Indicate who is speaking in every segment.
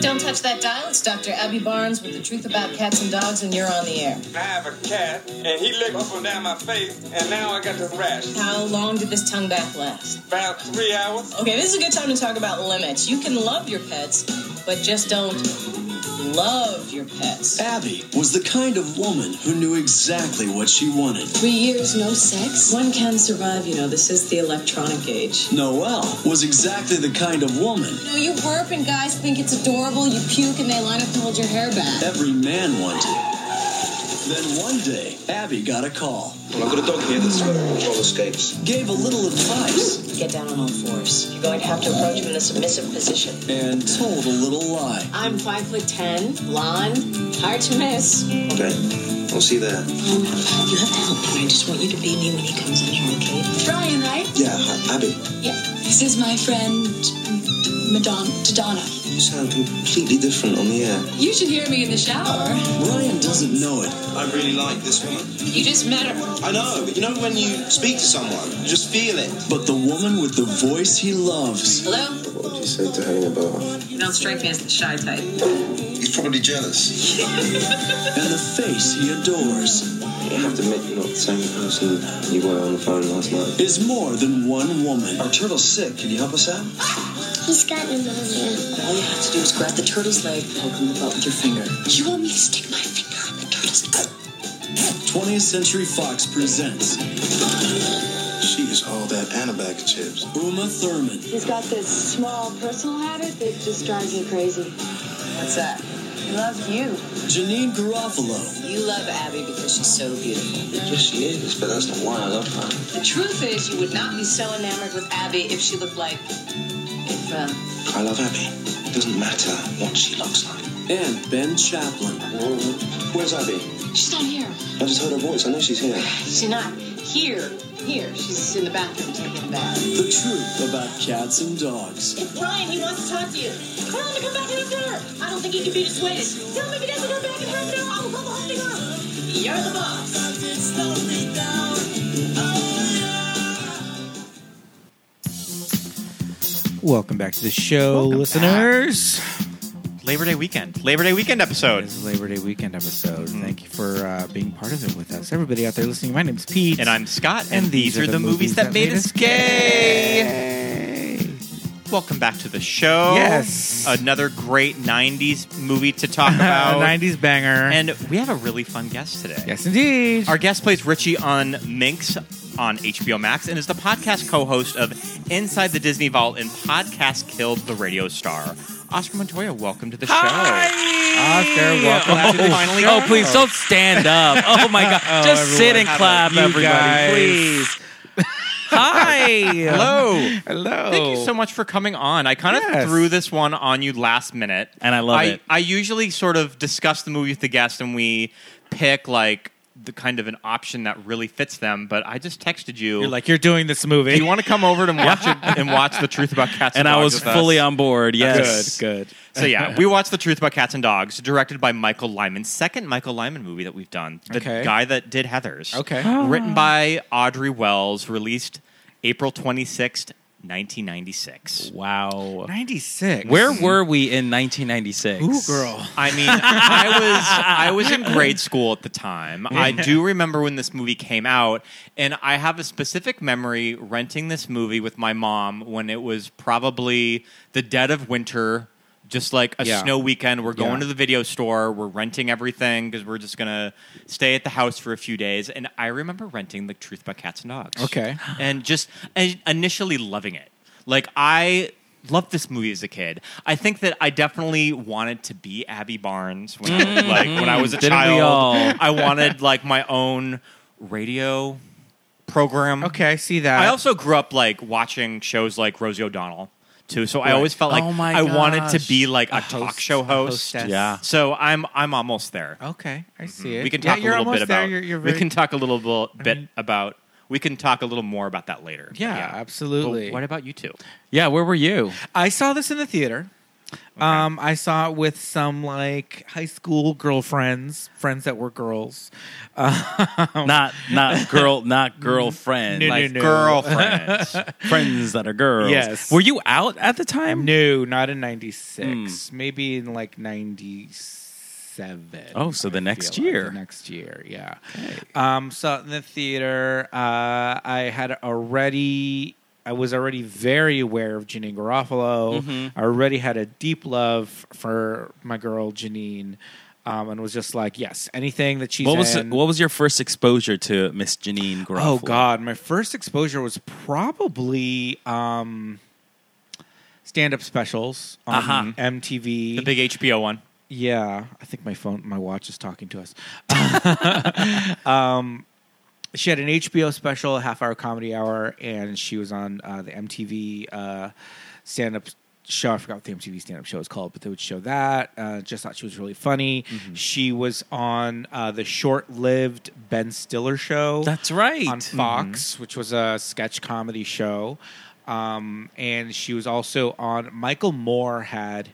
Speaker 1: Don't touch that dial. It's Dr. Abby Barnes with the truth about cats and dogs, and you're on the air.
Speaker 2: I have a cat, and he licked up and down my face, and now I got the rash.
Speaker 1: How long did this tongue bath last?
Speaker 2: About three hours.
Speaker 1: Okay, this is a good time to talk about limits. You can love your pets, but just don't love your pets.
Speaker 3: Abby was the kind of woman who knew exactly what she wanted.
Speaker 1: Three years, no sex? One can survive, you know. This is the electronic age.
Speaker 3: Noelle was exactly the kind of woman
Speaker 1: You know, you burp and guys think it's adorable. You puke and they line up to hold your hair back.
Speaker 3: every man wanted. Then one day, Abby got a call,
Speaker 4: Well, I've got a dog here that's got control escapes.
Speaker 3: gave a little advice,
Speaker 1: Get down on all fours. You're going to have to approach him in a submissive position.
Speaker 3: and told a little lie.
Speaker 1: I'm five foot ten, blonde, hard to miss.
Speaker 4: Okay, I'll see you there.
Speaker 1: You have to help him. I just want you to be me when he comes in here, okay?
Speaker 5: Brian, right?
Speaker 4: Yeah, hi, Abby,
Speaker 5: Yeah. This is my friend, Madame Dodonna.
Speaker 4: you sound completely different on the air.
Speaker 5: You should hear me in the shower.
Speaker 3: Brian doesn't know it,
Speaker 4: I really like this woman.
Speaker 1: You just met her.
Speaker 4: I know, but you know when you speak to someone, you just feel it.
Speaker 3: but the woman with the voice he loves
Speaker 1: Hello?
Speaker 4: What would you say to Hannah about?
Speaker 1: You don't strike me as the shy type.
Speaker 4: He's probably jealous.
Speaker 3: and the face he adores
Speaker 4: You have to admit you're not the same person you were on the phone last night.
Speaker 3: is more than one woman.
Speaker 4: turtle's sick. Can you help us out?
Speaker 6: He's got pneumonia.
Speaker 1: All you have to do is grab the turtle's leg, poke him in the butt with your finger.
Speaker 5: You want me to stick my finger in the turtle's
Speaker 3: 20th Century Fox presents
Speaker 4: She is all that and a bag of chips.
Speaker 3: Uma Thurman,
Speaker 7: He's got this small personal habit that just drives me crazy.
Speaker 1: What's that? I love you.
Speaker 3: Janine Garofalo,
Speaker 1: You love Abby because she's so beautiful.
Speaker 4: Yes, she is, but that's not why I love her.
Speaker 1: The truth is, you would not be so enamored with Abby if she looked like. If, uh,
Speaker 4: I love Abby. It doesn't matter what she looks like.
Speaker 3: and Ben Chaplin.
Speaker 4: Where's Abby?
Speaker 5: She's not here.
Speaker 4: I just heard her voice. I know she's here.
Speaker 1: she's not here. Here. She's in the bathroom taking a bath.
Speaker 3: The truth about cats and dogs.
Speaker 1: It's Brian. He wants to talk to you. Tell him to come back and have dinner. I don't think he can be dissuaded. Tell him if he doesn't come back and have dinner, I will blow the whole thing up. You're the boss.
Speaker 8: Welcome back to the show,
Speaker 9: Welcome
Speaker 8: listeners.
Speaker 9: Labor Day weekend. Labor Day weekend episode. Hmm.
Speaker 8: This is Labor Day weekend episode. Thank you for uh, being part of it with us. Everybody out there listening, my name's Pete.
Speaker 9: And I'm Scott, and, these are, the movies that, made us gay.
Speaker 8: gay.
Speaker 9: Welcome back to the show.
Speaker 8: Yes.
Speaker 9: Another great 90s movie to talk
Speaker 8: A
Speaker 9: about.
Speaker 8: 90s banger.
Speaker 9: And we have a really fun guest today.
Speaker 8: yes, indeed.
Speaker 9: Our guest plays Richie on Minx on HBO Max and is the podcast co host of Inside the Disney Vault and Podcast Killed the Radio Star. Oscar Montoya, welcome to the show.
Speaker 8: Oscar, welcome
Speaker 9: Oh,
Speaker 8: to the
Speaker 9: finally.
Speaker 8: show.
Speaker 10: Oh, please don't stand up. Oh my God.
Speaker 8: Oh,
Speaker 10: Just sit and
Speaker 8: everyone.
Speaker 10: clap,
Speaker 8: You
Speaker 10: everybody,
Speaker 8: guys.
Speaker 10: please. Hi.
Speaker 9: Hello.
Speaker 8: Hello.
Speaker 9: Thank you so much for coming on. I kind of
Speaker 8: Yes.
Speaker 9: threw this one on you last minute,
Speaker 10: And I love
Speaker 9: I,
Speaker 10: it.
Speaker 9: I usually sort of discuss the movie with the guest, and we pick like the kind of an option that really fits them. But I just texted you.
Speaker 8: You're like, you're doing this movie.
Speaker 9: "Do you want to come over and watch it, and watch the Truth About Cats?"
Speaker 10: And
Speaker 9: And,
Speaker 10: I
Speaker 9: Dogs
Speaker 10: was
Speaker 9: with
Speaker 10: fully
Speaker 9: us?
Speaker 10: on board. Yes.
Speaker 8: Good, good.
Speaker 9: So yeah, we watched the Truth About Cats and Dogs, directed by Michael Lyman, second Michael Lyman movie that we've done. The
Speaker 8: Okay.
Speaker 9: guy that did Heather's.
Speaker 8: Okay.
Speaker 9: written by Audrey Wells, released April twenty sixth, nineteen ninety six.
Speaker 10: Wow.
Speaker 8: 96.
Speaker 10: Where were we in 1996?
Speaker 8: Ooh, girl.
Speaker 9: I mean, I was I was in grade school at the time. I do remember when this movie came out, and I have a specific memory renting this movie with my mom when it was probably the dead of winter, just like a
Speaker 8: Yeah.
Speaker 9: snow weekend. We're going
Speaker 8: Yeah.
Speaker 9: to the video store, we're renting everything because we're just gonna stay at the house for a few days. And I remember renting The Truth About Cats and Dogs.
Speaker 8: Okay.
Speaker 9: and just and initially loving it. Like I loved this movie as a kid. I think that I definitely wanted to be Abby Barnes when I,
Speaker 8: Mm.
Speaker 9: like when I was a
Speaker 10: Didn't we
Speaker 9: child.
Speaker 10: all?
Speaker 9: I wanted like my own radio program.
Speaker 8: Okay, I see that.
Speaker 9: I also grew up like watching shows like Rosie O'Donnell too. So I always felt like
Speaker 10: Oh my
Speaker 9: I wanted to
Speaker 10: gosh.
Speaker 9: be like a,
Speaker 8: host,
Speaker 9: talk show
Speaker 8: a
Speaker 9: host.
Speaker 8: hostess.
Speaker 10: Yeah.
Speaker 9: So I'm I'm almost there.
Speaker 8: Okay, I see it.
Speaker 9: Mm-hmm. We can
Speaker 8: Yeah,
Speaker 9: talk
Speaker 8: you're
Speaker 9: a little
Speaker 8: almost
Speaker 9: bit
Speaker 8: there.
Speaker 9: about
Speaker 8: You're, you're
Speaker 9: we
Speaker 8: very-
Speaker 9: can talk a little bl- bit about we can talk a little more about that later.
Speaker 8: Yeah,
Speaker 9: But
Speaker 8: absolutely.
Speaker 9: what about you two?
Speaker 10: Yeah, where were you?
Speaker 8: I saw this in the theater. Um, I saw it with some like high school girlfriends, friends that were girls. Um,
Speaker 9: Not not girl, not girlfriend.
Speaker 8: No, no,
Speaker 9: like
Speaker 8: no.
Speaker 3: Girlfriends.
Speaker 9: friends that are girls.
Speaker 8: Yes.
Speaker 9: Were you out at the time?
Speaker 8: no, not in '96.
Speaker 9: Hmm.
Speaker 8: Maybe in like '97.
Speaker 9: Oh, so the
Speaker 8: I
Speaker 9: next
Speaker 8: feel like,
Speaker 9: year.
Speaker 8: the next year, yeah. Um, saw it in the theater. Uh, I had already. I was already very aware of Janine Garofalo.
Speaker 9: Mm-hmm.
Speaker 8: I already had a deep love for my girl Janine, um, and was just like, yes, anything that she's
Speaker 9: What was
Speaker 8: in.
Speaker 9: what was your first exposure to Miss Janine Garofalo?
Speaker 8: Oh God, my first exposure was probably um, stand-up specials on
Speaker 9: Uh-huh.
Speaker 8: MTV.
Speaker 3: the big HBO one.
Speaker 8: yeah, I think my phone, my watch is talking to us. um, she had an HBO special, a half-hour comedy hour, and she was on uh, the MTV uh, stand-up show. I forgot what the MTV stand-up show was called, but they would show that. Uh, just thought she was really funny.
Speaker 9: Mm-hmm.
Speaker 8: She was on uh, the short-lived Ben Stiller show
Speaker 9: That's right.
Speaker 8: on Fox, which was a sketch comedy show. Um, and she was also on Michael Moore had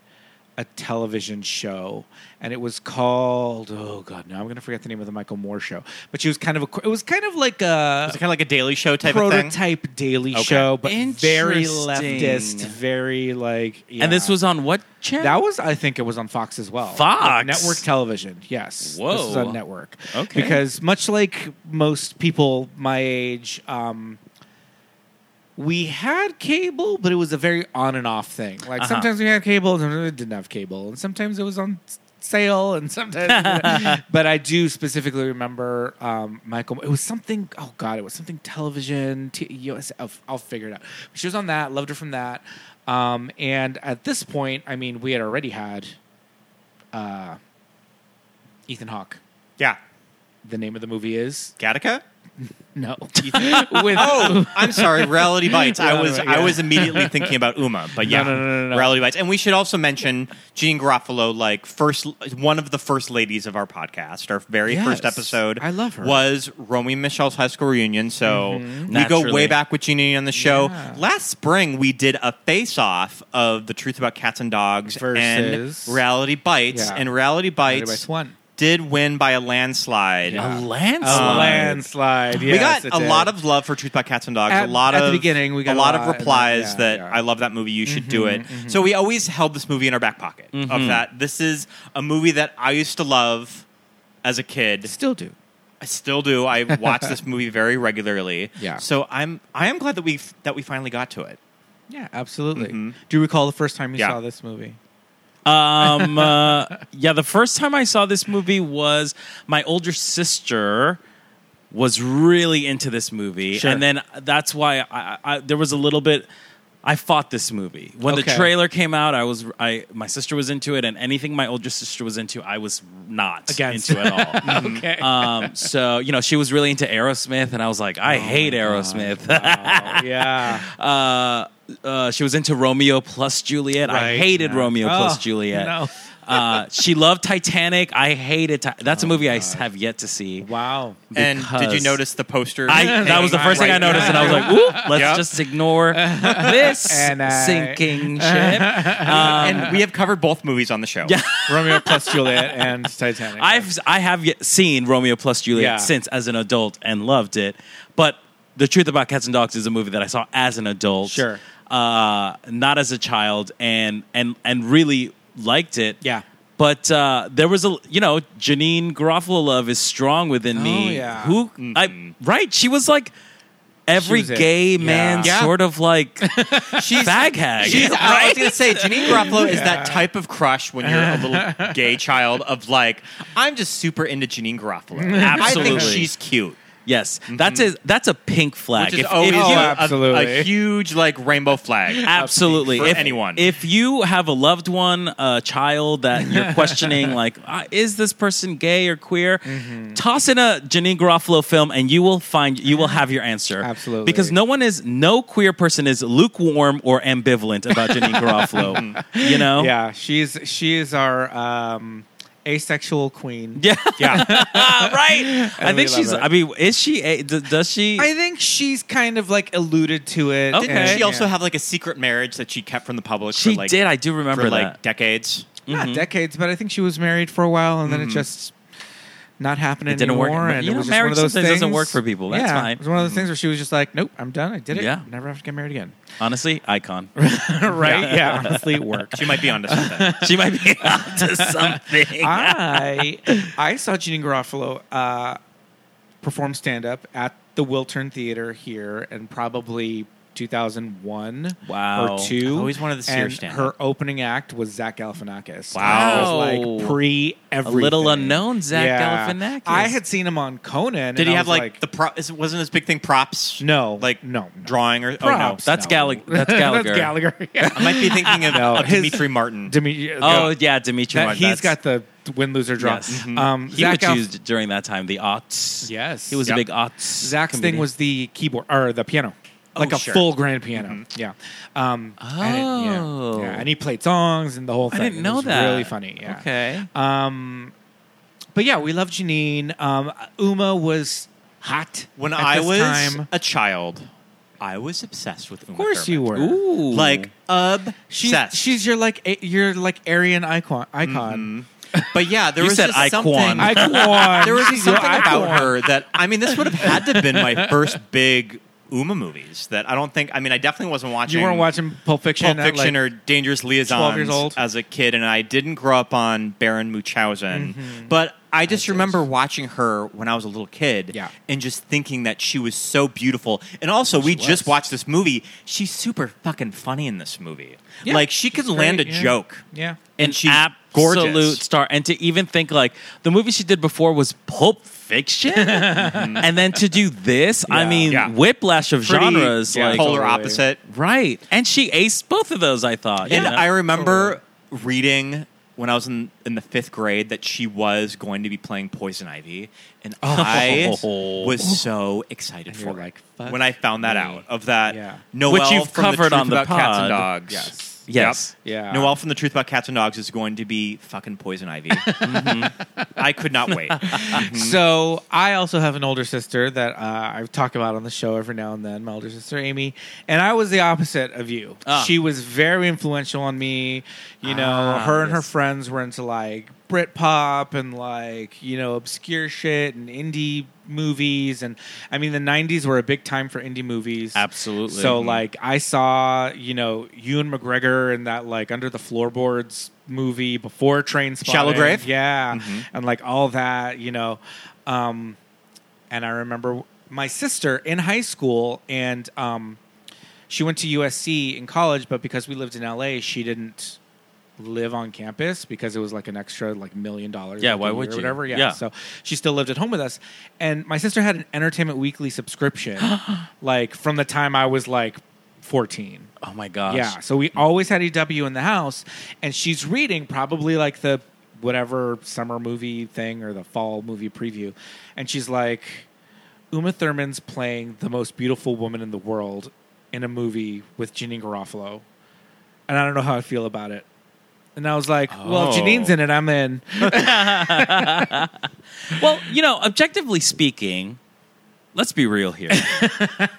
Speaker 8: a television show, and it was called oh god, now I'm gonna forget the name of the Michael Moore show. But she was kind of a it was kind of like a
Speaker 3: It's kind of like a Daily Show type of thing.
Speaker 8: prototype Daily
Speaker 3: Okay.
Speaker 8: Show, but very leftist,
Speaker 9: Interesting.
Speaker 8: very like. yeah.
Speaker 9: And this was on what channel?
Speaker 8: That was, I think, it was on Fox as well.
Speaker 9: Fox?
Speaker 8: Like network television. Yes,
Speaker 9: Whoa.
Speaker 8: this was on network.
Speaker 9: Okay.
Speaker 8: because much like most people my age, um, we had cable, but it was a very on and off thing. Like
Speaker 9: Uh-huh.
Speaker 8: sometimes we had cable, sometimes we didn't have cable, and sometimes it was on s- sale, and sometimes. but I do specifically remember um, Michael. It was something. Oh God, it was something television. T- US, I'll, I'll figure it out. She was on that. Loved her from that. Um, and at this point, I mean, we had already had uh, Ethan Hawke.
Speaker 3: Yeah.
Speaker 8: The name of the movie is
Speaker 3: Gattaca?
Speaker 8: no. With
Speaker 3: Oh, I'm sorry. Reality Bites. I was
Speaker 8: Reality Bites,
Speaker 3: I
Speaker 8: yeah.
Speaker 3: was immediately thinking about Uma, but yeah,
Speaker 8: no, no, no, no.
Speaker 3: Reality Bites. And we should also mention Jean Garofalo, like first one of the first ladies of our podcast. Our very
Speaker 8: Yes.
Speaker 3: first episode,
Speaker 8: I love her. Mm-hmm.
Speaker 3: was Romy and Michelle's high school reunion. So we go way
Speaker 9: Naturally.
Speaker 3: back with Jeannie on the show.
Speaker 8: Yeah.
Speaker 3: Last spring, we did a face off of the truth about cats and dogs
Speaker 8: Versus-
Speaker 3: and Reality Bites,
Speaker 8: Yeah.
Speaker 3: and Reality
Speaker 8: Reality
Speaker 3: Bites,
Speaker 8: Bites won.
Speaker 3: did win by a landslide.
Speaker 8: Yeah. A
Speaker 9: a landslide.
Speaker 8: landslide. yes,
Speaker 3: we
Speaker 8: it
Speaker 3: got a
Speaker 8: did.
Speaker 3: lot of love for Truth About Cats and Dogs.
Speaker 8: At-
Speaker 3: a lot
Speaker 8: at the
Speaker 3: of
Speaker 8: beginning, we got
Speaker 3: a lot,
Speaker 8: a lot,
Speaker 3: of
Speaker 8: and
Speaker 3: replies
Speaker 8: then-
Speaker 3: that
Speaker 8: yeah, Mm-hmm, yeah.
Speaker 3: I love that movie. You should do it. So we always held this movie in our back pocket.
Speaker 8: Mm-hmm.
Speaker 3: Of that, this is a movie that I used to love as a kid.
Speaker 8: Still do.
Speaker 3: I still do. I watch this movie very regularly.
Speaker 8: Yeah.
Speaker 3: So I'm I am glad that we that we finally got to it.
Speaker 8: Yeah, absolutely.
Speaker 9: Mm-hmm.
Speaker 8: Do you recall the first time you
Speaker 3: Yeah.
Speaker 8: saw this movie?
Speaker 9: Um, uh, yeah, the first time I saw this movie was my older sister was really into this movie,
Speaker 8: Sure.
Speaker 9: and then that's why I, I, I there was a little bit. I fought this movie when
Speaker 8: Okay.
Speaker 9: the trailer came out. I was I my sister was into it, and anything my older sister was into, I was not
Speaker 8: Against.
Speaker 9: into at all.
Speaker 8: Okay.
Speaker 9: um, so you know, she was really into Aerosmith, and I was like,
Speaker 8: Oh
Speaker 9: I hate Aerosmith.
Speaker 8: yeah.
Speaker 9: uh, uh, she was into Romeo plus Juliet. I
Speaker 8: Right.
Speaker 9: hated
Speaker 8: Yeah.
Speaker 9: Romeo plus
Speaker 8: Oh,
Speaker 9: Juliet.
Speaker 8: no.
Speaker 9: uh, she loved Titanic. I hated. Ti- That's a movie I have yet to see.
Speaker 3: Oh,
Speaker 8: Wow.
Speaker 3: and did you
Speaker 9: Because-
Speaker 3: notice the poster?
Speaker 9: I, that was the first thing I noticed, and I was like, "Ooh, let's
Speaker 3: Yep.
Speaker 9: just ignore this
Speaker 8: And I-
Speaker 9: sinking ship."
Speaker 3: and we have covered both movies on the show.
Speaker 9: Yeah.
Speaker 8: Romeo plus Juliet and Titanic.
Speaker 9: I've I have yet seen Romeo plus Juliet
Speaker 8: Yeah.
Speaker 9: since as an adult and loved it. But The Truth About Cats and Dogs is a movie that I saw as an adult.
Speaker 8: Sure.
Speaker 9: Uh, not as a child and and and really liked it.
Speaker 8: Yeah.
Speaker 9: But uh, there was a you know, Janine Garofalo love is strong within me.
Speaker 8: Oh, yeah.
Speaker 9: Who I right, she was like Every
Speaker 8: was it.
Speaker 9: gay man,
Speaker 8: Yeah.
Speaker 9: sort of like she's bag hag.
Speaker 3: She's, I was going to say, Janine Garofalo is that type of crush when you're a little gay child of like, I'm just super into Janine Garofalo. I
Speaker 9: Absolutely.
Speaker 3: think she's cute. Mm-hmm.
Speaker 9: yes, that's a that's a pink flag.
Speaker 3: Which is
Speaker 9: If- if
Speaker 3: always
Speaker 9: you-
Speaker 3: a- A,
Speaker 8: absolutely.
Speaker 3: huge like rainbow flag.
Speaker 9: absolutely
Speaker 3: for
Speaker 9: if,
Speaker 3: anyone.
Speaker 9: if you have a loved one a child that you're questioning like uh, is this person gay or queer
Speaker 3: Mm-hmm.
Speaker 9: toss in a janine garofalo film and you will find you will have your answer
Speaker 8: Absolutely.
Speaker 9: because no one is no queer person is lukewarm or ambivalent about janine garofalo you know
Speaker 8: yeah, she's she is our um, asexual queen.
Speaker 9: Yeah,
Speaker 3: Yeah.
Speaker 9: right.
Speaker 8: we
Speaker 9: I think
Speaker 8: love
Speaker 9: she's.
Speaker 8: it.
Speaker 9: I mean, is she? A, d- does she?
Speaker 8: I think she's kind of like alluded to it.
Speaker 9: Okay.
Speaker 8: and-
Speaker 3: Did she also
Speaker 8: yeah.
Speaker 3: have like a secret marriage that she kept from the public?
Speaker 9: she
Speaker 3: for, like,
Speaker 9: did. I do
Speaker 3: for
Speaker 9: remember
Speaker 3: like
Speaker 9: that. Mm-hmm.
Speaker 3: decades.
Speaker 8: not decades, but I think she was married for a while, and then it just not happening
Speaker 9: It didn't work.
Speaker 8: anymore. And
Speaker 9: You
Speaker 8: it
Speaker 9: know,
Speaker 8: was just one
Speaker 9: marriage
Speaker 8: of those
Speaker 9: sometimes
Speaker 8: things
Speaker 9: doesn't work for people. That's
Speaker 8: yeah,
Speaker 9: fine. Mm-hmm.
Speaker 8: It was one of those things where she was just like, "Nope, I'm done. I did it.
Speaker 9: Yeah.
Speaker 8: never have to get married again."
Speaker 9: Honestly, icon.
Speaker 8: right? Yeah. honestly, it worked.
Speaker 3: She might be onto something.
Speaker 9: she might be onto something.
Speaker 8: Ah. I I saw Jeanine Garofalo uh, perform stand up at the Wiltern Theater here in probably 2001
Speaker 9: Wow.
Speaker 8: or 2.
Speaker 3: I always wanted to see her
Speaker 8: and
Speaker 3: stand-up.
Speaker 8: Her opening act was Zach Galifianakis.
Speaker 9: Wow.
Speaker 8: It was like pre
Speaker 9: a
Speaker 8: everything.
Speaker 9: little unknown Zach
Speaker 8: Yeah.
Speaker 9: Galifianakis.
Speaker 8: I had seen him on Conan.
Speaker 3: Did
Speaker 8: and
Speaker 3: he
Speaker 8: I
Speaker 3: have
Speaker 8: was
Speaker 3: like, the prop? is- Wasn't his big thing props?
Speaker 8: No,
Speaker 3: like
Speaker 8: no, no.
Speaker 3: drawing or
Speaker 8: Props.
Speaker 3: oh
Speaker 9: That's
Speaker 8: No.
Speaker 9: Gallagher. That's Gallagher.
Speaker 8: That's Gallagher.
Speaker 3: no.
Speaker 8: Yeah.
Speaker 3: I might be thinking of,
Speaker 8: No,
Speaker 3: of
Speaker 8: his-
Speaker 3: Dimitri Martin.
Speaker 8: Demi-
Speaker 9: Oh yeah, Dimitri.
Speaker 8: that,
Speaker 9: Martin,
Speaker 8: he's got
Speaker 9: that's-
Speaker 8: the win, loser, draw.
Speaker 9: Yes.
Speaker 3: Mm-hmm.
Speaker 8: Um,
Speaker 9: He
Speaker 8: Zach
Speaker 9: was
Speaker 8: Galif-
Speaker 9: used during that time. The aughts.
Speaker 8: Yes.
Speaker 9: he was
Speaker 8: Yep.
Speaker 9: a big aughts.
Speaker 8: Zach's
Speaker 9: comedian.
Speaker 8: thing was the keyboard or the piano, like a
Speaker 3: Oh, sure. Mm-hmm.
Speaker 8: full grand piano. Yeah. Um, and it- yeah,
Speaker 9: Oh.
Speaker 8: yeah. And he played songs and the whole
Speaker 9: I
Speaker 8: thing.
Speaker 9: didn't
Speaker 8: It
Speaker 9: know
Speaker 8: was
Speaker 9: that.
Speaker 8: Really funny. Yeah.
Speaker 9: Okay.
Speaker 8: Um, but yeah, we love Janine. Um, Uma was hot
Speaker 3: when
Speaker 8: at
Speaker 3: I
Speaker 8: this
Speaker 3: was
Speaker 8: time.
Speaker 3: a child, I was obsessed with.
Speaker 8: Of course, you were.
Speaker 9: Ooh.
Speaker 3: like obsessed. Mm-hmm.
Speaker 8: She's, she's your like a, your like Aryan icon icon
Speaker 3: but yeah, there
Speaker 9: You
Speaker 3: was
Speaker 9: said
Speaker 3: just something.
Speaker 9: Iquan.
Speaker 8: icon.
Speaker 3: there was
Speaker 8: She's
Speaker 3: just
Speaker 8: your
Speaker 3: something
Speaker 8: icon.
Speaker 3: about her that I mean, this would have had to have been my first big Uma movies that I don't think. I mean, I definitely wasn't watching.
Speaker 8: You weren't watching Pulp Fiction.
Speaker 3: Pulp Fiction or Dangerous Liaisons
Speaker 8: years old.
Speaker 3: as a kid, and I didn't grow up on Baron Munchausen,
Speaker 8: Mm-hmm.
Speaker 3: but I just remember watching her when I was a little kid,
Speaker 8: Yeah.
Speaker 3: and just thinking that she was so beautiful. And also, we just watched this movie; she's super fucking funny in this movie.
Speaker 8: Yeah,
Speaker 3: like she could
Speaker 8: she's
Speaker 3: land
Speaker 8: great,
Speaker 3: a
Speaker 8: yeah.
Speaker 3: joke,
Speaker 8: yeah.
Speaker 3: and
Speaker 9: an
Speaker 3: she's
Speaker 9: absolute
Speaker 3: gorgeous.
Speaker 9: star. And to even think like the movie she did before was Pulp Fiction, and then to do this, I
Speaker 8: Yeah.
Speaker 9: mean,
Speaker 3: Yeah.
Speaker 9: whiplash of
Speaker 3: Pretty,
Speaker 9: genres,
Speaker 8: yeah,
Speaker 9: like
Speaker 3: polar
Speaker 8: totally.
Speaker 3: opposite.
Speaker 9: right. And she aced both of those. I thought. you
Speaker 3: And
Speaker 9: know?
Speaker 3: I remember reading when I was in, in the fifth grade that she was going to be playing Poison Ivy, and I
Speaker 9: Oh.
Speaker 3: was so excited for
Speaker 8: you're
Speaker 3: it
Speaker 8: like, "Fuck
Speaker 3: when I found that
Speaker 8: me."
Speaker 3: out of that
Speaker 8: Yeah.
Speaker 3: Noelle
Speaker 9: Which you've
Speaker 3: from
Speaker 9: covered
Speaker 3: the Truth
Speaker 9: on the
Speaker 3: about cats
Speaker 9: pod.
Speaker 3: and dogs.
Speaker 8: Yes.
Speaker 9: Yes.
Speaker 8: Yeah.
Speaker 3: Noelle from the Truth About Cats and Dogs is going to be fucking Poison Ivy.
Speaker 9: Mm-hmm.
Speaker 3: I could not wait.
Speaker 8: So I also have an older sister that uh, I talk about on the show every now and then. My older sister Amy, and I was the opposite of you.
Speaker 9: Ah.
Speaker 8: She was very influential on me. You know,
Speaker 9: Ah,
Speaker 8: her and her
Speaker 9: yes.
Speaker 8: friends were into like Britpop and like you know obscure shit and indie movies, and I mean the '90s were a big time for indie movies.
Speaker 9: Absolutely.
Speaker 8: So
Speaker 9: Mhm.
Speaker 8: like I saw you know Ewan McGregor in that like Under the Floorboards movie before Train
Speaker 3: Shallow Grave?
Speaker 8: yeah,
Speaker 9: Mm-hmm.
Speaker 8: and like all that, you know. Um, and I remember my sister in high school, and um, she went to USC in college, but because we lived in LA, she didn't live on campus because it was like an extra like million dollars.
Speaker 9: Yeah,
Speaker 8: like,
Speaker 9: why
Speaker 8: a
Speaker 9: would
Speaker 8: year
Speaker 9: you?
Speaker 8: Or whatever. Yeah.
Speaker 9: Yeah.
Speaker 8: So she still lived at home with us, and my sister had an Entertainment Weekly subscription, like from the time I was like fourteen.
Speaker 9: Oh my gosh.
Speaker 8: Yeah. So we always had EW in the house, and she's reading probably like the whatever summer movie thing or the fall movie preview, and she's like, Uma Thurman's playing the most beautiful woman in the world in a movie with Jeanine Garofalo, and I don't know how I feel about it. And I was like, well,
Speaker 3: Oh.
Speaker 8: if Janine's in it, I'm in.
Speaker 9: Well, you know, objectively speaking, let's be real here.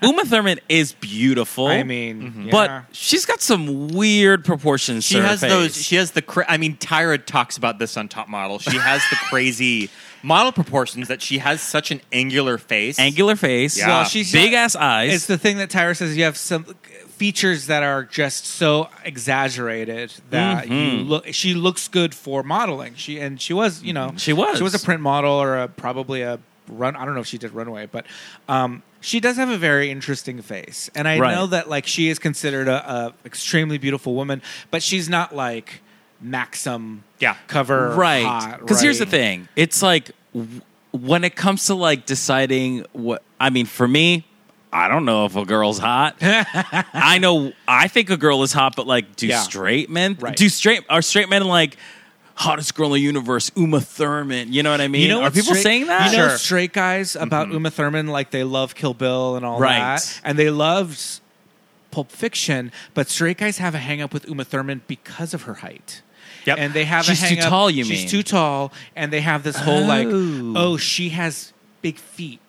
Speaker 9: Uma Thurman is beautiful.
Speaker 8: I mean, yeah.
Speaker 9: mm-hmm. But she's got some weird proportions.
Speaker 3: She
Speaker 9: to her
Speaker 3: has those.
Speaker 9: face.
Speaker 3: She has the. Cra- I mean, Tyra talks about this on Top Model. She has the crazy model proportions that she has such an angular face.
Speaker 9: angular face.
Speaker 3: Yeah. Well,
Speaker 8: she's
Speaker 9: big
Speaker 8: not-
Speaker 9: ass eyes.
Speaker 8: It's the thing that Tyra says you have some features that are just so exaggerated that you
Speaker 9: Mm-hmm.
Speaker 8: look she looks good for modeling. She and she was, you know,
Speaker 9: She was.
Speaker 8: She was a print model or a, probably a run I don't know if she did runway, but um she does have a very interesting face. And I
Speaker 9: Right.
Speaker 8: know that like she is considered a, a extremely beautiful woman, but she's not like Maxim
Speaker 3: Yeah.
Speaker 8: cover
Speaker 9: right
Speaker 8: hot,
Speaker 9: because here's the
Speaker 8: right?
Speaker 9: thing it's like w- when it comes to like deciding what i mean for me i don't know if a girl's hot i know i think a girl is hot but like do
Speaker 8: Yeah.
Speaker 9: straight men
Speaker 8: Right.
Speaker 9: do straight are straight men like hottest girl in the universe uma thurman you know what i mean are
Speaker 8: what
Speaker 9: people
Speaker 8: straight-
Speaker 9: saying that
Speaker 8: You know,
Speaker 3: Sure. Mm-hmm.
Speaker 8: straight guys about Uma Thurman, like they love Kill Bill and all
Speaker 9: Right.
Speaker 8: that, and they loved Pulp Fiction, but straight guys have a hang up with Uma Thurman because of her height.
Speaker 3: Yep.
Speaker 8: And they have
Speaker 9: She's
Speaker 8: a
Speaker 9: too
Speaker 8: hang up.
Speaker 9: tall, you
Speaker 8: She's
Speaker 9: mean.
Speaker 8: too tall, and they have this whole like,
Speaker 9: Oh.
Speaker 8: oh, she has big feet.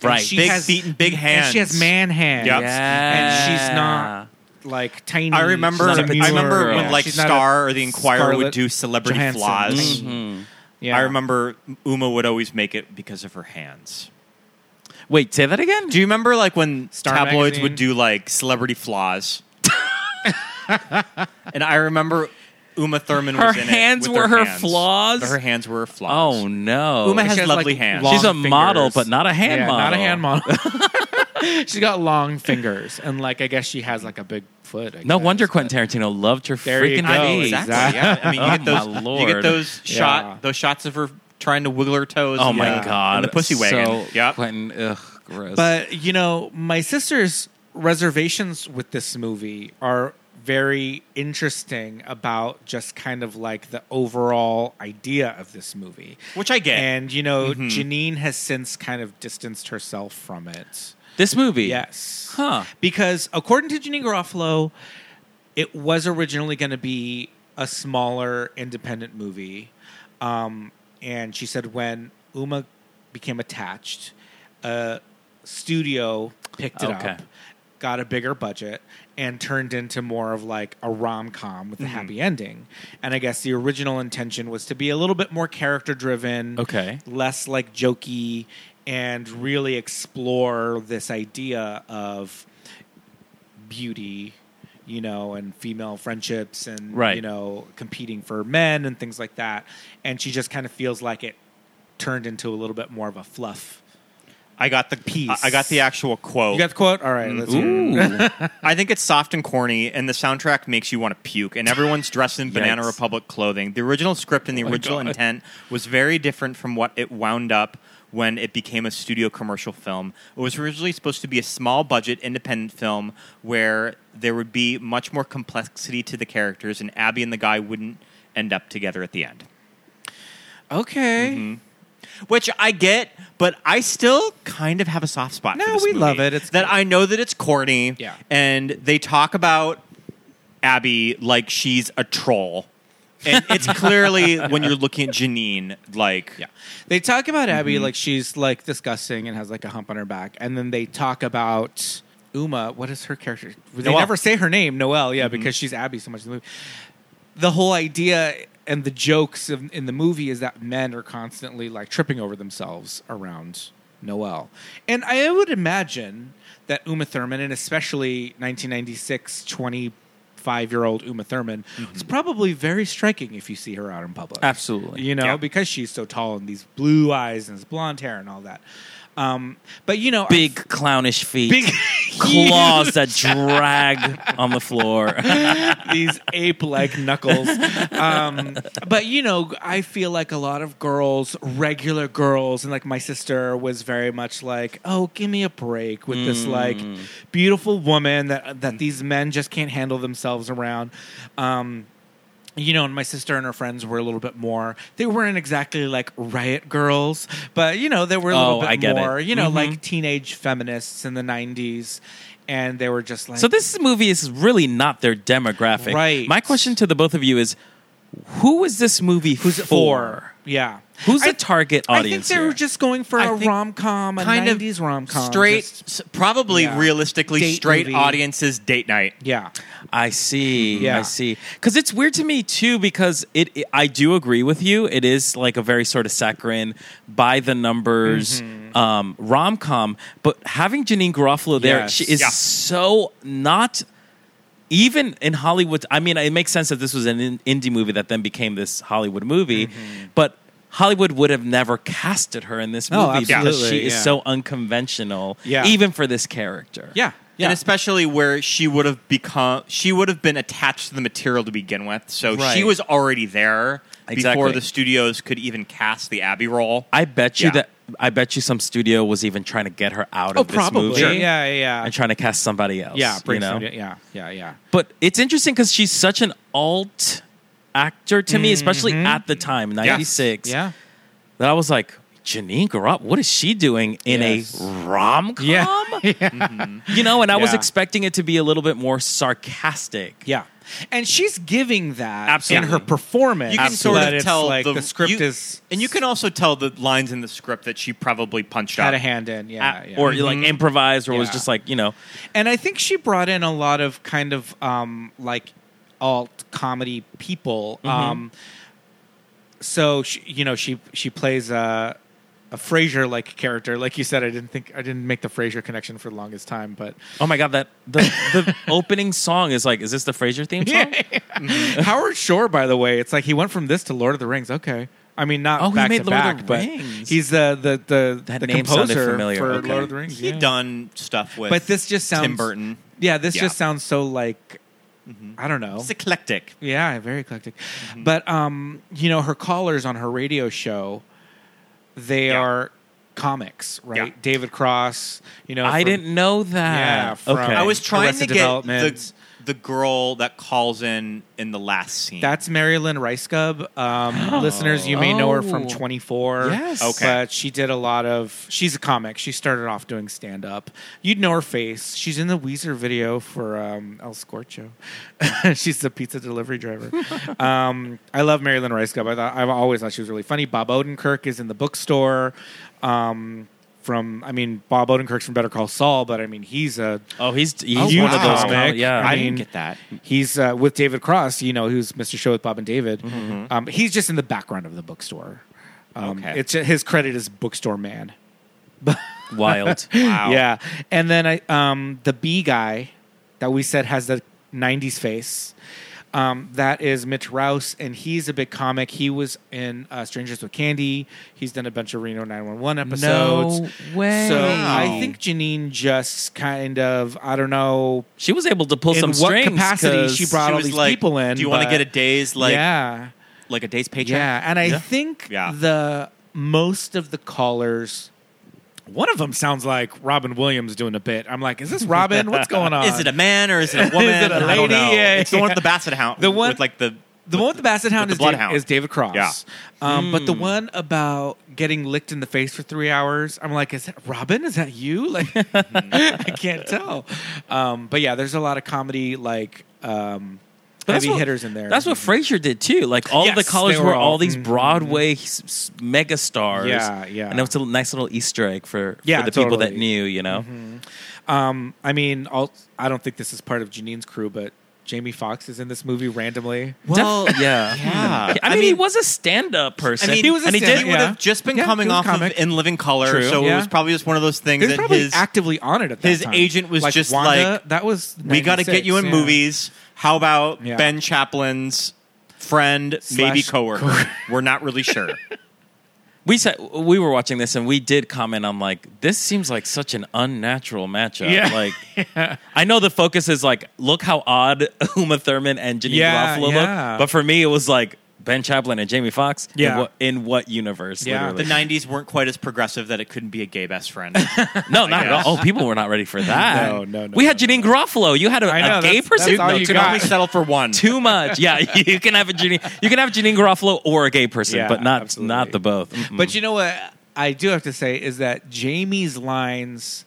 Speaker 8: And
Speaker 9: Right.
Speaker 8: she
Speaker 3: Big feet and big
Speaker 8: she has
Speaker 3: hands.
Speaker 8: man hands.
Speaker 3: Yep.
Speaker 8: And she's
Speaker 9: Yeah.
Speaker 8: not like tiny.
Speaker 3: I remember.
Speaker 8: she's
Speaker 3: I
Speaker 8: not a Mueller.
Speaker 3: remember when
Speaker 8: Yeah.
Speaker 3: like
Speaker 8: She's not a
Speaker 3: Star or the Inquirer
Speaker 8: Scarlett
Speaker 3: would do celebrity
Speaker 8: Johansson. Mm-hmm.
Speaker 3: flaws. Mm-hmm.
Speaker 8: Yeah.
Speaker 3: I remember Uma would always make it because of her hands.
Speaker 9: Wait, say that again?
Speaker 3: Do you remember like when
Speaker 8: Star
Speaker 3: tabloids
Speaker 8: magazine?
Speaker 3: would do like celebrity flaws? and I remember Uma Thurman
Speaker 9: Her
Speaker 3: was in it
Speaker 9: hands
Speaker 3: with
Speaker 9: were her
Speaker 3: hands.
Speaker 9: flaws?
Speaker 3: Her hands were her flaws.
Speaker 9: oh, no.
Speaker 3: Uma
Speaker 8: She
Speaker 3: has
Speaker 8: has,
Speaker 3: lovely
Speaker 8: like,
Speaker 3: hands.
Speaker 8: long
Speaker 9: She's a model,
Speaker 8: fingers.
Speaker 9: but not a hand
Speaker 8: Yeah,
Speaker 9: model.
Speaker 8: Not a hand model. she's got long fingers, and like I guess she has like a big foot. I
Speaker 9: No
Speaker 8: guess,
Speaker 9: wonder
Speaker 8: but-
Speaker 9: Quentin Tarantino loved your
Speaker 8: There you
Speaker 9: freaking
Speaker 8: go,
Speaker 9: IDs.
Speaker 3: exactly.
Speaker 8: Exactly.
Speaker 3: Yeah. I mean, you
Speaker 9: Oh,
Speaker 3: get those.
Speaker 9: my
Speaker 3: You
Speaker 9: lord.
Speaker 3: get those shot.
Speaker 8: Yeah.
Speaker 3: Those shots of her trying to wiggle her toes.
Speaker 9: Oh
Speaker 3: in
Speaker 9: my
Speaker 3: the-
Speaker 9: god,
Speaker 3: in the pussy wagon.
Speaker 9: So
Speaker 3: Yep.
Speaker 9: Quentin, ugh, gross.
Speaker 8: But you know, my sister's reservations with this movie are very interesting about just kind of like the overall idea of this movie.
Speaker 3: Which I get.
Speaker 8: And you know, Janine has since kind of distanced herself from it.
Speaker 9: this movie,
Speaker 8: Yes.
Speaker 9: Huh.
Speaker 8: Because according to Janine Garofalo, it was originally going to be a smaller independent movie. Um, and she said when Uma became attached, a studio picked it
Speaker 9: Okay.
Speaker 8: up, got a bigger budget, and turned into more of like a rom com
Speaker 3: Mm-hmm.
Speaker 8: with a happy ending. And I guess the original intention was to be a little bit more character driven
Speaker 9: Okay.
Speaker 8: less like jokey and really explore this idea of beauty you know and female friendships and
Speaker 9: Right.
Speaker 8: you know competing for men and things like that and she just kind of feels like it turned into a little bit more of a fluff
Speaker 3: I got the
Speaker 8: Piece.
Speaker 3: I- I got the actual Mm-hmm. quote.
Speaker 8: you got the quote all right let's hear it.
Speaker 9: Ooh.
Speaker 3: I think it's soft and corny, and the soundtrack makes you want to puke. And everyone's dressed in Banana
Speaker 9: Yikes.
Speaker 3: Republic clothing. The original script and the original intent was very different from what it wound up when it became a studio commercial film. It was originally supposed to be a small budget independent film where there would be much more complexity to the characters, and Abby and the guy wouldn't end up together at the end.
Speaker 8: okay
Speaker 3: Mm-hmm. Which I get, but I still kind of have a soft spot.
Speaker 8: No,
Speaker 3: for this
Speaker 8: we
Speaker 3: movie.
Speaker 8: love it. It's
Speaker 3: that
Speaker 8: good.
Speaker 3: I know that it's corny.
Speaker 8: Yeah.
Speaker 3: and they talk about Abby like she's a troll, and it's clearly when you're looking at Janine, like
Speaker 8: Yeah. They talk about
Speaker 3: Mm-hmm.
Speaker 8: Abby like she's like disgusting and has like a hump on her back. And then they talk about Uma. What is her character? They
Speaker 3: Noelle. Mm-hmm.
Speaker 8: never say her name, Noelle. Yeah, because she's Abby so much in the movie. The whole idea and the jokes of, in the movie is that men are constantly like tripping over themselves around Noelle. And I would imagine that Uma Thurman, and especially 1996, 25 year old Uma Thurman, it's
Speaker 3: Mm-hmm.
Speaker 8: probably very striking if you see her out in public.
Speaker 9: Absolutely.
Speaker 8: You know,
Speaker 3: Yeah.
Speaker 8: because she's so tall and these blue eyes and this blonde hair and all that. Um, but you know, I-
Speaker 9: big clownish feet,
Speaker 8: big
Speaker 9: claws that drag on the floor.
Speaker 8: these ape like knuckles. Um, but you know, I feel like a lot of girls, regular girls, and like my sister was very much like, "Oh, give me a break with
Speaker 9: Mm.
Speaker 8: this like beautiful woman that that these men just can't handle themselves around." Um, you know, and my sister and her friends were a little bit more. They weren't exactly like riot girls, but you know, they were a little
Speaker 9: Oh,
Speaker 8: bit
Speaker 9: I get it.
Speaker 8: more, you know,
Speaker 9: Mhm.
Speaker 8: like teenage feminists in the '90s, and they were just like,
Speaker 9: so this movie is really not their demographic.
Speaker 8: Right.
Speaker 9: My question to the both of you is, who is this movie
Speaker 8: Who's it for?
Speaker 9: for?
Speaker 8: Yeah.
Speaker 9: Who's
Speaker 8: I-
Speaker 9: the target
Speaker 8: I think
Speaker 9: audience?
Speaker 8: they were
Speaker 9: here?
Speaker 8: just going for
Speaker 3: I
Speaker 8: a
Speaker 3: think
Speaker 8: rom com, a
Speaker 3: kind of
Speaker 8: 90s rom com.
Speaker 3: straight, s- probably
Speaker 8: Yeah.
Speaker 3: realistically
Speaker 8: Date
Speaker 3: straight
Speaker 8: movie.
Speaker 3: audiences date night.
Speaker 8: yeah.
Speaker 9: I see.
Speaker 8: Yeah.
Speaker 9: I see. Because it's weird to me too. Because it, it- I do agree with you. It is like a very sort of saccharine, by the numbers
Speaker 8: Mm-hmm.
Speaker 9: um, rom com. But having Janine Garofalo there,
Speaker 8: Yes.
Speaker 9: she is
Speaker 3: Yeah.
Speaker 9: so not. Even in Hollywood, I mean, it makes sense that this was an in- indie movie that then became this Hollywood movie, but Hollywood would have never casted her in this movie
Speaker 8: Mm-hmm. Oh,
Speaker 9: because
Speaker 8: absolutely,
Speaker 9: she is
Speaker 8: yeah.
Speaker 9: so unconventional,
Speaker 8: Yeah.
Speaker 9: even for this character.
Speaker 8: Yeah. Yeah.
Speaker 3: And especially where she would have become, she would have been attached to the material to begin with. So she
Speaker 9: Right.
Speaker 3: was already there before
Speaker 9: Exactly.
Speaker 3: the studios could even cast the Abby role.
Speaker 9: I bet you
Speaker 3: Yeah.
Speaker 9: that I bet you some studio was even trying to get her out
Speaker 8: oh,
Speaker 9: of this
Speaker 8: probably.
Speaker 9: movie
Speaker 8: Yeah, yeah, yeah.
Speaker 9: and trying to cast somebody else.
Speaker 8: yeah,
Speaker 9: you
Speaker 8: bring
Speaker 9: know.
Speaker 8: some- yeah, yeah, yeah.
Speaker 9: But it's interesting because she's such an alt actor to me, especially at the time, ninety six.
Speaker 8: Mm-hmm. Yeah.
Speaker 9: That I was like, Janine Garop, what is she doing in
Speaker 8: Yes.
Speaker 9: a rom com?
Speaker 8: Yeah.
Speaker 9: You know, and I was
Speaker 8: Yeah.
Speaker 9: expecting it to be a little bit more sarcastic.
Speaker 8: Yeah. and she's giving that
Speaker 9: Absolutely.
Speaker 8: in her performance.
Speaker 3: You can sort
Speaker 8: but
Speaker 3: of
Speaker 8: it's
Speaker 3: tell
Speaker 8: like the, script
Speaker 3: you-
Speaker 8: is
Speaker 3: and you can also tell the lines in the script that she probably punched out
Speaker 8: had
Speaker 3: mm-hmm.
Speaker 8: a hand in, yeah, yeah. Mm-hmm.
Speaker 9: or like improvised, or was
Speaker 8: Yeah.
Speaker 9: just like you know,
Speaker 8: and I think she brought in a lot of kind of um, like alt comedy people.
Speaker 9: Mm-hmm.
Speaker 8: Um, so she, you know, she she plays a a Frasier like character, like you said. I didn't think I didn't make the Frasier connection for the longest time, but
Speaker 9: oh my god, that the the opening song is like, is this the Frasier theme song?
Speaker 8: Howard Shore, by the way, it's like he went from this to Lord of the Rings. Okay. I mean, not
Speaker 9: Oh, he
Speaker 8: back
Speaker 9: made
Speaker 8: to
Speaker 9: Lord of
Speaker 8: back,
Speaker 9: the
Speaker 8: but
Speaker 9: Rings.
Speaker 8: he's the the the,
Speaker 9: That
Speaker 8: the
Speaker 9: name sounded
Speaker 8: composer
Speaker 9: familiar.
Speaker 8: for
Speaker 9: Okay.
Speaker 8: Lord of the Rings.
Speaker 3: he'd
Speaker 8: yeah.
Speaker 3: done stuff with
Speaker 8: but this just sounds
Speaker 3: tim burton
Speaker 8: Yeah, this
Speaker 3: Yeah. Mm-hmm.
Speaker 8: just sounds so like I don't know.
Speaker 3: it's eclectic
Speaker 8: Yeah, very eclectic. But um, you know, her callers on her radio show, they
Speaker 3: Yeah.
Speaker 8: are comics, right?
Speaker 3: Yeah.
Speaker 8: David Cross, you know.
Speaker 9: I
Speaker 8: from-
Speaker 9: didn't know that.
Speaker 8: Yeah, from-
Speaker 9: okay.
Speaker 3: i was trying to
Speaker 8: Arrested
Speaker 3: get the,
Speaker 8: Development.
Speaker 3: the girl that calls in in the last scene
Speaker 9: Mm-hmm.
Speaker 8: That's Marilyn Ricegub. Um, listeners, you may know her from
Speaker 9: Oh.
Speaker 8: 24.
Speaker 9: Yes.
Speaker 3: Okay.
Speaker 8: But she did a lot of, she's a comic. She started off doing stand up. You'd know her face. She's in the Weezer video for um, El Scorcho. she's the pizza delivery driver. um, I love Marilyn Ricegub. I thought, I've always thought she was really funny. Bob Odenkirk is in the bookstore. Um, from, I mean, Bob Odenkirk's from Better Call Saul, but I mean, he's a
Speaker 9: oh, he's he's
Speaker 8: He's
Speaker 9: one of those.
Speaker 8: comic.
Speaker 9: comic- Yeah,
Speaker 8: I,
Speaker 3: didn't
Speaker 8: mean,
Speaker 3: get that.
Speaker 8: He's uh, with David Cross, you know, who's Mr. Show with Bob and David. Um, he's just in the background of the bookstore. Um,
Speaker 3: Okay.
Speaker 8: It's his credit is bookstore man.
Speaker 9: wild.
Speaker 3: wow
Speaker 8: Yeah, and then I, um, the B guy that we said has the '90s face. Um, that is Mitch Rouse, and he's a big comic. He was in uh, Strangers with Candy. He's done a bunch of Reno 911 episodes.
Speaker 9: way.
Speaker 8: So I think Janine just kind of I don't know
Speaker 9: She was able to pull
Speaker 8: In
Speaker 9: some
Speaker 8: what
Speaker 9: strings.
Speaker 8: capacity
Speaker 9: 'cause-
Speaker 8: she brought-
Speaker 3: she
Speaker 8: all
Speaker 3: was
Speaker 8: these
Speaker 3: like,
Speaker 8: people in,
Speaker 3: do you want to
Speaker 8: but-
Speaker 3: get a day's like
Speaker 8: yeah
Speaker 3: like a day's paycheck
Speaker 8: yeah and I
Speaker 3: Yeah.
Speaker 8: think
Speaker 3: Yeah.
Speaker 8: the most of the callers one of them sounds like Robin Williams doing a bit I'm like is this Robin what's going on
Speaker 3: is it a man or is it a woman?
Speaker 8: it a
Speaker 3: I
Speaker 8: lady?
Speaker 3: don't know.
Speaker 8: Yeah,
Speaker 3: it's the one
Speaker 8: yeah.
Speaker 3: with the basset hound.
Speaker 8: The one-
Speaker 3: with like the
Speaker 8: the one with the Basset Hound
Speaker 3: the
Speaker 8: is, David,
Speaker 3: Bloodhound.
Speaker 8: is David Cross.
Speaker 3: Yeah.
Speaker 8: Um, But the
Speaker 3: Hmm.
Speaker 8: one about getting licked in the face for three hours, I'm like, is that Robin? Is that you? Like, I can't tell. Um, but yeah, there's a lot of comedy, like, um,
Speaker 9: But that's
Speaker 8: heavy
Speaker 9: what-
Speaker 8: hitters in there.
Speaker 9: That's what Frasier did too. Like all of
Speaker 8: Yes,
Speaker 9: the colors
Speaker 8: they
Speaker 9: were,
Speaker 8: were
Speaker 9: all
Speaker 8: all-
Speaker 9: these
Speaker 8: mhm.
Speaker 9: Broadway s- s- mega stars.
Speaker 8: Yeah, yeah.
Speaker 9: And it was a nice little Easter egg for,
Speaker 8: Yeah,
Speaker 9: for the people that
Speaker 8: totally. Mm-hmm.
Speaker 9: knew. You know,
Speaker 8: Um, I mean, I'll, I don't think this is part of Janine's crew, but Jamie Foxx is in this movie randomly.
Speaker 9: well, yeah,
Speaker 3: yeah.
Speaker 9: I, mean, he was a stand-up person.
Speaker 3: I mean,
Speaker 8: He was a
Speaker 3: and he
Speaker 8: stand-
Speaker 3: did. He would
Speaker 8: yeah.
Speaker 3: have just been
Speaker 8: Yeah,
Speaker 3: coming
Speaker 8: he was
Speaker 3: off
Speaker 8: a comic.
Speaker 3: of In Living Color,
Speaker 9: True.
Speaker 3: so
Speaker 8: Yeah.
Speaker 3: it was probably just one of those things
Speaker 8: He was
Speaker 3: that
Speaker 8: probably
Speaker 3: his
Speaker 8: actively on it at that
Speaker 3: his
Speaker 8: time.
Speaker 3: agent was just like,
Speaker 8: that was
Speaker 3: we got to get
Speaker 8: 96,
Speaker 3: you in
Speaker 8: yeah.
Speaker 3: movies. How about
Speaker 8: Yeah.
Speaker 3: Ben Chaplin's friend, maybe
Speaker 8: Slash
Speaker 3: coworker? We're not really sure.
Speaker 9: we said we were watching this and we did comment on like this seems like such an unnatural matchup.
Speaker 8: Yeah.
Speaker 9: Like I know the focus is like look how odd Uma Thurman and Janine
Speaker 8: Yeah,
Speaker 9: Garofalo
Speaker 8: yeah.
Speaker 9: look, but for me it was like Ben Chaplin and Jamie Foxx.
Speaker 8: Yeah.
Speaker 9: In what, in what universe?
Speaker 8: Yeah.
Speaker 3: the
Speaker 9: Literally.
Speaker 3: '90s weren't quite as progressive that it couldn't be a gay best friend.
Speaker 9: no, not at
Speaker 3: guess.
Speaker 9: all. Oh, people were not ready for that.
Speaker 8: No, no, no,
Speaker 9: We had Janine Garofalo. You had a,
Speaker 8: I know,
Speaker 9: a gay
Speaker 8: that's- that's
Speaker 9: person.
Speaker 8: all
Speaker 9: No,
Speaker 8: you
Speaker 9: too-
Speaker 3: Can
Speaker 8: got.
Speaker 3: only settle for one.
Speaker 9: Too much. Yeah, you can have a Janine. You can have Janine Garofalo or a gay person,
Speaker 8: Yeah,
Speaker 9: but not
Speaker 8: absolutely.
Speaker 9: not the both. Mm-mm.
Speaker 8: But you know what I do have to say is that Jamie's lines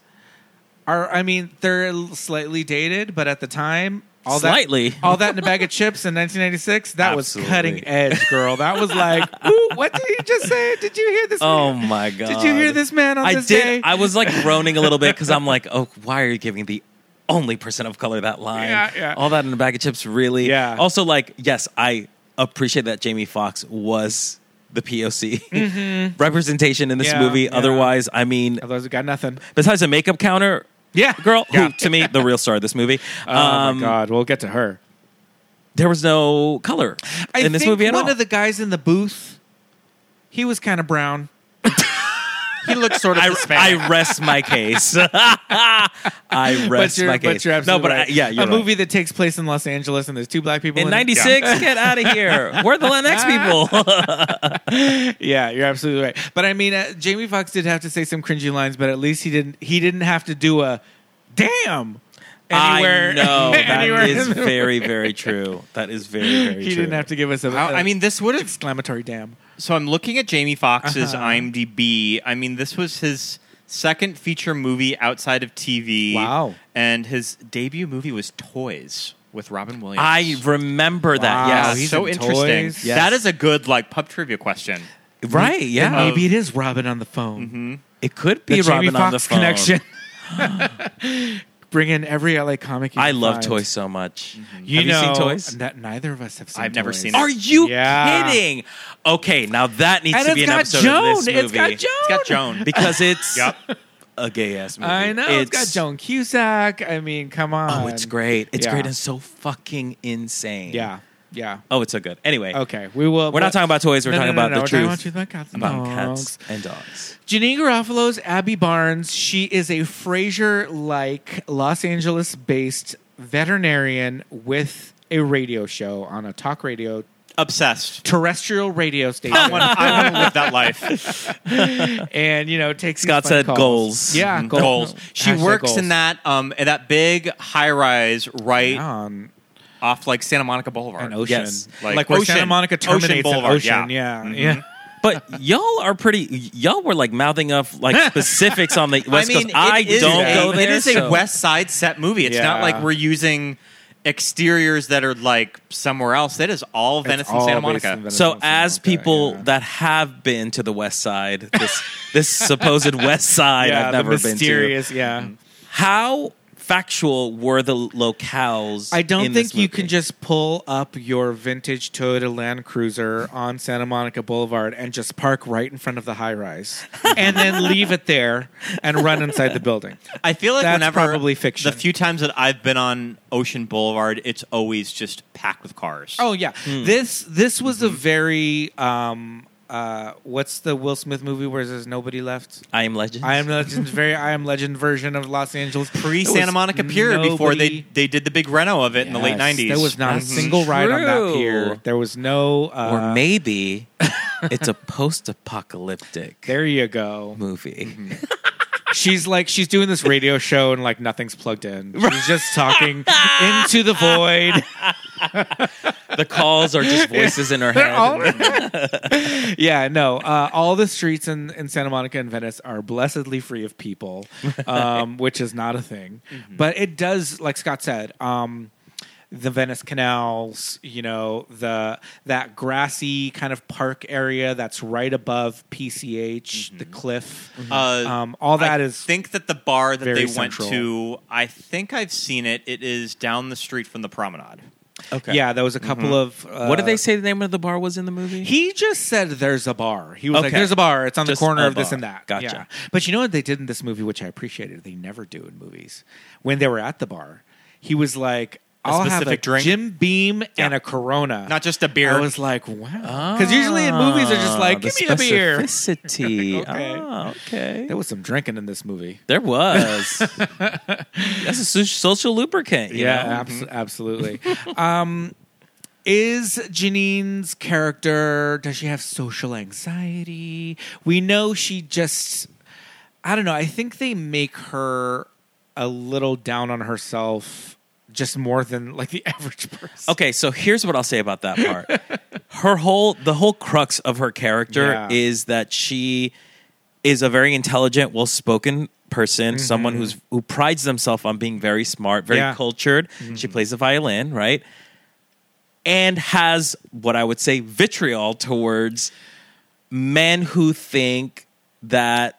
Speaker 8: are I mean they're slightly dated, but at the time all
Speaker 9: Slightly.
Speaker 8: that all that in a bag of chips in 1996 that
Speaker 9: Absolutely.
Speaker 8: was cutting edge, girl. That was like, Ooh, what did he just say? Did you hear this?
Speaker 9: Oh
Speaker 8: man?
Speaker 9: my god!
Speaker 8: Did you hear this man on
Speaker 9: I
Speaker 8: this
Speaker 9: did.
Speaker 8: day?
Speaker 9: I was like groaning a little bit because I'm like, oh, why are you giving the only person of color that line?
Speaker 8: Yeah, yeah.
Speaker 9: All that in a bag of chips, really.
Speaker 8: Yeah.
Speaker 9: Also, like, yes, I appreciate that Jamie Foxx was the POC representation in this
Speaker 8: Mm-hmm. Yeah,
Speaker 9: movie.
Speaker 8: yeah.
Speaker 9: Otherwise, I mean,
Speaker 8: Otherwise, we got nothing.
Speaker 9: besides a makeup counter,
Speaker 8: Yeah,
Speaker 9: girl,
Speaker 8: Yeah.
Speaker 9: who to me the real star of this movie.
Speaker 8: Oh
Speaker 9: um,
Speaker 3: Um,
Speaker 8: my god, we'll get to her.
Speaker 9: There was no color
Speaker 8: I
Speaker 9: in this
Speaker 8: think
Speaker 9: movie at
Speaker 8: one
Speaker 9: all.
Speaker 8: of the guys in the booth, he was kind of brown.
Speaker 3: he looks sort of
Speaker 9: I,
Speaker 3: Hispanic.
Speaker 9: I rest my case. I
Speaker 8: but
Speaker 9: rest
Speaker 8: you're,
Speaker 9: my case.
Speaker 8: But you're absolutely
Speaker 9: no, but I-
Speaker 8: right.
Speaker 9: yeah, you're
Speaker 8: a
Speaker 9: right.
Speaker 8: movie that takes place in Los Angeles and there's two black people
Speaker 9: In
Speaker 8: it.
Speaker 9: '96, get out of here. We're the Latinx people.
Speaker 8: Yeah, you're absolutely right. But I mean, uh, Jamie Foxx did have to say some cringy lines, but at least he didn't. He didn't have to do a damn anywhere.
Speaker 9: I know that
Speaker 8: anywhere
Speaker 9: is
Speaker 8: in the-
Speaker 9: very, very true. That is very, very
Speaker 8: He
Speaker 9: true.
Speaker 8: didn't have to give us a.
Speaker 3: I
Speaker 8: a
Speaker 3: mean, this would have
Speaker 8: exclamatory damn.
Speaker 3: So I'm looking at Jamie Foxx's IMDb. I mean, this was his second feature movie outside of TV.
Speaker 8: Wow.
Speaker 3: And his debut movie was Toys. with Robin Williams.
Speaker 9: I remember that.
Speaker 8: Wow,
Speaker 9: Yes.
Speaker 8: he's
Speaker 3: so
Speaker 8: in
Speaker 3: interesting.
Speaker 8: toys.
Speaker 3: That is a good like pub trivia question.
Speaker 9: right. Yeah.
Speaker 8: And maybe it is Robin on the phone.
Speaker 9: it could be
Speaker 8: The Jamie
Speaker 9: Robin on the
Speaker 8: Foxx
Speaker 9: phone.
Speaker 8: connection. Bring in every LA comic. You
Speaker 9: I
Speaker 8: can
Speaker 9: love
Speaker 8: find.
Speaker 9: toys so much.
Speaker 8: You
Speaker 9: Have you
Speaker 8: know,
Speaker 9: seen toys?
Speaker 8: n- neither of us have seen.
Speaker 3: I've never
Speaker 8: Toys.
Speaker 3: seen it.
Speaker 9: Are you
Speaker 8: Yeah.
Speaker 9: kidding? Okay, now that needs
Speaker 8: And
Speaker 9: to be
Speaker 8: it's
Speaker 9: an
Speaker 8: got
Speaker 9: episode
Speaker 8: Joan.
Speaker 9: of this movie.
Speaker 8: It's got Joan.
Speaker 3: It's got Joan.
Speaker 9: because it's
Speaker 3: Yep.
Speaker 9: a gay ass movie.
Speaker 8: I know it's got Joan Cusack. I mean, come on.
Speaker 9: Oh, it's great. It's
Speaker 8: Yeah.
Speaker 9: great and so fucking insane.
Speaker 8: Yeah, yeah.
Speaker 9: Oh, it's so good. Anyway,
Speaker 8: Okay, we will.
Speaker 9: we're not talking about toys. We're
Speaker 8: No,
Speaker 9: talking
Speaker 8: no, no,
Speaker 9: about
Speaker 8: no,
Speaker 9: the
Speaker 8: we're
Speaker 9: truth
Speaker 8: talking about, cats and
Speaker 9: about
Speaker 8: dogs.
Speaker 9: cats and dogs.
Speaker 8: Janine Garofalo's Abby Barnes. She is a Frasier-like Los Angeles-based veterinarian with a radio show on a talk radio
Speaker 3: Obsessed.
Speaker 8: terrestrial radio
Speaker 3: I
Speaker 8: station,
Speaker 3: want, I want to live that life.
Speaker 8: and you know takes
Speaker 9: Scott
Speaker 8: these fun
Speaker 9: said
Speaker 8: calls.
Speaker 9: goals. Mm-hmm.
Speaker 8: Yeah,
Speaker 3: Goals. She
Speaker 8: Hashtag
Speaker 3: works
Speaker 8: goals.
Speaker 3: in that um in that big high rise right
Speaker 8: on
Speaker 3: off like Santa Monica Boulevard.
Speaker 8: an ocean,
Speaker 9: Yes.
Speaker 8: like,
Speaker 3: Like
Speaker 8: where
Speaker 3: Ocean-
Speaker 8: Santa Monica
Speaker 3: Ocean
Speaker 8: terminates an
Speaker 3: Boulevard, yeah.
Speaker 8: ocean. Yeah, Mm-hmm.
Speaker 3: Mhm.
Speaker 8: yeah.
Speaker 9: But y'all are pretty. Y'all were like mouthing off like specifics on the West Coast.
Speaker 3: it
Speaker 9: I
Speaker 3: is
Speaker 9: don't
Speaker 3: a-
Speaker 9: go there.
Speaker 3: It is a
Speaker 9: so-
Speaker 3: West Side set movie. It's not
Speaker 8: Yeah.
Speaker 3: like we're using exteriors that are like somewhere else. That is all Venice
Speaker 8: It's
Speaker 3: and Santa
Speaker 8: all based
Speaker 3: Monica.
Speaker 8: in Venice
Speaker 9: So
Speaker 8: and Santa
Speaker 9: as
Speaker 8: Monica,
Speaker 9: people
Speaker 8: yeah.
Speaker 9: that have been to the West Side, this this supposed West Side
Speaker 8: yeah,
Speaker 9: I've
Speaker 8: the
Speaker 9: never been to. Mm-hmm.
Speaker 8: mysterious, Yeah,
Speaker 9: How factual were the locales?
Speaker 8: I don't
Speaker 9: in
Speaker 8: think
Speaker 9: this
Speaker 8: you
Speaker 9: movie?
Speaker 8: can just pull up your vintage Toyota Land Cruiser on Santa Monica Boulevard and just park right in front of the high rise and then leave it there and run inside the building.
Speaker 3: I feel like
Speaker 8: That's
Speaker 3: whenever
Speaker 8: probably fiction.
Speaker 3: The few times that I've been on Ocean Boulevard, it's always just packed with cars.
Speaker 8: Oh yeah,
Speaker 9: Hmm.
Speaker 8: this this was
Speaker 9: Mm-hmm.
Speaker 8: a very um uh what's the Will Smith movie where there's nobody left?
Speaker 9: I am Legend.
Speaker 8: I am Legend very I am Legend version of Los Angeles
Speaker 3: pre Santa Monica Pier before they they did the big reno of it in the late nineties.
Speaker 8: There was not a
Speaker 9: That's
Speaker 8: single ride on that
Speaker 9: true.
Speaker 8: pier. Mm-hmm. There was no uh,
Speaker 9: or maybe it's a post-apocalyptic
Speaker 8: There you go.
Speaker 9: movie.
Speaker 3: Mm-hmm.
Speaker 8: she's like she's doing this radio show and like nothing's plugged in. She's just talking into the void.
Speaker 9: The calls are just voices in her head.
Speaker 8: All- yeah, no. Uh, all the streets in, in Santa Monica and Venice are blessedly free of people, um, which is not a thing. But it does, like Scott said, um, the Venice canals, you know, the that grassy kind of park area that's right above PCH, the cliff.
Speaker 3: Uh,
Speaker 8: um, all that
Speaker 3: I
Speaker 8: is
Speaker 3: think that the bar that
Speaker 8: very
Speaker 3: they went
Speaker 8: central.
Speaker 3: to, I think I've seen it. It is down the street from the promenade.
Speaker 9: Okay.
Speaker 8: yeah. There was a couple of uh,
Speaker 9: What did they say the name of the bar was in the movie?
Speaker 8: He just said there's a bar. He was like,
Speaker 9: Okay.
Speaker 8: there's a bar. It's on
Speaker 9: Just
Speaker 8: the corner
Speaker 9: a
Speaker 8: of this
Speaker 9: bar.
Speaker 8: and that.
Speaker 9: Gotcha.
Speaker 8: But you know what they did in this movie, which I appreciated? They never do in movies. When they were at the bar, he was like, I'll have a
Speaker 3: specific drink?
Speaker 8: Jim Beam and
Speaker 3: Yeah.
Speaker 8: a Corona.
Speaker 3: Not just a beer.
Speaker 8: I was like, wow. Because usually in
Speaker 9: Ah,
Speaker 8: movies, they're just like, give me a beer.
Speaker 9: Specificity.
Speaker 8: Okay.
Speaker 9: Ah, okay.
Speaker 8: There was some drinking in this movie.
Speaker 9: There was. That's a so- social lubricant. you know? Mm-hmm.
Speaker 8: Yeah, abso- absolutely. um, is Janine's character does she have social anxiety? We know she just I don't know. I think they make her a little down on herself just more than like the average person.
Speaker 9: Okay, so here's what I'll say about that part. her whole the whole crux of her character
Speaker 8: Yeah.
Speaker 9: is that she is a very intelligent, well-spoken person, someone who's who prides themselves on being very smart, very
Speaker 8: Mm-hmm. Yeah. Mm-hmm.
Speaker 9: cultured. She plays the violin, right? And has what I would say vitriol towards men who think that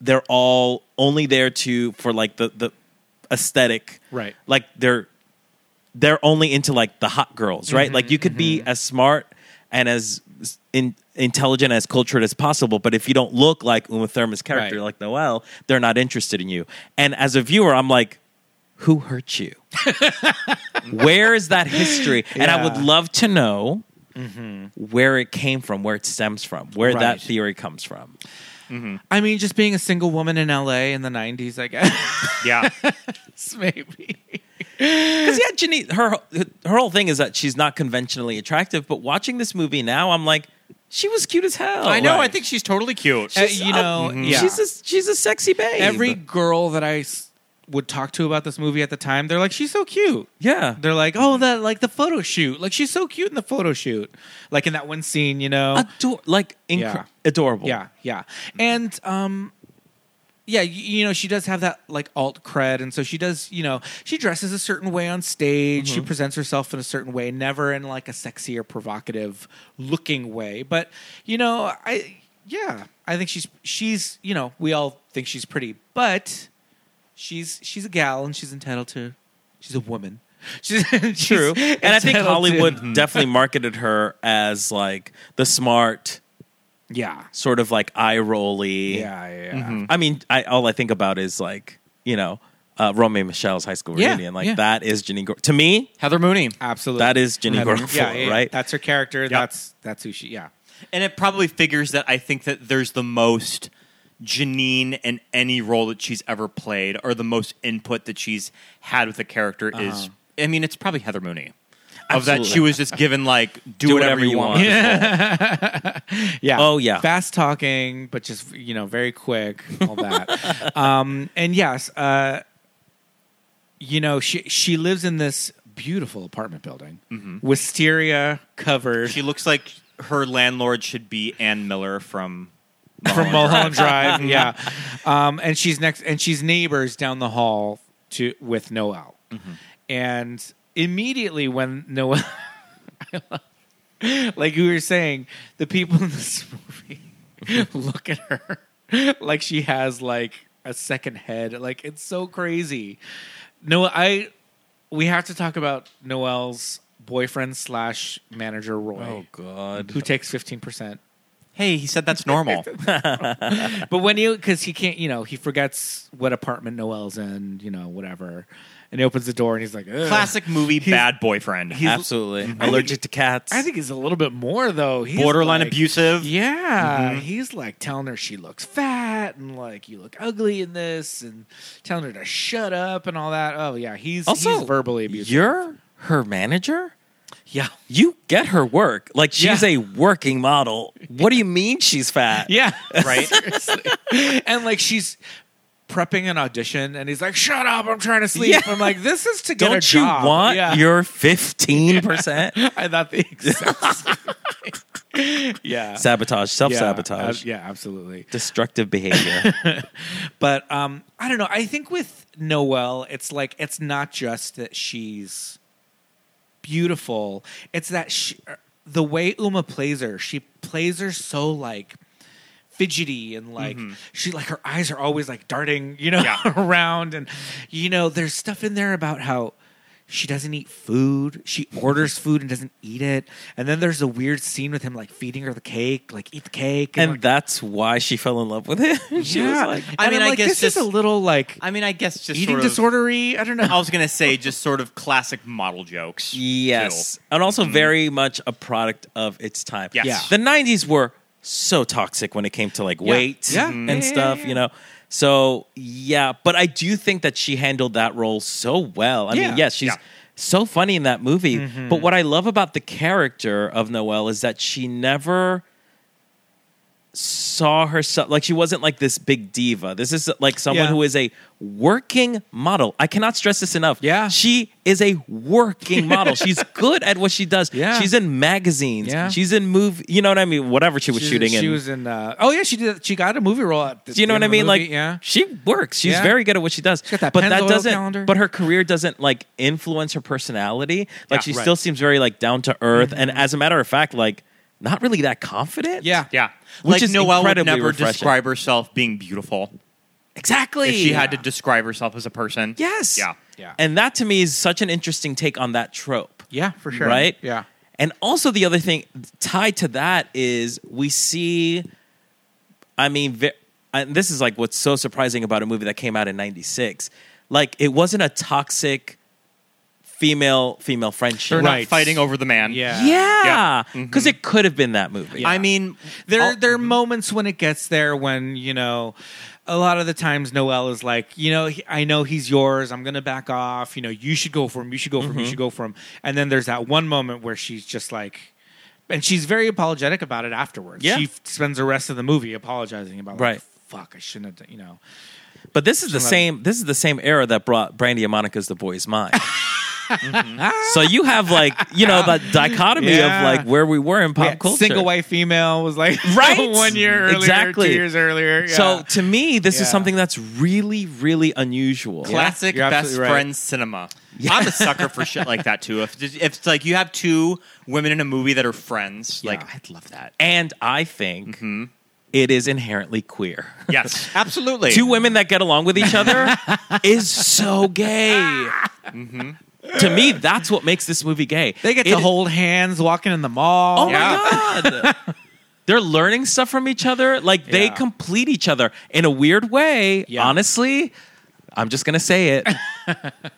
Speaker 9: they're all only there to for like the the aesthetic
Speaker 8: Right.
Speaker 9: like they're they're only into like the hot girls
Speaker 3: Mm-hmm,
Speaker 9: right like you could be as smart and as in, intelligent as cultured as possible but if you don't look like uma thurman's character
Speaker 8: Right.
Speaker 9: like noelle they're not interested in you and as a viewer i'm like who hurt you where is that history and i would
Speaker 8: Yeah.
Speaker 9: love to know
Speaker 3: Mm-hmm.
Speaker 9: where it came from where it stems from where
Speaker 8: Right.
Speaker 9: that theory comes from
Speaker 8: I mean, just being a single woman in LA in the '90s, I guess
Speaker 3: yeah.
Speaker 8: maybe.
Speaker 9: Because yeah, Janine, her her whole thing is that she's not conventionally attractive. But watching this movie now, I'm like, she was cute as hell.
Speaker 3: I know. I
Speaker 9: Oh, Right.
Speaker 3: think she's totally cute.
Speaker 8: Uh, you know, yeah.
Speaker 9: mm-hmm. she's a she's a sexy babe.
Speaker 8: every girl that I s- would talk to about this movie at the time, they're like, she's so cute.
Speaker 9: yeah,
Speaker 8: They're like, oh, that like the photo shoot. Like she's so cute in the photo shoot. Like in that one scene, you know.
Speaker 9: Ador- like inc-
Speaker 8: Yeah.
Speaker 9: adorable.
Speaker 8: yeah, yeah. And um, yeah, you, you know, she does have that like alt cred, and so she does, you know, she dresses a certain way on stage.
Speaker 9: Mm-hmm.
Speaker 8: She presents herself in a certain way, never in like a sexy or provocative looking way. But you know, I yeah, I think she's she's you know we all think she's pretty, but she's she's a gal and she's entitled to she's a woman. She's, she's
Speaker 9: True. And I think
Speaker 8: entitled to- Mm-hmm.
Speaker 9: Hollywood definitely marketed her as like the smart,
Speaker 8: yeah,
Speaker 9: sort of like eye rolly.
Speaker 8: yeah, yeah.
Speaker 9: I mean, I, all I think about is like, you know, uh, Romy Michelle's high school
Speaker 8: Yeah,
Speaker 9: reunion. Like
Speaker 8: yeah.
Speaker 9: that is Jenny. Gor to me,
Speaker 3: Heather Mooney.
Speaker 8: Absolutely,
Speaker 9: that is Jenny
Speaker 8: Yeah,
Speaker 9: Garofalo,
Speaker 8: yeah, yeah.
Speaker 9: right?
Speaker 8: That's her character. That's that's who she. Yeah,
Speaker 3: And it probably figures that I think that there's the most Janine in any role that she's ever played, or the most input that she's had with the character
Speaker 8: Uh-huh.
Speaker 3: is. I mean, it's probably Heather Mooney. Of that,
Speaker 9: Absolutely.
Speaker 3: she was just given like do, whatever, you want.
Speaker 8: yeah.
Speaker 9: Oh, yeah.
Speaker 8: Fast talking, but just you know, very quick. All that. um, and yes, uh, you know, she she lives in this beautiful apartment building, wisteria covered
Speaker 3: She looks like her landlord should be Ann Miller from.
Speaker 8: from Mulholland Drive. yeah, um, and she's next, and she's neighbors down the hall to with Noel, and immediately when Noel, like you were saying, the people in this movie look at her like she has like a second head. Like it's so crazy. No, I. We have to talk about Noel's boyfriend slash manager Roy,
Speaker 9: Oh, God.
Speaker 8: who takes fifteen percent
Speaker 3: Hey, he said that's normal.
Speaker 8: but when you because he can't you know he forgets what apartment noel's in you know whatever and he opens the door and he's like "Ugh."
Speaker 3: Classic movie bad boyfriend.
Speaker 9: Absolutely. Allergic to cats.
Speaker 8: i think he's a little bit more though he's
Speaker 3: Borderline
Speaker 8: like-
Speaker 3: abusive.
Speaker 8: yeah
Speaker 9: Mm-hmm.
Speaker 8: he's like telling her she looks fat and like you look ugly in this and telling her to shut up and all that oh yeah he's
Speaker 9: also
Speaker 8: he's verbally abusive
Speaker 9: You're her manager?
Speaker 8: yeah
Speaker 9: You get her work. Like she's
Speaker 8: Yeah.
Speaker 9: a working model. What do you mean she's fat?
Speaker 8: yeah
Speaker 3: Right?
Speaker 8: and like she's prepping an audition and he's like shut up i'm trying to sleep
Speaker 9: Yeah.
Speaker 8: i'm like this is to get a
Speaker 9: Don't you
Speaker 8: job.
Speaker 9: want
Speaker 8: Yeah.
Speaker 9: your 15%?
Speaker 8: I thought the exact same thing. yeah.
Speaker 9: Sabotage, self
Speaker 8: Yeah,
Speaker 9: sabotage,
Speaker 8: ab- Yeah, absolutely.
Speaker 9: destructive behavior.
Speaker 8: But um, I don't know. I think with Noelle, it's like it's not just that she's beautiful. It's that she, the way Uma plays her, she plays her so like fidgety and like she like her eyes are always like darting, you know,
Speaker 3: Yeah.
Speaker 8: around and you know there's stuff in there about how she doesn't eat food. She orders food and doesn't eat it. And then there's a weird scene with him like feeding her the cake, like eat the cake like,
Speaker 9: and that's why she fell in love with him. she was like,
Speaker 8: I
Speaker 3: I
Speaker 8: mean,
Speaker 3: mean,
Speaker 8: i
Speaker 3: I
Speaker 8: like,
Speaker 3: guess
Speaker 8: this
Speaker 3: just-
Speaker 8: is a little like
Speaker 3: I mean, I guess just
Speaker 8: eating
Speaker 3: sort of-
Speaker 8: disordery. I don't know.
Speaker 3: I was gonna say just sort of classic model jokes.
Speaker 9: yes.
Speaker 3: too.
Speaker 9: And also very much a product of its time.
Speaker 3: Mm-hmm. Yes.
Speaker 8: Yeah.
Speaker 9: The 90s were so toxic when it came to like weight
Speaker 8: Yeah.
Speaker 3: Mm-hmm.
Speaker 9: and
Speaker 8: Yeah, yeah,
Speaker 9: stuff,
Speaker 8: yeah,
Speaker 9: you know. So, yeah, but I do think that she handled that role so well. I
Speaker 8: Yeah.
Speaker 9: mean, yes, she's
Speaker 3: Yeah. Mm-hmm.
Speaker 9: so funny in that movie, but what I love about the character of Noelle is that she never saw herself like she wasn't like this big diva. This is like someone
Speaker 8: Yeah.
Speaker 9: who is a working model. I cannot stress this enough.
Speaker 8: Yeah.
Speaker 9: She is a working model. She's good at what she does.
Speaker 8: Yeah.
Speaker 9: She's in magazines.
Speaker 8: Yeah.
Speaker 9: She's in movie. You know what I mean? Whatever she was
Speaker 8: She-
Speaker 9: shooting
Speaker 8: She
Speaker 9: in.
Speaker 8: was in. Uh, oh yeah, she did. She got a movie role. At the
Speaker 9: Do you know
Speaker 8: end
Speaker 9: what I
Speaker 8: of the
Speaker 9: mean?
Speaker 8: movie,
Speaker 9: Like,
Speaker 8: yeah,
Speaker 9: she works. She's
Speaker 8: Yeah.
Speaker 9: very good at what she does.
Speaker 8: got that
Speaker 9: but
Speaker 8: Pennzoil
Speaker 9: that doesn't.
Speaker 8: calendar.
Speaker 9: But her career doesn't like influence her personality.
Speaker 3: Yeah,
Speaker 9: Like she
Speaker 3: right.
Speaker 9: still seems very like down to earth, and as a matter of fact, like not really that confident.
Speaker 8: Mm-hmm. yeah,
Speaker 3: Yeah.
Speaker 9: Which
Speaker 3: like
Speaker 9: is
Speaker 3: Noelle would
Speaker 9: incredibly
Speaker 3: never
Speaker 9: refreshing.
Speaker 3: describe herself being beautiful.
Speaker 9: exactly.
Speaker 3: If she had to describe herself as a person.
Speaker 9: Yes.
Speaker 3: Yeah.
Speaker 8: Yeah.
Speaker 9: And that to me is such an interesting take on that trope.
Speaker 8: yeah, for sure.
Speaker 9: Right?
Speaker 8: Yeah,
Speaker 9: And also the other thing tied to that is we see I mean ve- and this is like what's so surprising about a movie that came out in 96. Like it wasn't a toxic female female friendship.
Speaker 3: They're
Speaker 8: Right.
Speaker 3: not fighting over the man.
Speaker 8: yeah,
Speaker 9: Yeah.
Speaker 3: Yeah.
Speaker 9: Cuz it could have been that movie.
Speaker 3: I mean,
Speaker 8: There,
Speaker 9: Oh,
Speaker 3: I'll-
Speaker 9: mm-hmm.
Speaker 8: there are moments when it gets there when you know. A lot of the times, Noel is like, you know, he- I know he's yours. I'm gonna back off. You know, you should go for him. You should go for
Speaker 9: Mm-hmm.
Speaker 8: him. You should go for him. And then there's that one moment where she's just like, and she's very apologetic about it afterwards.
Speaker 9: Yeah.
Speaker 8: She f- spends the rest of the movie apologizing about, like,
Speaker 9: Right.
Speaker 8: Fuck, I shouldn't have. done-" You know,
Speaker 9: But this is the
Speaker 8: Somebody-
Speaker 9: same. This is the same era that brought Brandy and Monica's "The Boy's Mind," So you have like you know that dichotomy
Speaker 8: Yeah.
Speaker 9: of like where we were in pop
Speaker 8: Yeah,
Speaker 9: culture.
Speaker 8: Single white female was like
Speaker 9: Right?
Speaker 8: one year earlier,
Speaker 9: Exactly.
Speaker 8: two years earlier. Yeah.
Speaker 9: So to me, this
Speaker 8: Yeah.
Speaker 9: is something that's really, really unusual.
Speaker 3: Classic
Speaker 8: you're
Speaker 3: best
Speaker 8: absolutely right.
Speaker 3: friend cinema. I'm a sucker for shit like that too. If, if it's like you have two women in a movie that are friends, like
Speaker 8: Yeah.
Speaker 3: I'd love that. Mm-hmm.
Speaker 9: And I think it is inherently queer.
Speaker 3: Yes, absolutely.
Speaker 9: Two women that get along with each other is so gay.
Speaker 3: Mm-hmm.
Speaker 9: To me, that's what makes this movie gay.
Speaker 8: they get
Speaker 9: It-
Speaker 8: to hold hands walking in the mall.
Speaker 9: Oh my god. They're learning stuff from each other. Like they
Speaker 8: Yeah.
Speaker 9: complete each other in a weird way.
Speaker 8: Yeah.
Speaker 9: Honestly, I'm just gonna say it.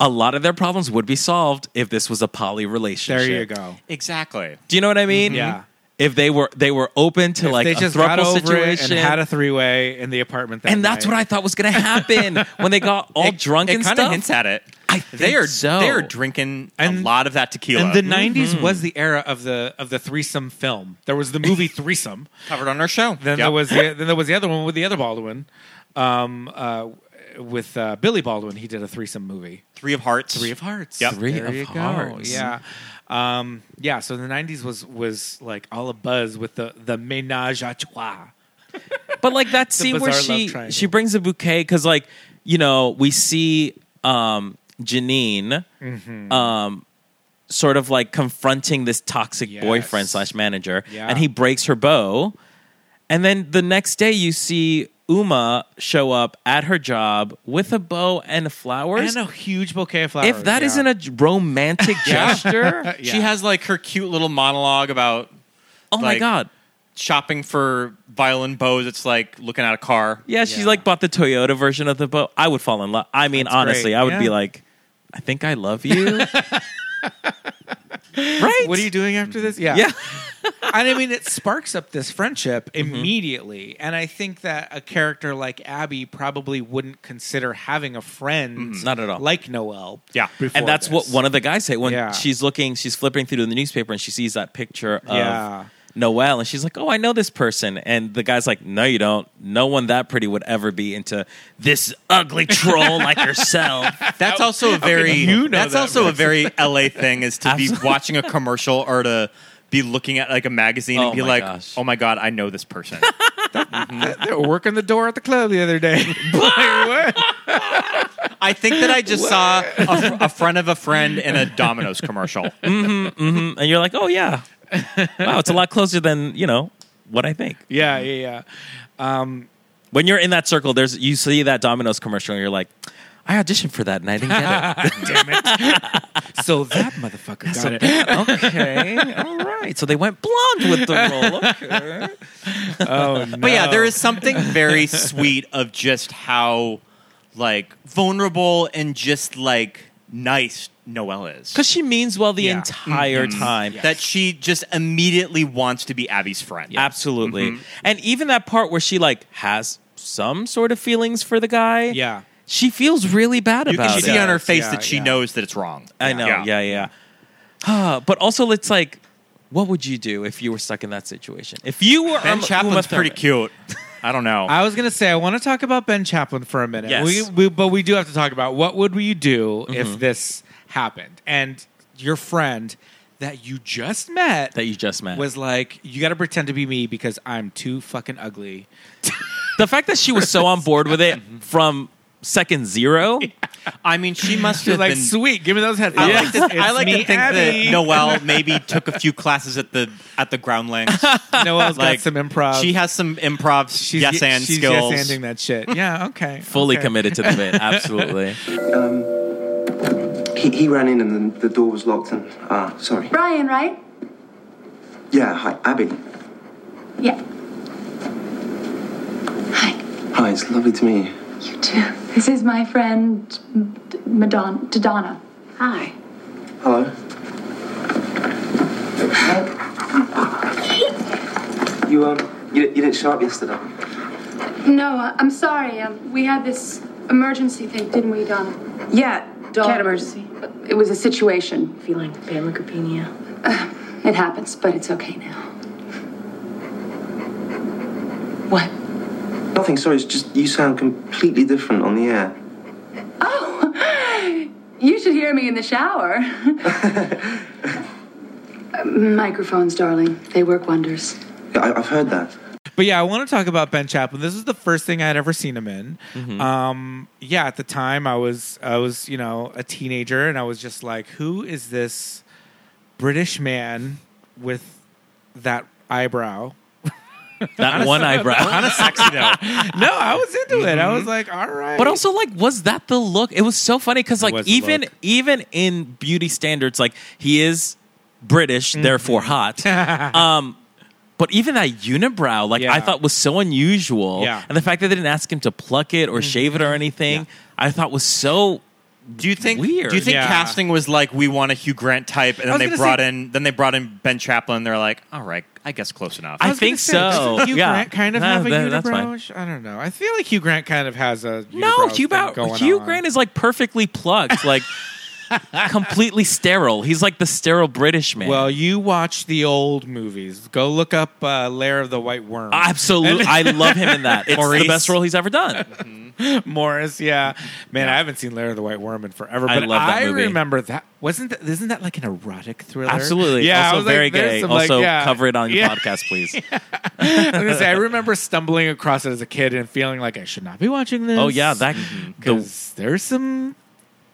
Speaker 9: a lot of their problems would be solved if this was a poly relationship.
Speaker 8: There you go.
Speaker 3: exactly. Mm-hmm.
Speaker 9: Do you know what I mean?
Speaker 8: Yeah.
Speaker 9: If they were they were open to
Speaker 8: If
Speaker 9: like
Speaker 8: they
Speaker 9: a
Speaker 8: just got
Speaker 9: throuple
Speaker 8: over
Speaker 9: situation.
Speaker 8: it and had a three way in the apartment. That
Speaker 9: and that's what I thought was going to happen when they got all
Speaker 3: It-
Speaker 9: drunk
Speaker 3: it
Speaker 9: and
Speaker 3: kinda
Speaker 9: stuff.
Speaker 3: hints at it.
Speaker 9: I
Speaker 3: They
Speaker 9: think
Speaker 3: are
Speaker 9: so.
Speaker 3: they are drinking a
Speaker 8: And-
Speaker 3: lot of that tequila
Speaker 8: And the '90s was the era of the of the threesome film. There was the movie Threesome.
Speaker 3: covered on our show. Yep.
Speaker 8: Then there was the, then there was the other one with the other Baldwin, um, uh, with uh, Billy Baldwin. He did a threesome movie,
Speaker 3: three of hearts.
Speaker 8: Three of Hearts.
Speaker 3: Yep.
Speaker 9: Three
Speaker 8: there
Speaker 9: of
Speaker 8: you go.
Speaker 9: Hearts.
Speaker 8: Yeah, um, yeah. So the '90s was was like all a buzz with the the ménage à trois.
Speaker 9: But like that scene where
Speaker 8: bizarre love
Speaker 9: she
Speaker 8: triangle.
Speaker 9: she brings a bouquet because like you know we see um Janine
Speaker 8: Mm-hmm.
Speaker 9: um sort of like confronting this toxic
Speaker 8: Yes.
Speaker 9: boyfriend slash manager,
Speaker 8: Yeah.
Speaker 9: and he breaks her bow, and then the next day you see Uma show up at her job with a bow and flowers.
Speaker 8: And a huge bouquet of flowers.
Speaker 9: if that
Speaker 8: Oh, yeah.
Speaker 9: not a j- romantic gesture,
Speaker 8: Yeah.
Speaker 3: She has like her cute little monologue about
Speaker 9: oh my
Speaker 3: Like-
Speaker 9: god.
Speaker 3: shopping for violin bows. It's like looking at a car.
Speaker 9: Yeah, she's
Speaker 8: Yeah.
Speaker 9: like bought the Toyota version of the boat. I would fall in love. I mean, honestly,
Speaker 8: great.
Speaker 9: I would be
Speaker 8: Yeah.
Speaker 9: like, I think I love you. right?
Speaker 8: what are you doing after this? Mm-hmm. Yeah,
Speaker 9: Yeah.
Speaker 8: and I mean, it sparks up this friendship
Speaker 9: Mm-hmm.
Speaker 8: immediately. And I think that a character like Abby probably wouldn't consider having a friend,
Speaker 9: Mm-hmm. Not at all.
Speaker 8: like Noel.
Speaker 3: Yeah.
Speaker 8: before
Speaker 9: And that's what
Speaker 8: this.
Speaker 9: one of the guys say when
Speaker 8: Yeah.
Speaker 9: she's looking, she's flipping through the newspaper and she sees that picture of
Speaker 8: Yeah.
Speaker 9: Noelle and she's like, "Oh, I know this person." And the guy's like, "No, you don't. No one that pretty would ever be into this ugly troll like yourself."
Speaker 3: That's also a very
Speaker 8: you know
Speaker 3: that's
Speaker 8: that,
Speaker 3: also a very LA thing is to be watching a commercial or to be looking at like a magazine
Speaker 9: Oh
Speaker 3: and be
Speaker 9: my
Speaker 3: like,
Speaker 9: gosh.
Speaker 3: "Oh my god, I know this person."
Speaker 8: They were working the door at the club the other day. Like, what?
Speaker 3: I think that I just saw a, fr- a friend of a friend in a Domino's commercial.
Speaker 9: and you're like, "Oh yeah. Wow, it's a lot closer than, you know, what I think."
Speaker 8: Yeah, yeah, yeah. Um,
Speaker 9: when you're in that circle, there's you see that Domino's commercial and you're like, I auditioned for that and I didn't get
Speaker 8: damn it. so that motherfucker got it.
Speaker 9: it. okay, all right. So they went blonde with the role. Okay.
Speaker 8: Oh, no.
Speaker 3: But yeah, there is something very sweet of just how like vulnerable and just like nice Noelle is.
Speaker 9: Because she means well the
Speaker 8: Yeah.
Speaker 9: entire
Speaker 3: Mm-hmm.
Speaker 9: time.
Speaker 3: That she just immediately wants to be Abby's friend.
Speaker 9: Absolutely.
Speaker 3: Mm-hmm.
Speaker 9: And even that part where she like has some sort of feelings for the guy.
Speaker 8: Yeah.
Speaker 9: She feels really bad
Speaker 3: You
Speaker 9: about
Speaker 3: can
Speaker 9: it.
Speaker 3: see on her face
Speaker 8: Yeah,
Speaker 3: that she
Speaker 8: yeah.
Speaker 3: knows that it's wrong.
Speaker 9: I know. Yeah, yeah. Ah, but also it's like what would you do if you were stuck in that situation? If you were
Speaker 3: Ben
Speaker 9: Uma- Uma
Speaker 3: Chaplin's
Speaker 9: Thurman-
Speaker 3: pretty cute. I don't know.
Speaker 8: I was gonna say I want to talk about Ben Chaplin for a minute.
Speaker 9: Oh. Yes. Mm-hmm.
Speaker 8: We, we, but we do have to talk about what would we do if this happened and your friend that you just met
Speaker 9: that you just met.
Speaker 8: was like, you got to pretend to be me because I'm too fucking ugly.
Speaker 9: the fact that she was so on board with it from second zero
Speaker 3: I mean, she must
Speaker 8: She's
Speaker 3: have
Speaker 8: like,
Speaker 3: been.
Speaker 8: sweet, give me those
Speaker 3: I
Speaker 8: headphones.
Speaker 3: like to, I like to think
Speaker 8: Abby.
Speaker 3: that Noelle maybe took a few classes at the at the groundlings.
Speaker 8: Noelle's
Speaker 3: Like,
Speaker 8: got some improv.
Speaker 3: She has some improv
Speaker 8: Uh, she's
Speaker 3: yes and
Speaker 8: she's
Speaker 3: skills.
Speaker 8: yes anding that shit. Yeah, okay.
Speaker 9: fully
Speaker 8: okay.
Speaker 9: committed to the bit absolutely
Speaker 4: He, he ran in and the, the door was locked and. Ah, sorry.
Speaker 7: Brian, right?
Speaker 4: Yeah, hi, Abby.
Speaker 6: Yeah.
Speaker 4: Hi, it's lovely to meet you.
Speaker 5: You too. This is my friend, Madonna, Donna.
Speaker 6: Hi.
Speaker 4: Hello. You, um, you, you didn't show up yesterday.
Speaker 5: No, I- I'm sorry. Um, we had this emergency thing, didn't we, Donna?
Speaker 7: Yeah,
Speaker 5: Cat emergency. It was a situation.
Speaker 6: Feeling pamlicopenia?
Speaker 5: It happens, but it's okay now. What?
Speaker 4: Nothing, sorry, it's just you sound completely different on the air.
Speaker 5: Oh,
Speaker 6: You should hear me in the shower. Microphones, darling, they work wonders.
Speaker 4: Yeah, I, I've heard that.
Speaker 8: But yeah, I want to talk about Ben Chaplin. This is the first thing I had ever seen him in.
Speaker 3: Mm-hmm.
Speaker 8: Um, yeah, at the time I was I was you know a teenager and I was just like, who is this British man with that eyebrow?
Speaker 9: That one eyebrow.
Speaker 3: Kind of sexy though.
Speaker 8: No, I was into it. I was
Speaker 3: Mm-hmm.
Speaker 8: like, all right.
Speaker 9: But also, like, was that the look? It was so funny because, like,
Speaker 8: was the
Speaker 9: even
Speaker 8: look.
Speaker 9: even in beauty standards, like, he is British,
Speaker 8: Mm-hmm.
Speaker 9: therefore hot. um, but even that unibrow, like,
Speaker 8: Yeah.
Speaker 9: I thought was so unusual,
Speaker 8: Yeah. Mm-hmm.
Speaker 9: and the fact that they didn't ask him to pluck it or shave it or anything, I thought was so.
Speaker 3: Do you think?
Speaker 9: Weird.
Speaker 3: Do you think
Speaker 8: Yeah.
Speaker 3: casting was like we want a Hugh Grant type, and then
Speaker 8: was
Speaker 3: they
Speaker 8: gonna
Speaker 3: brought
Speaker 8: say-
Speaker 3: in then they brought in Ben Chaplin. and They're like, all right, I guess close enough.
Speaker 9: I
Speaker 8: was gonna
Speaker 9: think
Speaker 8: say,
Speaker 9: so.
Speaker 8: doesn't Hugh
Speaker 9: Yeah.
Speaker 8: Grant kind of
Speaker 9: Nah,
Speaker 8: have a
Speaker 9: that- that's
Speaker 8: unibrow. I don't know. I feel like Hugh Grant kind of has a
Speaker 9: No,
Speaker 8: unibrow
Speaker 9: Hugh,
Speaker 8: thing
Speaker 9: Bow-
Speaker 8: going
Speaker 9: Hugh
Speaker 8: on.
Speaker 9: Grant is like perfectly plucked, like completely sterile. He's like the sterile British man.
Speaker 8: Well, you watch the old movies. Go look up uh, Lair of the White Worm.
Speaker 9: absolutely, I love him in that. It's
Speaker 3: Maurice.
Speaker 9: the best role he's ever done.
Speaker 8: Morris, yeah. Man, I haven't seen Lair of the White Worm in forever, but
Speaker 9: I
Speaker 8: I,
Speaker 9: love that movie.
Speaker 8: remember that. Wasn't that, isn't that like an erotic thriller?
Speaker 9: Absolutely.
Speaker 8: Yeah, I
Speaker 9: Also
Speaker 8: was like,
Speaker 9: very
Speaker 8: there's
Speaker 9: gay.
Speaker 8: some, like,
Speaker 9: also
Speaker 8: yeah.
Speaker 9: cover it on your
Speaker 8: Yeah.
Speaker 9: podcast, please.
Speaker 8: I was gonna say, I remember stumbling across it as a kid and feeling like I should not be watching this.
Speaker 9: Oh yeah, that
Speaker 8: Mhm.
Speaker 9: the,
Speaker 8: because there's some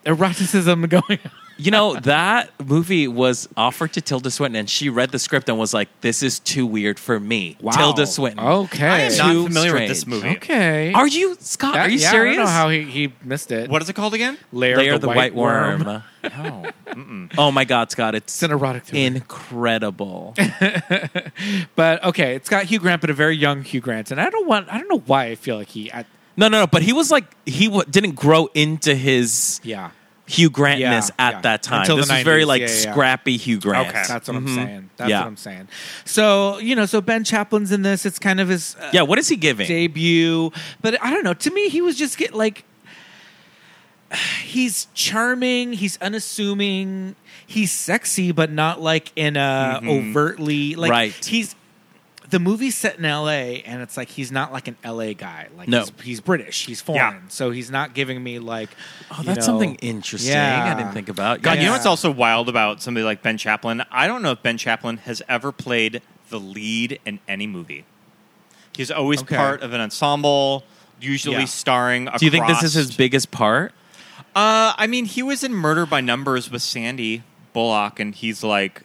Speaker 8: eroticism going on.
Speaker 9: you know that movie was offered to Tilda Swinton, and she read the script and was like, "This is too weird for me." Tilda Swinton.
Speaker 8: Okay.
Speaker 3: I am not
Speaker 9: Too
Speaker 3: familiar
Speaker 9: strange.
Speaker 3: with this movie.
Speaker 8: Okay.
Speaker 9: Are you Scott?
Speaker 8: That-
Speaker 9: are you
Speaker 8: yeah,
Speaker 9: serious?
Speaker 8: I don't know how he, he missed it.
Speaker 3: What is it called again?
Speaker 8: Lair,
Speaker 9: Layer
Speaker 8: of
Speaker 9: of the, White, Worm.
Speaker 3: No. Mm-mm.
Speaker 9: Oh my God, Scott!
Speaker 8: It's
Speaker 9: It's
Speaker 8: an erotic thriller.
Speaker 9: incredible.
Speaker 8: But okay, it's got Hugh Grant, but a very young Hugh Grant, and I don't want. I don't know why I feel like he. I,
Speaker 9: no, no, no. But he was like he w- didn't grow into his
Speaker 8: yeah,
Speaker 9: Hugh Grantness
Speaker 8: Yeah,
Speaker 9: at
Speaker 8: yeah.
Speaker 9: that time.
Speaker 8: Until the
Speaker 9: this was very
Speaker 8: 90s.
Speaker 9: like
Speaker 8: Yeah, yeah, yeah.
Speaker 9: scrappy Hugh Grant. Mm-hmm.
Speaker 3: Okay.
Speaker 8: that's what I'm saying. That's
Speaker 9: Yeah.
Speaker 8: what I'm saying. So you know, so Ben Chaplin's in this. It's kind of his uh,
Speaker 9: Yeah. What is he giving?
Speaker 8: debut, but I don't know. To me, he was just get like. He's charming. He's unassuming. He's sexy, but not like in a overtly like.
Speaker 9: Mm-hmm. Right.
Speaker 8: He's the movie's set in L.A. and it's like he's not like an L.A. guy. Like
Speaker 9: No.
Speaker 8: he's, he's British. He's foreign, so he's not giving me like.
Speaker 9: Oh,
Speaker 8: you
Speaker 9: that's
Speaker 8: know-
Speaker 9: something interesting.
Speaker 8: Yeah.
Speaker 9: I didn't think about.
Speaker 3: God, you
Speaker 8: Yeah.
Speaker 3: know what's also wild about somebody like Ben Chaplin? I don't know if Ben Chaplin has ever played the lead in any movie. He's always
Speaker 8: Okay.
Speaker 3: part of an ensemble, usually
Speaker 8: Yeah.
Speaker 3: starring. Across.
Speaker 9: Do you think this is his biggest part?
Speaker 3: Uh, I mean, he was in Murder by Numbers with Sandy Bullock, and he's like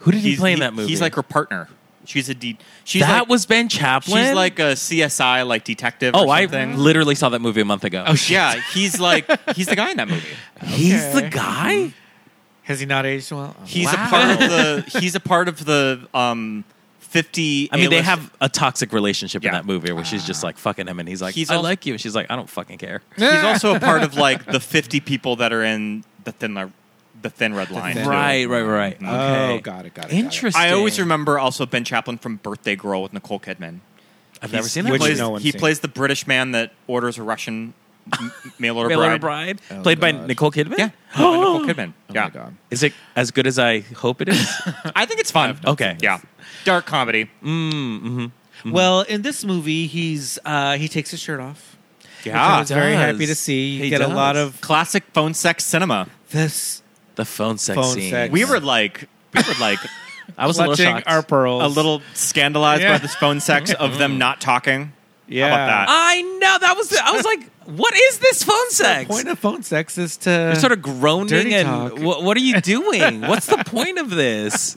Speaker 9: Who did he
Speaker 3: he's-
Speaker 9: play in
Speaker 3: he-
Speaker 9: that movie?
Speaker 3: He's like her partner. She's a de- she's
Speaker 9: that
Speaker 3: like,
Speaker 9: was Ben Chaplin.
Speaker 3: she's like a CSI like detective.
Speaker 9: oh,
Speaker 3: or
Speaker 9: I
Speaker 3: something.
Speaker 9: literally saw that movie a month ago.
Speaker 8: Oh, shit.
Speaker 3: yeah, he's like he's the guy in that movie.
Speaker 9: he's the
Speaker 8: okay.
Speaker 9: guy.
Speaker 8: Has he not aged well? Oh.
Speaker 3: He's
Speaker 9: Wow.
Speaker 3: a part of the he's a part of the um fifty.
Speaker 9: I mean, they
Speaker 3: A-list-
Speaker 9: have a toxic relationship in
Speaker 3: Yeah.
Speaker 9: that movie where she's just like fucking him, and he's like,
Speaker 3: He's
Speaker 9: "I
Speaker 3: also-
Speaker 9: like you," and she's like, "I don't fucking care."
Speaker 3: He's also a part of like the fifty people that are in the thin Li- the thin red line.
Speaker 8: Thin
Speaker 3: too.
Speaker 9: Right, right, right. Okay.
Speaker 8: Oh, got it, got it, got it.
Speaker 9: Interesting.
Speaker 3: I always remember also Ben Chaplin from Birthday Girl with Nicole Kidman.
Speaker 9: I've never
Speaker 3: He's-
Speaker 9: seen
Speaker 3: he
Speaker 9: that.
Speaker 8: which
Speaker 3: Plays,
Speaker 8: no one's
Speaker 3: he
Speaker 8: seen.
Speaker 3: plays the British man that orders a Russian m- mail order
Speaker 9: Mail Order
Speaker 3: bride.
Speaker 9: Bride,
Speaker 8: Oh,
Speaker 9: played by
Speaker 8: gosh.
Speaker 9: Nicole Kidman.
Speaker 3: Yeah, by Nicole Kidman.
Speaker 8: Oh
Speaker 3: yeah,
Speaker 8: my god.
Speaker 9: Is it as good as I hope it is?
Speaker 3: I think it's fun.
Speaker 9: Okay.
Speaker 3: Yeah, dark comedy.
Speaker 8: Well, in this movie, he's uh, he takes his shirt off.
Speaker 3: Yeah,
Speaker 8: I was very
Speaker 9: does.
Speaker 8: happy to see. You
Speaker 9: He
Speaker 8: get a lot
Speaker 9: does.
Speaker 8: of
Speaker 3: classic phone sex cinema.
Speaker 8: this
Speaker 9: the phone sex
Speaker 8: Phone
Speaker 9: scene.
Speaker 8: sex.
Speaker 3: We were like, we were like
Speaker 9: I was a little
Speaker 8: clutching
Speaker 9: shocked.
Speaker 8: our pearls.
Speaker 3: a little scandalized
Speaker 8: Yeah.
Speaker 3: by this phone sex of them not talking.
Speaker 8: yeah.
Speaker 3: about that?
Speaker 9: I know Mm. that was. I was like, "What is this phone
Speaker 8: The
Speaker 9: sex?"
Speaker 8: point of phone sex is to
Speaker 9: You're sort of groaning
Speaker 8: Dirty
Speaker 9: and
Speaker 8: talk.
Speaker 9: wha- what are you doing? What's the point of this?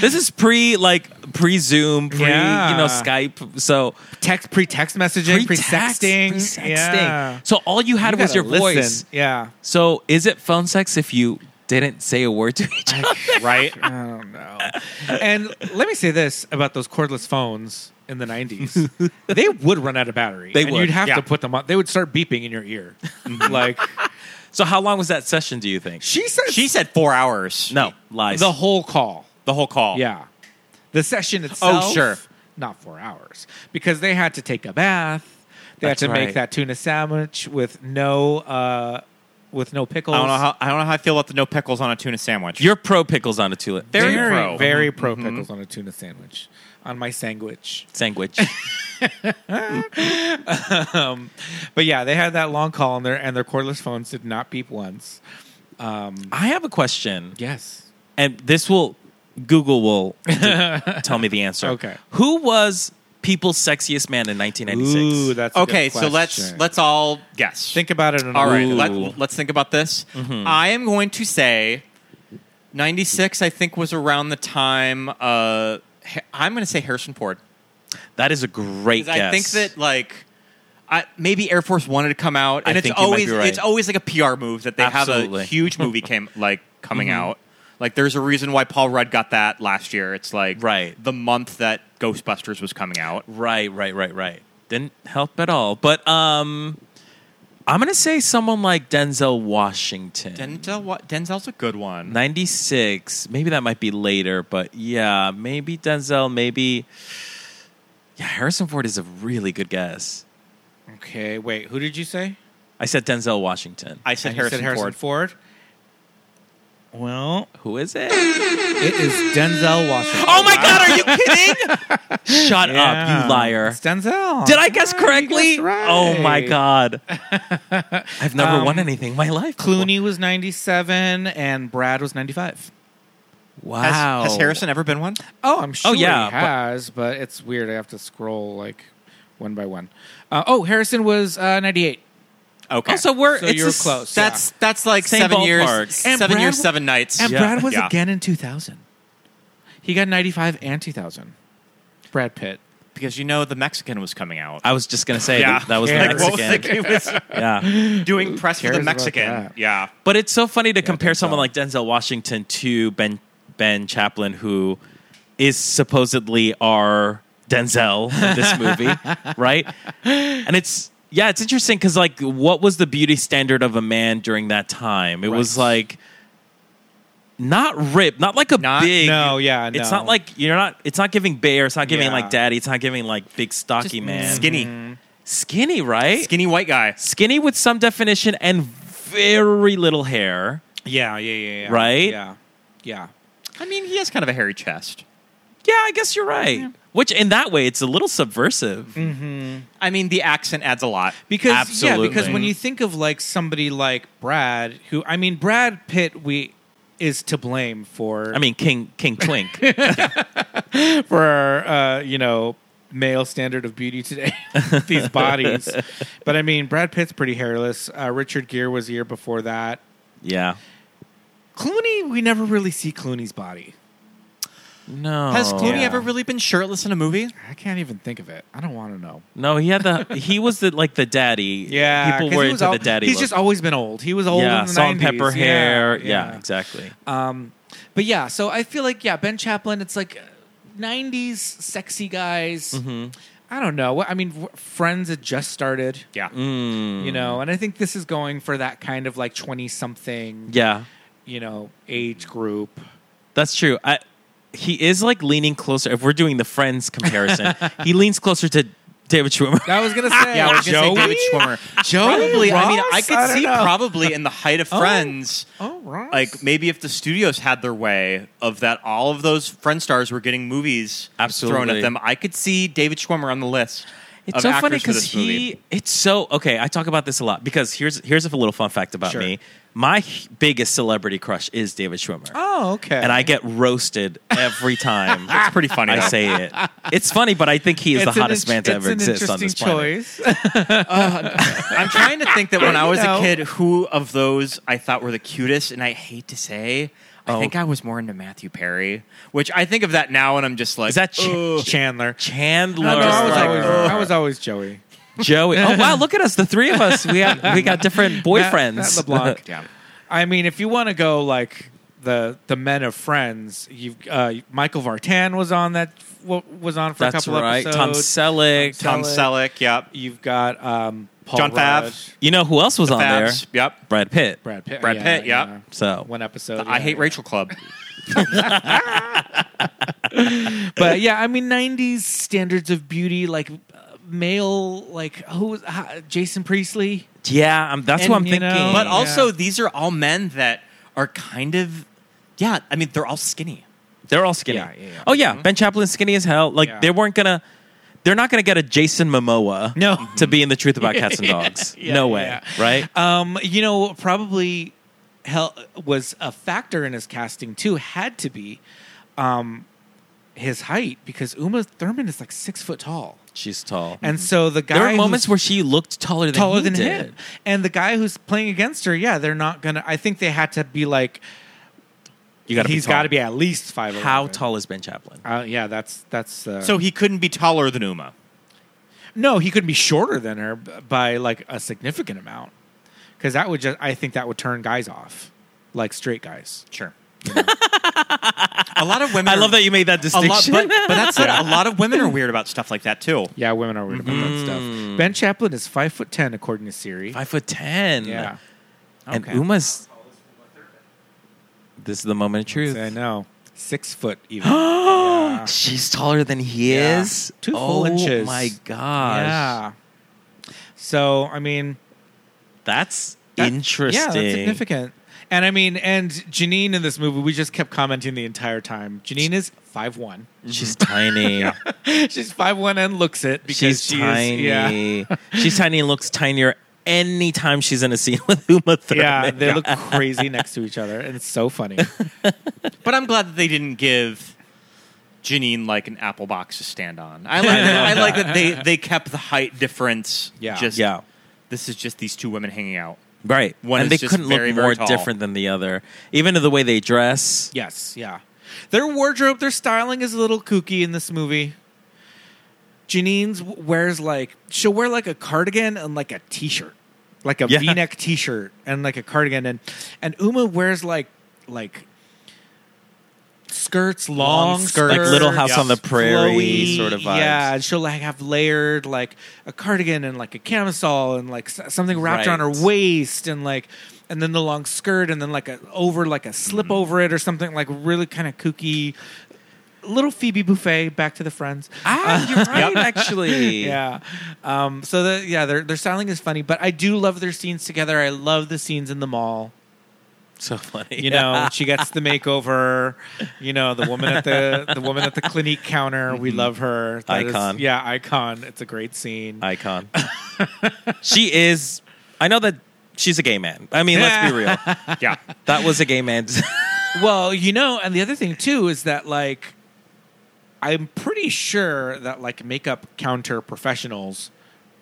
Speaker 9: This is pre like pre Zoom, pre
Speaker 8: Yeah.
Speaker 9: you know Skype. So
Speaker 8: text pre text messaging, pre sexting,
Speaker 9: pre-sexting.
Speaker 8: Yeah.
Speaker 9: So all you had
Speaker 8: You
Speaker 9: was
Speaker 8: gotta
Speaker 9: your
Speaker 8: listen.
Speaker 9: voice.
Speaker 8: Yeah.
Speaker 9: So is it phone sex if you didn't say a word to each other?
Speaker 3: Right?
Speaker 8: I don't know. Oh, and let me say this about those cordless phones in the 90s. they would run out of battery.
Speaker 9: They
Speaker 8: and
Speaker 9: would,
Speaker 8: You'd have
Speaker 3: yeah.
Speaker 8: to put them on. They would start beeping in your ear. like
Speaker 9: So how long was that session? Do you think?
Speaker 8: she said
Speaker 3: She said four hours.
Speaker 9: No lies.
Speaker 8: the whole call.
Speaker 3: the whole call.
Speaker 8: Yeah. The session itself.
Speaker 3: Oh, sure.
Speaker 8: Not four hours. Because they had to take a bath. They
Speaker 9: That's
Speaker 8: had to
Speaker 9: right.
Speaker 8: make that tuna sandwich with no uh with no pickles.
Speaker 3: I don't know how I don't know how I feel about the no pickles on a tuna sandwich.
Speaker 9: You're pro pickles on a Mhm. tulip.
Speaker 3: Very
Speaker 8: very
Speaker 3: pro. Mm-hmm.
Speaker 8: very pro pickles on a tuna sandwich. On my sandwich.
Speaker 9: sandwich.
Speaker 8: But yeah, they had that long call and their and their cordless phones did not beep once.
Speaker 9: I have a question,
Speaker 8: Yes.
Speaker 9: and this will Google will d- tell me the answer.
Speaker 8: Okay.
Speaker 9: who was people's sexiest man in 1996?
Speaker 8: that's
Speaker 3: Okay, so let's let's all guess.
Speaker 8: think about it. and
Speaker 3: all right,
Speaker 8: I'll-
Speaker 3: let, let's think about this.
Speaker 9: Mm-hmm.
Speaker 3: I am going to say 96 I think was around the time uh Ha- I'm going to say Harrison Ford.
Speaker 9: that is a great
Speaker 3: 'Cause
Speaker 9: guess.
Speaker 3: I think that like I, maybe Air Force wanted to come out,
Speaker 9: I
Speaker 3: and it's
Speaker 9: think you might
Speaker 3: always
Speaker 9: be right.
Speaker 3: it's always like a PR move that they have a
Speaker 9: Absolutely. Mm-hmm.
Speaker 3: huge movie came like coming out. Like there's a reason why Paul Rudd got that last year. It's like
Speaker 9: Right.
Speaker 3: the month that Ghostbusters was coming out.
Speaker 9: Right, right, right, right. Didn't help at all. But um I'm gonna say someone like Denzel Washington.
Speaker 3: Denzel, wa- Denzel's a good one.
Speaker 9: 96. Maybe that might be later, but yeah, maybe Denzel, maybe Yeah, Harrison Ford is a really good guess.
Speaker 8: Okay, wait. Who did you say?
Speaker 9: I said Denzel Washington.
Speaker 3: I said
Speaker 8: And you
Speaker 3: Harrison, Ford.
Speaker 8: Ford. Well,
Speaker 9: Who is it? Oh
Speaker 8: it is Denzel Washington.
Speaker 9: my god, are you kidding? Shut Oh up,
Speaker 8: Yeah.
Speaker 9: you liar.
Speaker 8: It's Denzel.
Speaker 9: Did I guess correctly?
Speaker 8: right.
Speaker 9: Oh my god. I've never
Speaker 3: Um,
Speaker 9: won anything in my life. before.
Speaker 8: Clooney was 97 and Brad was 95.
Speaker 3: Has,
Speaker 9: Wow.
Speaker 3: has Harrison ever been one?
Speaker 8: Oh, I'm sure
Speaker 9: yeah,
Speaker 8: he
Speaker 9: but-
Speaker 8: has, but, it's weird. I have to scroll like one by one. Uh, oh, Harrison was uh, 98.
Speaker 3: Okay.
Speaker 9: Oh, so we're
Speaker 8: So
Speaker 9: it's
Speaker 8: you're
Speaker 9: a s-
Speaker 8: close.
Speaker 3: That's that's like
Speaker 9: Same
Speaker 3: seven years,
Speaker 9: ballpark.
Speaker 8: And
Speaker 3: seven
Speaker 8: Brad
Speaker 3: years,
Speaker 8: wa-
Speaker 3: seven nights.
Speaker 8: And
Speaker 9: Yeah.
Speaker 8: Brad was
Speaker 3: Yeah.
Speaker 8: again in 2000. He got 95 and 2000. Brad Pitt.
Speaker 3: because you know the Mexican was coming out.
Speaker 9: I was just gonna say
Speaker 3: Yeah.
Speaker 9: that, that was
Speaker 8: Yeah.
Speaker 9: the
Speaker 3: Like, what was
Speaker 9: Mexican.
Speaker 3: it?
Speaker 9: yeah,
Speaker 3: He was doing press for
Speaker 8: cares
Speaker 3: the
Speaker 8: about
Speaker 3: Mexican.
Speaker 8: that?
Speaker 3: Yeah.
Speaker 9: but it's so funny to compare
Speaker 8: Denzel.
Speaker 9: someone like Denzel Washington to Ben Ben Chaplin, who is supposedly our Denzel in this movie, right? And it's yeah, it's interesting because like, what was the beauty standard of a man during that time? It was like not ripped, not like a
Speaker 3: Not-
Speaker 9: big.
Speaker 8: no, yeah,
Speaker 9: It's
Speaker 8: no.
Speaker 9: not like you're not. It's not giving bear. It's not giving
Speaker 8: Yeah.
Speaker 9: like daddy. It's not giving like big stocky man.
Speaker 3: Skinny,
Speaker 9: skinny, right?
Speaker 3: skinny white guy.
Speaker 9: skinny with some definition and very little hair.
Speaker 8: Yeah, yeah, yeah, yeah.
Speaker 9: Right?
Speaker 8: Yeah. Yeah.
Speaker 3: I mean, he has kind of a hairy chest.
Speaker 9: Yeah, I guess you're right. Which in that way, it's a little subversive.
Speaker 3: I mean, the accent adds a lot.
Speaker 8: Because yeah, because
Speaker 9: Absolutely.
Speaker 8: when you think of like somebody like Brad, who I mean Brad Pitt we is to blame for
Speaker 9: I mean, King King Twink.
Speaker 8: for our uh, you know male standard of beauty today these bodies but i mean brad pitt's pretty hairless uh, richard gere was the year before that
Speaker 9: yeah.
Speaker 8: clooney we never really see clooney's body
Speaker 9: No.
Speaker 3: Has Clooney
Speaker 8: Yeah.
Speaker 3: ever really been shirtless in a movie?
Speaker 8: i can't even think of it i don't want to know
Speaker 9: No, he had the. He was the like the daddy.
Speaker 8: yeah
Speaker 9: People
Speaker 8: 'cause
Speaker 9: were
Speaker 8: he was
Speaker 9: into
Speaker 8: al-
Speaker 9: the daddy.
Speaker 8: he's
Speaker 9: look.
Speaker 8: just always been old he was old
Speaker 9: yeah,
Speaker 8: in the
Speaker 9: salt and
Speaker 8: 90s.
Speaker 9: pepper
Speaker 8: Yeah,
Speaker 9: hair. Yeah, exactly.
Speaker 8: Um, but yeah, so I feel like yeah, Ben Chaplin. It's like uh, '90s sexy guys.
Speaker 9: Mm-hmm.
Speaker 8: I don't know. I mean, w- Friends had just started.
Speaker 3: Yeah.
Speaker 9: Mm.
Speaker 8: You know, and I think this is going for that kind of like 20 something,
Speaker 9: Yeah,
Speaker 8: you know, age group.
Speaker 9: that's true. I, he is like leaning closer. If we're doing the Friends comparison, he leans closer to David Schwimmer.
Speaker 8: I was going to say,
Speaker 3: Yeah, I was gonna say David Schwimmer. Probably. I mean, I
Speaker 8: Ross?
Speaker 3: could
Speaker 8: I don't
Speaker 3: see
Speaker 8: know.
Speaker 3: probably in the height of Friends.
Speaker 8: Oh, right.
Speaker 3: like maybe if the studios had their way of that all of those friend stars were getting movies
Speaker 9: Absolutely.
Speaker 3: thrown at them i could see david schwimmer on the list
Speaker 9: It's
Speaker 3: of
Speaker 9: so
Speaker 3: actors
Speaker 9: funny
Speaker 3: for this
Speaker 9: he.
Speaker 3: movie.
Speaker 9: It's so okay. I talk about this a lot because here's here's a little fun fact about
Speaker 8: Sure.
Speaker 9: me. My h- biggest celebrity crush is David Schwimmer,
Speaker 8: oh, okay.
Speaker 9: and I get roasted every time
Speaker 3: it's pretty funny
Speaker 9: I
Speaker 3: though.
Speaker 9: say it. It's funny, but I think he is
Speaker 8: it's
Speaker 9: the
Speaker 8: an
Speaker 9: hottest
Speaker 8: in-
Speaker 9: man to
Speaker 8: it's
Speaker 9: ever
Speaker 8: an
Speaker 9: exist on
Speaker 8: interesting
Speaker 9: this planet.
Speaker 8: choice. Uh,
Speaker 3: i'm trying to think that when i was
Speaker 8: know.
Speaker 3: a kid who of those i thought were the cutest and i hate to say I
Speaker 9: Oh.
Speaker 3: think I was more into Matthew Perry, which I think of that now and I'm just like,
Speaker 9: Is that Ch-
Speaker 3: "Ugh."
Speaker 8: Chandler.
Speaker 9: Chandler?
Speaker 8: No, no, I, was
Speaker 9: like,
Speaker 8: always,
Speaker 9: ugh.
Speaker 8: I was always Joey.
Speaker 9: Joey. Oh wow, look at us, the three of us. We have, we got different boyfriends.
Speaker 8: Matt, Matt LeBlanc.
Speaker 3: Yeah.
Speaker 8: I mean, if you want to go like the the men of Friends, you uh, Michael Vartan was on that wa- was on for a
Speaker 9: That's
Speaker 8: couple
Speaker 9: right. Tom
Speaker 8: episodes.
Speaker 9: Selleck.
Speaker 3: Tom Selleck, yep.
Speaker 8: You've got um, Paul
Speaker 3: John
Speaker 8: Rudd,
Speaker 3: Favre.
Speaker 9: You know who else was on
Speaker 3: Fabs,
Speaker 9: there?
Speaker 3: yep.
Speaker 9: Brad Pitt.
Speaker 8: Brad Pitt,
Speaker 3: Brad Pitt, yeah.
Speaker 9: So
Speaker 8: Oh, one episode.
Speaker 3: I
Speaker 8: yeah.
Speaker 3: hate Rachel Club.
Speaker 8: but yeah, I mean, '90s standards of beauty, like uh, male, like who was uh, Jason Priestley?
Speaker 9: yeah, I'm, that's what I'm
Speaker 8: And, you
Speaker 9: thinking.
Speaker 8: know-
Speaker 3: But
Speaker 8: Yeah.
Speaker 3: also, these are all men that are kind of, yeah. I mean, they're all skinny.
Speaker 9: They're all skinny.
Speaker 8: Yeah, yeah, yeah.
Speaker 9: Oh yeah, Ben Chaplin's skinny as hell. Like
Speaker 8: Yeah.
Speaker 9: they weren't gonna, they're not gonna get a Jason Momoa.
Speaker 8: No.
Speaker 9: to be in the truth about cats and dogs.
Speaker 8: Yeah, Uh,
Speaker 9: no way,
Speaker 8: yeah.
Speaker 9: right?
Speaker 8: Um, you know, probably hell was a factor in his casting too. Had to be um, his height because Uma Thurman is like six foot tall,
Speaker 9: She's tall.
Speaker 8: and so the guy
Speaker 9: Mm-hmm. there were
Speaker 8: who's
Speaker 9: moments where she looked taller than
Speaker 8: taller
Speaker 9: he
Speaker 8: than
Speaker 9: did.
Speaker 8: him, and the guy who's playing against her, yeah, they're not gonna. I think they had to be like
Speaker 9: You gotta
Speaker 8: he's
Speaker 9: be tall.
Speaker 8: got to be at least five.
Speaker 9: How tall is Ben Chaplin?
Speaker 8: Uh, yeah, that's that's. Uh,
Speaker 3: So he couldn't be taller than Uma.
Speaker 8: No, he could be shorter than her b- by like a significant amount. Because that would just, I think that would turn guys off, like straight guys.
Speaker 3: Sure. a lot of women.
Speaker 9: I
Speaker 3: are-
Speaker 9: love that you made that
Speaker 3: A
Speaker 9: distinction.
Speaker 3: lot, but, but that's it. A lot of women are weird about stuff like that too.
Speaker 8: Yeah, women are weird about that stuff. Ben Chaplin is five foot ten, according to Siri.
Speaker 9: Mm-hmm. Five foot ten.
Speaker 8: yeah,
Speaker 9: And
Speaker 3: Okay.
Speaker 9: Uma's. This is the moment of truth.
Speaker 8: I know. Six foot even. yeah.
Speaker 9: She's taller than he
Speaker 8: Yeah.
Speaker 9: is.
Speaker 8: Two
Speaker 9: oh,
Speaker 8: full inches.
Speaker 9: my gosh.
Speaker 8: Yeah. So I mean,
Speaker 9: That's
Speaker 8: That-
Speaker 9: interesting.
Speaker 8: Yeah, that's significant. And I mean, and Janine in this movie, we just kept commenting the entire time. Janine is five one.
Speaker 9: She's tiny.
Speaker 8: She's five one and looks it because
Speaker 9: She's
Speaker 8: she
Speaker 9: tiny.
Speaker 8: Is, yeah.
Speaker 9: She's tiny and looks tinier anytime she's in a scene with Uma Thurman.
Speaker 8: Yeah, they look crazy next to each other, and it's so funny.
Speaker 3: But I'm glad that they didn't give Janine like an apple box to stand on. I like, I like that they, they kept the height difference.
Speaker 8: Yeah.
Speaker 3: Just,
Speaker 9: Yeah.
Speaker 3: This is just these two women hanging out.
Speaker 9: Right.
Speaker 3: One
Speaker 9: and
Speaker 3: is
Speaker 9: they
Speaker 3: just
Speaker 9: couldn't
Speaker 3: very,
Speaker 9: look
Speaker 3: very
Speaker 9: more
Speaker 3: tall.
Speaker 9: different than the other. Even to the way they dress.
Speaker 8: yes, yeah. Their wardrobe, their styling is a little kooky in this movie. Janine's w- wears like she'll wear like a cardigan and like a t-shirt, like a
Speaker 9: Yeah.
Speaker 8: V-neck t-shirt and like a cardigan, and and Uma wears like like skirts, long, skirts,
Speaker 9: Like Little House on the Prairie
Speaker 8: flowy,
Speaker 9: sort of vibes.
Speaker 8: Yeah, and she'll like have layered like a cardigan and like a camisole and like s- something wrapped around
Speaker 9: Right.
Speaker 8: her waist and like and then the long skirt and then like a over like a
Speaker 9: Mm-hmm.
Speaker 8: slip over it or something like really kind of kooky. Little Phoebe Buffet, back to the friends.
Speaker 9: Ah, you're right, actually.
Speaker 8: Yeah. Um, so the yeah, their their styling is funny, but I do love their scenes together. I love the scenes in the mall.
Speaker 9: So funny.
Speaker 8: You know, she gets the makeover. You know, the woman at the the woman at the clinique counter. We love her. That is-
Speaker 9: Mm-hmm. Icon.
Speaker 8: yeah, icon. It's a great scene.
Speaker 9: icon. she is. I know that she's a gay man. I mean, let's be real.
Speaker 3: Yeah.
Speaker 9: That was a gay man.
Speaker 8: well, you know, and the other thing too is that like, I'm pretty sure that like makeup counter professionals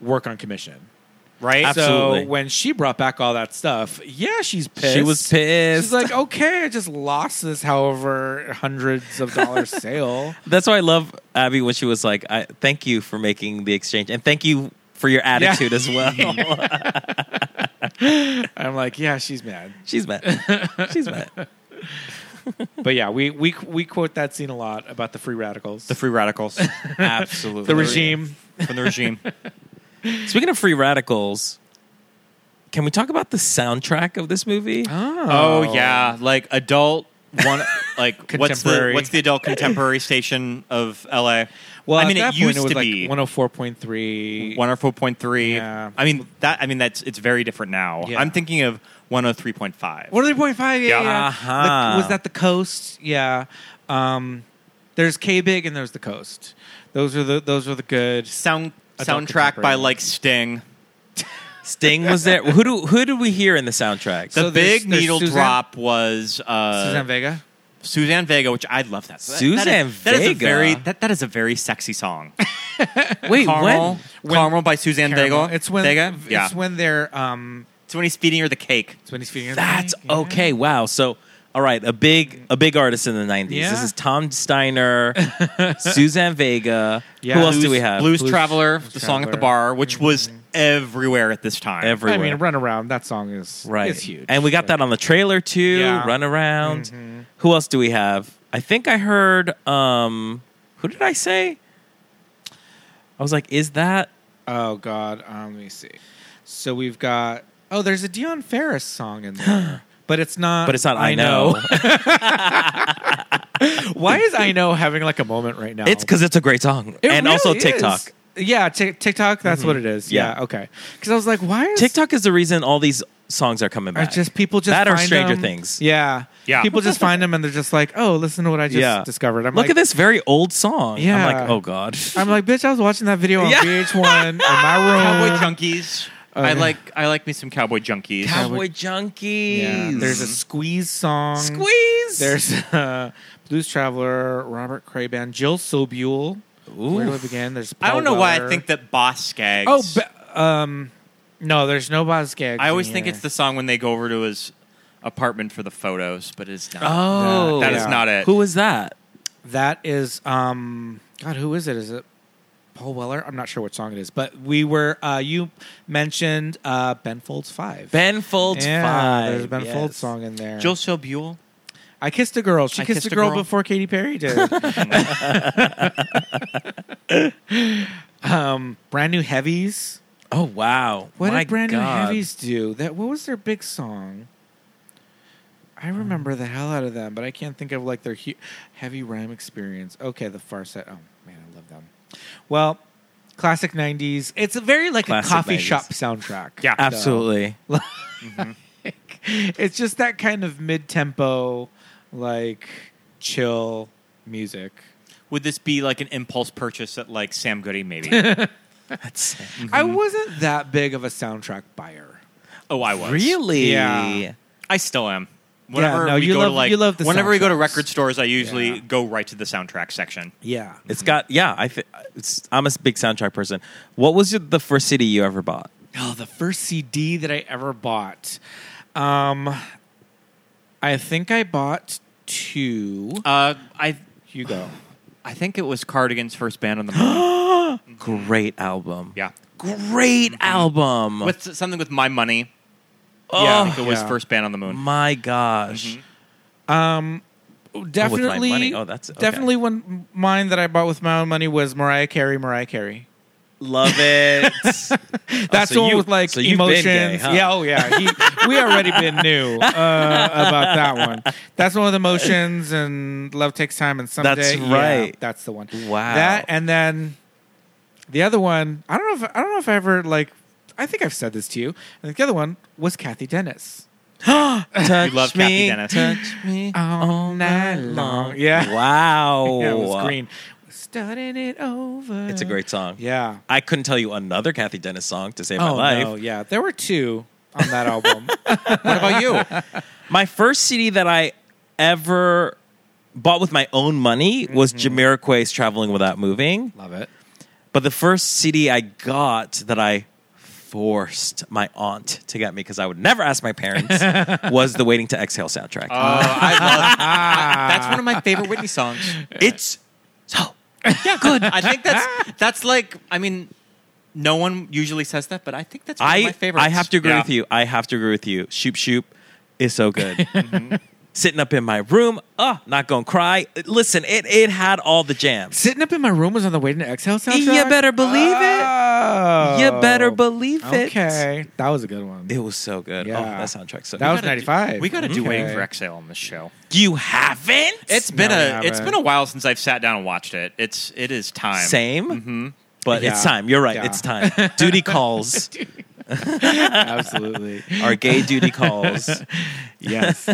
Speaker 8: work on commission.
Speaker 3: Right?
Speaker 9: Absolutely.
Speaker 8: So when she brought back all that stuff, yeah, she's pissed.
Speaker 9: she was pissed.
Speaker 8: She's like, okay, I just lost this, however, hundreds of dollars sale.
Speaker 9: That's why I love Abby when she was like, I, "Thank you for making the exchange, and thank you for your attitude as well."
Speaker 8: I'm like, yeah, she's mad.
Speaker 9: She's mad. She's mad.
Speaker 8: But yeah, we we we quote that scene a lot about the free radicals,
Speaker 3: the
Speaker 8: the,
Speaker 3: free radicals. Absolutely.
Speaker 8: regime.
Speaker 3: From the regime.
Speaker 9: Speaking of free radicals, can we talk about the soundtrack of this movie?
Speaker 3: Oh, yeah, like adult one like what's the
Speaker 8: Contemporary.
Speaker 3: what's the adult contemporary station of LA?
Speaker 8: Well,
Speaker 3: I mean
Speaker 8: at that
Speaker 3: it used
Speaker 8: point, it was
Speaker 3: to
Speaker 8: like
Speaker 3: be
Speaker 8: 104.3.
Speaker 3: 104.3.
Speaker 8: Yeah.
Speaker 3: I mean that I mean that's it's very different now.
Speaker 8: Yeah.
Speaker 3: I'm thinking of 103.5.
Speaker 8: What are they point five? Yeah,
Speaker 3: Yeah.
Speaker 8: yeah.
Speaker 9: Uh-huh.
Speaker 8: The- was that the coast? Yeah. Um, there's K Big and there's the coast. Those are the those are the good.
Speaker 3: Sound
Speaker 8: Adult
Speaker 3: soundtrack by
Speaker 8: contemporary.
Speaker 3: like Sting.
Speaker 9: Sting was there. Who do who did we hear in the soundtrack?
Speaker 3: The
Speaker 8: So there's-
Speaker 3: big
Speaker 8: there's
Speaker 3: needle
Speaker 8: Suzanne-
Speaker 3: drop was uh,
Speaker 8: Suzanne Vega.
Speaker 3: Suzanne Vega, which I love that. that- that
Speaker 9: Suzanne
Speaker 3: is, that is a
Speaker 9: Vega?
Speaker 3: very that, that is a very sexy song.
Speaker 9: Wait,
Speaker 3: Caramel,
Speaker 8: When-
Speaker 3: Caramel by Suzanne
Speaker 8: Caramel.
Speaker 3: Vega.
Speaker 8: It's when
Speaker 3: Vega?
Speaker 8: it's
Speaker 3: yeah.
Speaker 8: when they're um
Speaker 3: it's when he's feeding her the cake.
Speaker 8: it's when he's feeding. her the
Speaker 9: That's
Speaker 8: cake, yeah.
Speaker 9: okay. Wow. So, all right, a big a big artist in the nineties. This
Speaker 8: Yeah.
Speaker 9: is Tom Steiner, Suzanne Vega.
Speaker 8: Yeah.
Speaker 9: Who else do
Speaker 8: Blues-
Speaker 9: we have?
Speaker 3: Blues,
Speaker 8: Blues-
Speaker 3: Traveler,
Speaker 8: Blues
Speaker 3: the song at the
Speaker 8: Traveler.
Speaker 3: bar, which was everywhere at this time.
Speaker 9: Mm-hmm. everywhere.
Speaker 8: I mean, Run Around. That song is
Speaker 9: right.
Speaker 8: It's huge.
Speaker 9: And we got that on the trailer too.
Speaker 8: Yeah.
Speaker 9: Run around. Who else do we have? I think I heard. um Who did I say? I was like, is that?
Speaker 8: Oh God, um, let me see. So we've got oh, there's a Dion Ferris song in there, but it's not.
Speaker 9: But it's not. I, know.
Speaker 8: Why is I know having like a moment right now?
Speaker 9: it's because it's a great song,
Speaker 8: It
Speaker 9: and also
Speaker 8: really is.
Speaker 9: TikTok. Mm-hmm.
Speaker 8: Yeah, Tik TikTok. That's what it is. Yeah,
Speaker 9: Yeah.
Speaker 8: okay. Because I was like, why is
Speaker 9: TikTok is the reason all these songs are coming
Speaker 8: Are
Speaker 9: back.
Speaker 8: just people just
Speaker 9: that or
Speaker 8: find
Speaker 9: Stranger
Speaker 8: them-
Speaker 9: Things.
Speaker 8: Yeah,
Speaker 3: Yeah.
Speaker 8: People just find them and they're just like, oh, listen to what I just
Speaker 9: Yeah.
Speaker 8: discovered. I'm
Speaker 9: Look
Speaker 8: like,
Speaker 9: at this very old song. I'm
Speaker 8: Yeah. Uh,
Speaker 9: like, oh god.
Speaker 8: I'm like, bitch, I was watching that video on
Speaker 9: Yeah.
Speaker 8: VH1 in my
Speaker 3: Cowboy
Speaker 8: room.
Speaker 3: Junkies.
Speaker 8: Uh,
Speaker 3: I like I like me some cowboy junkies.
Speaker 9: Cowboy Junkies.
Speaker 8: Yeah. There's a squeeze song.
Speaker 9: squeeze.
Speaker 8: There's uh, Blues Traveler, Robert Crayban, Jill Sobule. Where do I
Speaker 9: Oof.
Speaker 8: begin? There's
Speaker 3: I
Speaker 8: Paul
Speaker 3: don't know why I
Speaker 8: Weller.
Speaker 3: think that Boss Skaggs.
Speaker 8: Oh, ba- um, no, there's no Boz Gags.
Speaker 3: I always
Speaker 8: in
Speaker 3: think
Speaker 8: here.
Speaker 3: it's the song when they go over to his apartment for the photos, but it's not.
Speaker 9: oh,
Speaker 3: that
Speaker 8: That
Speaker 3: is
Speaker 8: yeah.
Speaker 3: not it.
Speaker 9: who was that?
Speaker 8: that is um God, who is it? Is it Paul Weller? I'm not sure what song it is, but we were uh you mentioned uh Ben Folds Five.
Speaker 9: Ben Folds
Speaker 8: yeah,
Speaker 9: Five.
Speaker 8: There's a Ben
Speaker 9: yes.
Speaker 8: Folds song in there.
Speaker 3: Jill Sobule.
Speaker 8: I kissed a girl. She
Speaker 3: I
Speaker 8: kissed, a girl, before Katy Perry did. um, brand new heavies.
Speaker 9: Oh wow!
Speaker 8: What
Speaker 9: My
Speaker 8: did brand
Speaker 9: God.
Speaker 8: new heavies do? That what was their big song? I
Speaker 9: Um,
Speaker 8: remember the hell out of them, but I can't think of like their hu- heavy rhyme experience. Okay, the far set. Oh man, I love them. Well, classic '90s. It's a very like
Speaker 9: Classic
Speaker 8: a coffee
Speaker 9: 90s.
Speaker 8: shop soundtrack.
Speaker 3: Yeah.
Speaker 8: though.
Speaker 9: Absolutely.
Speaker 8: It's just that kind of mid-tempo, like chill music.
Speaker 3: Would this be like an impulse purchase at like Sam Goody? Maybe.
Speaker 9: That's
Speaker 8: I
Speaker 9: Mm-hmm.
Speaker 8: wasn't that big of a soundtrack buyer.
Speaker 3: oh, I was.
Speaker 9: really.
Speaker 8: Yeah.
Speaker 3: I still am. Whenever
Speaker 8: no,
Speaker 3: we
Speaker 8: you
Speaker 3: go
Speaker 8: love-
Speaker 3: to like,
Speaker 8: you love the
Speaker 3: whenever we go to
Speaker 8: soundtracks.
Speaker 3: record stores, I usually
Speaker 8: Yeah.
Speaker 3: go right to the soundtrack section.
Speaker 8: Yeah.
Speaker 9: It's got yeah. I th- it's, I'm a big soundtrack person. What was your, the first CD you ever bought?
Speaker 8: Oh, the first CD that I ever bought. Um, I think I bought two.
Speaker 3: Uh, I
Speaker 8: You go.
Speaker 3: I think it was Cardigan's first band on the moon.
Speaker 9: Great album.
Speaker 3: yeah, Mm-hmm.
Speaker 9: Great album.
Speaker 3: with something with my money.
Speaker 9: oh
Speaker 3: yeah, I think it was
Speaker 8: Yeah.
Speaker 3: first band on the moon. Mm-hmm.
Speaker 9: my gosh.
Speaker 8: Definitely.
Speaker 9: money. Oh, that's- okay.
Speaker 8: definitely one mine that I bought with my own money was Mariah Carey. Mariah Carey.
Speaker 9: Love it.
Speaker 3: Oh,
Speaker 8: That's
Speaker 9: Uh, so
Speaker 8: the one
Speaker 9: you-
Speaker 8: with like
Speaker 9: so you've been
Speaker 8: emotions.
Speaker 9: gay, huh?
Speaker 8: Yeah, oh yeah. He, we already been new uh, about that one. That's one with emotions and love takes time and someday.
Speaker 9: Uh, That's
Speaker 8: yeah,
Speaker 9: right.
Speaker 8: that's the one.
Speaker 9: Wow.
Speaker 8: That and then the other one. I don't know. If, I don't know if I ever like. I think I've said this to you. I think the other one was Kathy Dennis.
Speaker 9: touch
Speaker 3: You love Kathy
Speaker 9: me,
Speaker 3: Dennis.
Speaker 9: Touch me
Speaker 8: All night long. Uh, Yeah.
Speaker 9: Wow.
Speaker 8: Yeah, it was green. Starting it over.
Speaker 9: It's a great song.
Speaker 8: Yeah.
Speaker 9: I couldn't tell you another Kathy Dennis song to save
Speaker 8: oh
Speaker 9: my life.
Speaker 8: no. Yeah. There were two on that album.
Speaker 9: What about you? my first CD that I ever bought with my own money was Jamiroquai's Traveling Without Moving.
Speaker 8: Love it.
Speaker 9: But the first CD I got that I forced my aunt to get me because I would never ask my parents was the Waiting to Exhale soundtrack.
Speaker 3: Oh, I love that's one of my favorite Whitney songs.
Speaker 9: it's so
Speaker 3: Yeah, good. I think that's that's like I mean, no one usually says that, but I think that's one of
Speaker 9: I
Speaker 3: my favorites.
Speaker 9: I have to agree
Speaker 3: Yeah.
Speaker 9: with you. I have to agree with you. Shoop shoop is so good.
Speaker 3: Mm-hmm.
Speaker 9: Sitting up in my room, oh, not gonna cry. Listen, it it had all the jams.
Speaker 8: Sitting up in my room was on the way to the Exhale soundtrack.
Speaker 9: You better believe
Speaker 3: ah.
Speaker 9: it.
Speaker 8: Oh.
Speaker 9: You better believe it.
Speaker 8: Okay, that was a good one.
Speaker 9: It was so good.
Speaker 8: Yeah.
Speaker 9: Oh, that soundtrack so
Speaker 8: That
Speaker 9: good.
Speaker 8: was ninety five.
Speaker 3: We got to do waiting for exhale on this show.
Speaker 9: you haven't?
Speaker 3: It's been
Speaker 8: No, we
Speaker 3: a it's
Speaker 8: haven't.
Speaker 3: been a while since I've sat down and watched it. It's it is time. Mm-hmm.
Speaker 9: same. But it's
Speaker 8: Yeah.
Speaker 9: time. You're right.
Speaker 8: Yeah.
Speaker 9: It's time. Duty calls.
Speaker 8: Absolutely.
Speaker 9: Our gay duty calls.
Speaker 8: yes.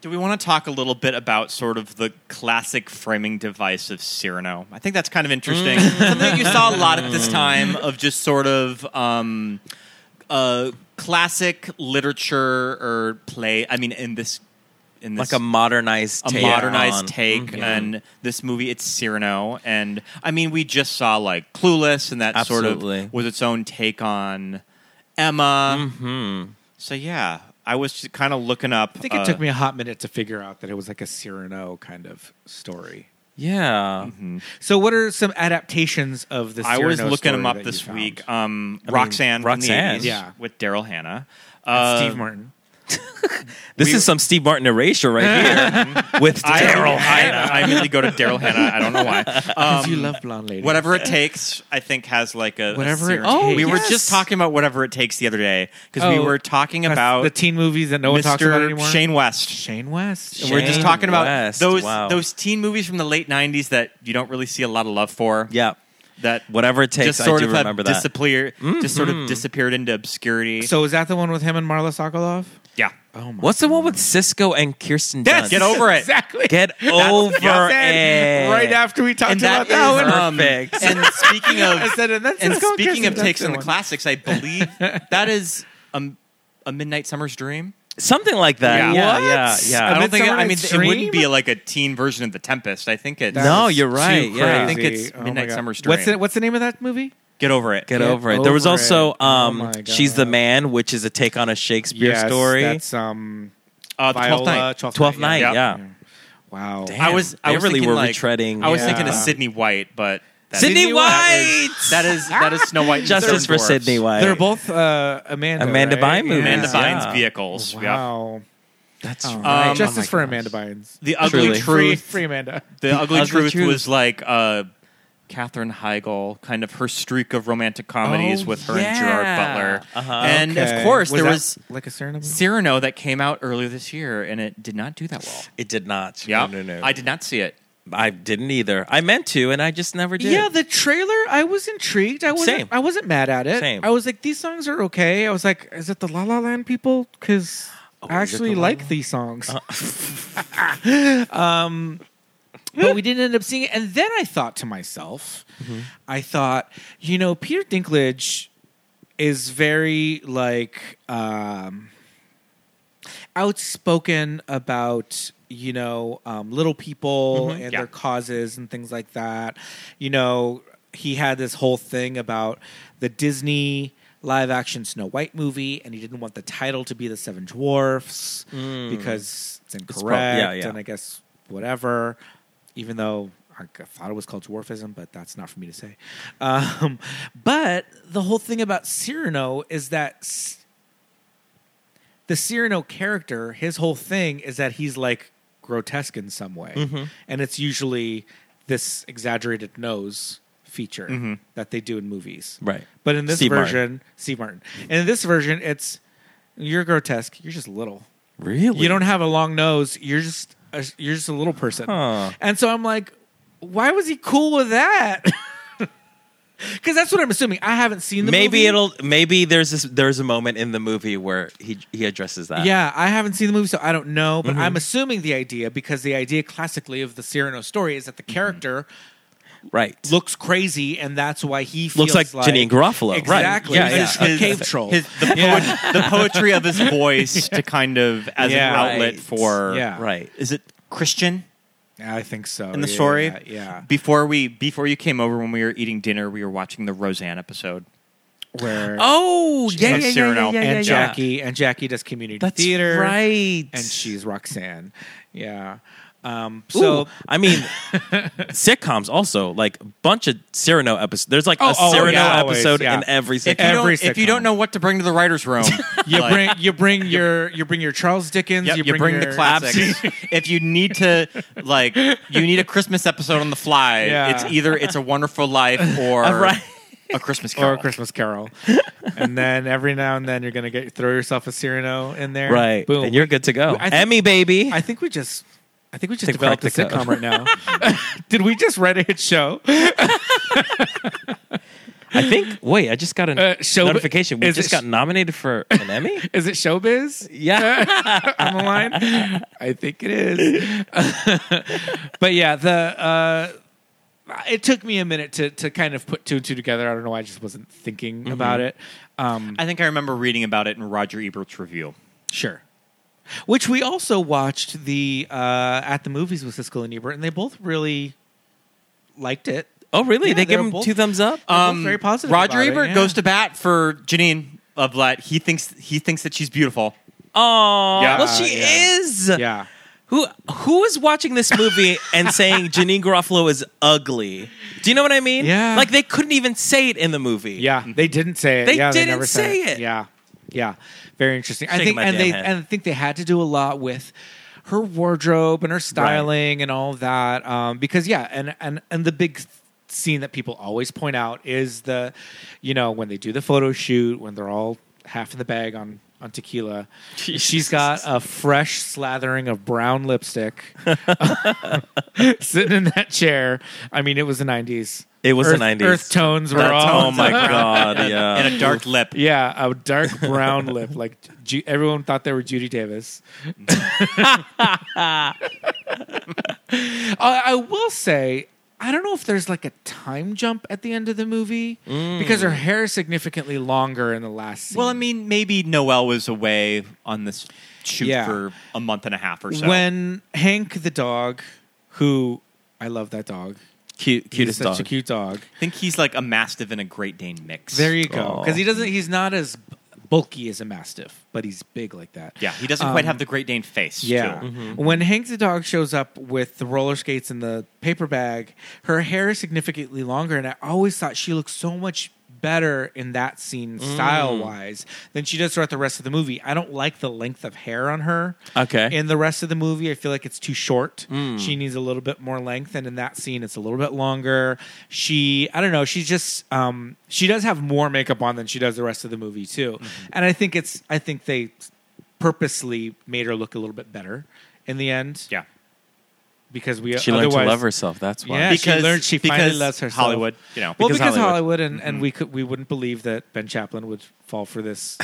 Speaker 3: Do we want to talk a little bit about sort of the classic framing device of Cyrano? I think that's kind of interesting. Something that you saw a lot at this time of just sort of um, uh, classic literature or play. I mean, in this, in this
Speaker 9: Like a modernized
Speaker 3: a
Speaker 9: take.
Speaker 3: modernized
Speaker 9: on- Mm-hmm.
Speaker 3: take and this movie it's cyrano and i mean we just saw like clueless and that sort
Speaker 9: Absolutely.
Speaker 3: of was its own take on emma
Speaker 9: Mm-hmm.
Speaker 3: so yeah i was kind of looking up uh,
Speaker 8: I think it took me a hot minute to figure out that it was like a Cyrano kind of story.
Speaker 9: Yeah.
Speaker 3: Mm-hmm.
Speaker 8: So, what are some adaptations of this?
Speaker 3: i was
Speaker 8: Cyrano
Speaker 3: looking them
Speaker 8: story
Speaker 3: up
Speaker 8: that
Speaker 3: this
Speaker 8: you
Speaker 3: week
Speaker 8: found?
Speaker 3: um roxanne, from the
Speaker 9: Roxanne.
Speaker 3: 80s
Speaker 8: Yeah.
Speaker 3: with daryl hannah
Speaker 8: And
Speaker 3: uh,
Speaker 8: Steve Martin.
Speaker 9: This
Speaker 3: We-
Speaker 9: is some Steve Martin erasure right here with Daryl Hannah.
Speaker 3: I, I immediately go to Daryl Hannah. I don't know why.
Speaker 8: Because you love blonde ladies.
Speaker 3: Whatever it takes, I think has like a a
Speaker 8: Whatever It
Speaker 3: Cyrano.
Speaker 8: Takes.
Speaker 3: we were
Speaker 8: Yes.
Speaker 3: just talking about whatever it takes the other day because we
Speaker 8: Oh,
Speaker 3: were talking
Speaker 8: That's
Speaker 3: about
Speaker 8: the teen movies that no one talks about anymore.
Speaker 3: Mr. Shane West.
Speaker 8: Shane West.
Speaker 3: And we're just
Speaker 9: Shane
Speaker 3: talking about
Speaker 9: West,
Speaker 3: those
Speaker 9: wow.
Speaker 3: those teen movies from the late '90s that you don't really see a lot of love for.
Speaker 9: Yeah.
Speaker 3: that
Speaker 9: Whatever it takes,
Speaker 3: just sort
Speaker 9: I do
Speaker 3: of have
Speaker 9: remember that. Hmm.
Speaker 3: disappear, just sort of disappeared into obscurity.
Speaker 8: So is that the one with him and Marla Sokolov?
Speaker 3: yeah,
Speaker 8: Oh my!
Speaker 9: What's the one with Cisco and Kirsten Dunst?
Speaker 3: Get over it.
Speaker 8: Exactly.
Speaker 9: Get
Speaker 8: That's what
Speaker 9: over
Speaker 8: I said
Speaker 9: it.
Speaker 8: Right after we talked
Speaker 3: and
Speaker 8: about
Speaker 3: that
Speaker 8: that
Speaker 3: is,
Speaker 8: one.
Speaker 3: um,
Speaker 9: Perfect.
Speaker 3: and speaking of
Speaker 8: I said, and that's
Speaker 3: and
Speaker 8: it's called
Speaker 3: speaking of
Speaker 8: Kirsten
Speaker 3: takes
Speaker 8: Dunst
Speaker 3: on the
Speaker 8: one.
Speaker 3: classics, I believe that is um, a Midnight Summer's Dream.
Speaker 9: Something like that.
Speaker 3: Yeah.
Speaker 9: Yeah,
Speaker 8: What?
Speaker 9: yeah,
Speaker 3: I
Speaker 9: yeah.
Speaker 3: don't think. It, I
Speaker 8: Midsummer
Speaker 3: mean,
Speaker 8: Night's
Speaker 3: it wouldn't
Speaker 8: Dream?
Speaker 3: be like a teen version of The Tempest. I think it's
Speaker 8: That
Speaker 9: No,
Speaker 8: is
Speaker 9: you're
Speaker 8: too
Speaker 9: right, yeah.
Speaker 3: I think it's
Speaker 8: crazy. Oh my
Speaker 3: Midnight
Speaker 8: God.
Speaker 3: Summer's
Speaker 8: What's
Speaker 3: Dream.
Speaker 8: the, what's the name of that movie?
Speaker 3: get over it.
Speaker 9: Get
Speaker 8: Get
Speaker 9: over it. there was
Speaker 8: over
Speaker 9: also
Speaker 8: it. Oh
Speaker 9: um,
Speaker 8: my
Speaker 9: She's the
Speaker 8: God.
Speaker 9: Man, which is a take on a Shakespeare story.
Speaker 8: That's um,
Speaker 3: Uh, the Twelfth
Speaker 8: Viola-
Speaker 3: Night.
Speaker 9: Twelfth Night,
Speaker 3: Yeah.
Speaker 9: yeah.
Speaker 8: Wow.
Speaker 9: Damn.
Speaker 3: I was. I
Speaker 9: They
Speaker 3: was
Speaker 9: really
Speaker 3: thinking
Speaker 9: were
Speaker 3: like,
Speaker 9: retreading,
Speaker 3: I was
Speaker 8: yeah.
Speaker 3: thinking of Sydney White, but that-
Speaker 9: Sydney
Speaker 3: that
Speaker 9: White!
Speaker 3: is- That is that is Snow White. and the
Speaker 9: Justice
Speaker 3: Seven
Speaker 9: for Sydney
Speaker 3: Dwarfs.
Speaker 9: White.
Speaker 8: They're both uh, Amanda.
Speaker 9: Amanda
Speaker 8: right?
Speaker 9: Bynes movies,
Speaker 3: Amanda
Speaker 9: yeah.
Speaker 3: Bynes vehicles. Yeah.
Speaker 8: Wow.
Speaker 9: That's
Speaker 8: Oh,
Speaker 9: right.
Speaker 3: Um,
Speaker 8: Justice
Speaker 9: Oh my
Speaker 8: for
Speaker 9: gosh.
Speaker 8: Amanda Bynes.
Speaker 3: The ugly
Speaker 9: Truly.
Speaker 8: Free,
Speaker 3: truth.
Speaker 8: free Amanda.
Speaker 3: The ugly,
Speaker 9: Ugly
Speaker 3: truth,
Speaker 9: Truth.
Speaker 3: was like uh, Catherine Heigl, kind of her streak of romantic comedies
Speaker 9: Oh,
Speaker 3: with her and
Speaker 9: yeah.
Speaker 3: Gerard Butler.
Speaker 9: Uh-huh.
Speaker 3: And
Speaker 8: Okay.
Speaker 3: of course, there
Speaker 8: Uh, that
Speaker 3: was
Speaker 8: like a surname.
Speaker 3: Cyrano that came out earlier this year, and it did not do that well.
Speaker 9: It did not.
Speaker 3: Yeah,
Speaker 9: No, no, no.
Speaker 3: I did not see it.
Speaker 9: I didn't either. I meant to, and I just never did.
Speaker 8: Yeah, the trailer. I was intrigued. I wasn't.
Speaker 9: Same.
Speaker 8: I wasn't mad at it.
Speaker 9: Same.
Speaker 8: I was like, these songs are okay. I was like, is it the La La Land people? Because I
Speaker 9: Oh, is it
Speaker 8: actually
Speaker 9: the La Uh.
Speaker 8: like
Speaker 9: La-
Speaker 8: these songs. um, but we didn't end up seeing it. And then I thought to myself,
Speaker 9: Mm-hmm.
Speaker 8: I thought, you know, Peter Dinklage is very like um, outspoken about you know um, little people and
Speaker 3: yeah.
Speaker 8: their causes and things like that. You know, he had this whole thing about the Disney live action Snow White movie, and he didn't want the title to be the Seven Dwarfs because it's incorrect,
Speaker 9: prob- yeah, yeah.
Speaker 8: and I guess whatever. Even though I g- thought it was called dwarfism, but that's not for me to say. Um, but the whole thing about Cyrano is that s- the Cyrano character, his whole thing is that he's like grotesque in some way.
Speaker 9: Mm-hmm.
Speaker 8: And it's usually this exaggerated nose feature that they do in movies.
Speaker 9: Mm-hmm. Right.
Speaker 8: But in this
Speaker 9: Steve Martin.
Speaker 8: version, Steve Martin. And in this version, it's you're grotesque, you're just little.
Speaker 9: Really?
Speaker 8: You don't have a long nose. You're just a, you're just a little person.
Speaker 9: Huh.
Speaker 8: And so I'm like, why was he cool with that? Because that's what I'm assuming. I haven't seen the
Speaker 9: maybe
Speaker 8: movie.
Speaker 9: it'll. Maybe there's this, there's a moment in the movie where he he addresses that.
Speaker 8: Yeah, I haven't seen the movie, so I don't know.
Speaker 9: Mm-hmm.
Speaker 8: But I'm assuming the idea because the idea classically of the Cyrano story is that the
Speaker 9: Mm-hmm.
Speaker 8: character
Speaker 9: Right.
Speaker 8: looks crazy, and that's why he feels
Speaker 9: Looks like Janine Garofalo, right.
Speaker 8: Exactly.
Speaker 9: Yeah,
Speaker 8: He's
Speaker 9: yeah.
Speaker 8: a cave troll.
Speaker 3: His, the, poet- the poetry of his voice to kind of as
Speaker 8: Yeah.
Speaker 3: an outlet
Speaker 9: Right.
Speaker 3: for
Speaker 8: Yeah.
Speaker 9: Right.
Speaker 3: Is it Christian?
Speaker 8: Yeah, I think so.
Speaker 3: in the
Speaker 8: Oh, Yeah,
Speaker 3: story.
Speaker 8: yeah, yeah.
Speaker 3: Before we before you came over when we were eating dinner, we were watching the Roseanne episode.
Speaker 8: Where
Speaker 9: Oh yeah, yeah,
Speaker 3: like
Speaker 9: yeah,
Speaker 3: Cyrano.
Speaker 9: yeah, yeah, yeah,
Speaker 8: and
Speaker 9: yeah.
Speaker 8: Jackie and Jackie does community
Speaker 9: That's
Speaker 8: theater,
Speaker 9: right.
Speaker 8: And she's Roxanne. Yeah. Um,
Speaker 9: Ooh,
Speaker 8: so
Speaker 9: I mean, sitcoms also like a bunch of Cyrano episodes. There's like a
Speaker 8: oh,
Speaker 9: Cyrano
Speaker 8: yeah, always,
Speaker 9: episode
Speaker 8: yeah.
Speaker 9: in every
Speaker 3: If you,
Speaker 9: sitcom.
Speaker 3: don't,
Speaker 8: Every
Speaker 3: if you
Speaker 8: sitcom.
Speaker 3: don't know what to bring to the writers' room,
Speaker 8: you
Speaker 3: like,
Speaker 8: bring you bring your you bring your Charles Dickens.
Speaker 3: yep,
Speaker 8: you
Speaker 3: you
Speaker 8: bring,
Speaker 3: bring
Speaker 8: your,
Speaker 3: the classics. if you need to, like, you need a Christmas episode on the fly.
Speaker 8: Yeah.
Speaker 3: It's either it's a Wonderful Life or
Speaker 9: Right.
Speaker 3: a Christmas Carol.
Speaker 8: or a Christmas Carol, and then every now and then you're gonna get throw yourself a Cyrano in there,
Speaker 9: right,
Speaker 8: Boom,
Speaker 9: and you're good to go.
Speaker 8: I think-
Speaker 9: Emmy baby.
Speaker 8: I think we just, I think we just
Speaker 9: Think
Speaker 8: developed a
Speaker 9: cracked the
Speaker 8: sitcom
Speaker 9: code.
Speaker 8: right now. Did we just write a hit show?
Speaker 9: I think. Wait, I just got a
Speaker 8: Uh, show-
Speaker 9: notification. We
Speaker 8: is
Speaker 9: just
Speaker 8: it-
Speaker 9: got nominated for an Emmy.
Speaker 8: Is it Showbiz?
Speaker 9: Yeah,
Speaker 8: on the line? I think it is. but yeah, the uh, it took me a minute to to kind of put two and two together. I don't know why I just wasn't thinking about it. Um,
Speaker 3: I think I remember reading about it in Roger Ebert's review.
Speaker 8: sure. Which we also watched the uh, at the movies with Siskel and Ebert, and they both really liked it.
Speaker 9: Oh, really?
Speaker 8: Yeah,
Speaker 9: they give
Speaker 8: they're
Speaker 9: him
Speaker 8: both-
Speaker 9: two thumbs up.
Speaker 8: They're both very positive.
Speaker 3: Um, Roger
Speaker 8: about it,
Speaker 3: Ebert
Speaker 8: yeah.
Speaker 3: goes to bat for Janine Lovelet. He thinks he thinks that she's beautiful.
Speaker 9: Oh,
Speaker 3: Yeah.
Speaker 9: well, she
Speaker 8: Yeah.
Speaker 9: is.
Speaker 8: yeah.
Speaker 9: Who who is watching this movie and saying Janine Garofalo is ugly? Do you know what I mean?
Speaker 8: Yeah.
Speaker 9: Like they couldn't even say it in the movie.
Speaker 8: Yeah, they didn't say it.
Speaker 9: Mm-hmm. They
Speaker 8: yeah,
Speaker 9: didn't
Speaker 8: they never said
Speaker 9: say it.
Speaker 8: Yeah, yeah, very interesting. I
Speaker 9: Shaking
Speaker 8: think
Speaker 9: my
Speaker 8: and
Speaker 9: damn
Speaker 8: they
Speaker 9: head.
Speaker 8: and I think they had to do a lot with her wardrobe and her styling and all that um, because yeah, and and and the big scene that people always point out is the, you know, when they do the photo shoot when they're all half in the bag on on tequila. She's got a fresh slathering of brown lipstick sitting in that chair. I mean, it was the 90s.
Speaker 9: It was
Speaker 8: Earth-
Speaker 9: the 90s.
Speaker 8: Earth tones were
Speaker 9: That's-
Speaker 8: all.
Speaker 9: Oh my god! Yeah.
Speaker 3: and a dark lip.
Speaker 8: Yeah, a dark brown lip. Like Ju- everyone thought they were Judy Davis. I, I will say, I don't know if there's like a time jump at the end of the movie because her hair is significantly longer in the last scene.
Speaker 3: Well, I mean, maybe Noel was away on this shoot
Speaker 8: Yeah.
Speaker 3: for a month and a half or so.
Speaker 8: when Hank the dog, who I love that dog,
Speaker 9: cute,
Speaker 8: He's
Speaker 9: cutest
Speaker 8: such
Speaker 9: dog.
Speaker 8: a cute dog.
Speaker 3: I think he's like a mastiff and a Great Dane mix.
Speaker 8: There you go,
Speaker 9: Aw.
Speaker 8: because he doesn't. He's not as bulky as a mastiff, but he's big like that.
Speaker 3: yeah, he doesn't quite
Speaker 8: Um,
Speaker 3: have the Great Dane face.
Speaker 8: Yeah. Mm-hmm.
Speaker 3: too.
Speaker 8: When Hank the dog shows up with the roller skates and the paper bag, her hair is significantly longer, and I always thought she looked so much better in that scene style wise than she does throughout the rest of the movie. I don't like the length of hair on her.
Speaker 9: Okay.
Speaker 8: In the rest of the movie, I feel like it's too short. She needs a little bit more length, and in that scene, it's a little bit longer. She, I don't know, she's just, um, she does have more makeup on than she does the rest of the movie too, and I think it's, I think they purposely made her look a little bit better in the end
Speaker 3: yeah.
Speaker 8: because we
Speaker 9: she learned to
Speaker 8: otherwise-
Speaker 9: love herself. That's why.
Speaker 8: Yeah,
Speaker 3: Because-
Speaker 8: she learned she
Speaker 3: because
Speaker 8: finally loves herself.
Speaker 3: Hollywood, you know.
Speaker 8: Well,
Speaker 9: Because
Speaker 8: because, Hollywood,
Speaker 9: Hollywood.
Speaker 8: and,
Speaker 9: Mm-hmm.
Speaker 8: and we could we wouldn't believe that Ben Chaplin would fall for this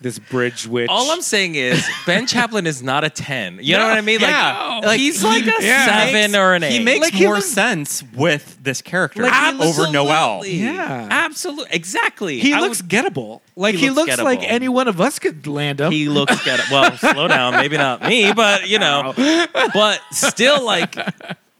Speaker 8: this bridge witch.
Speaker 9: All I'm saying is Ben Chaplin is not a ten. You know
Speaker 3: No,
Speaker 9: what I mean? Like,
Speaker 3: yeah.
Speaker 9: like he's like a
Speaker 8: Yeah.
Speaker 9: seven
Speaker 3: Makes-
Speaker 9: or an eight.
Speaker 3: He makes
Speaker 8: Like, he
Speaker 3: more
Speaker 8: was-
Speaker 3: sense with this character
Speaker 8: Like, he
Speaker 3: over Noel.
Speaker 8: Yeah.
Speaker 9: absolutely, exactly.
Speaker 8: he
Speaker 9: I
Speaker 8: looks
Speaker 9: would-
Speaker 8: gettable. Like he,
Speaker 9: looks
Speaker 8: looks, like
Speaker 9: gettable.
Speaker 8: any one of us could land him.
Speaker 9: he looks gettable. Well, slow down. Maybe not me, but you know, but still, like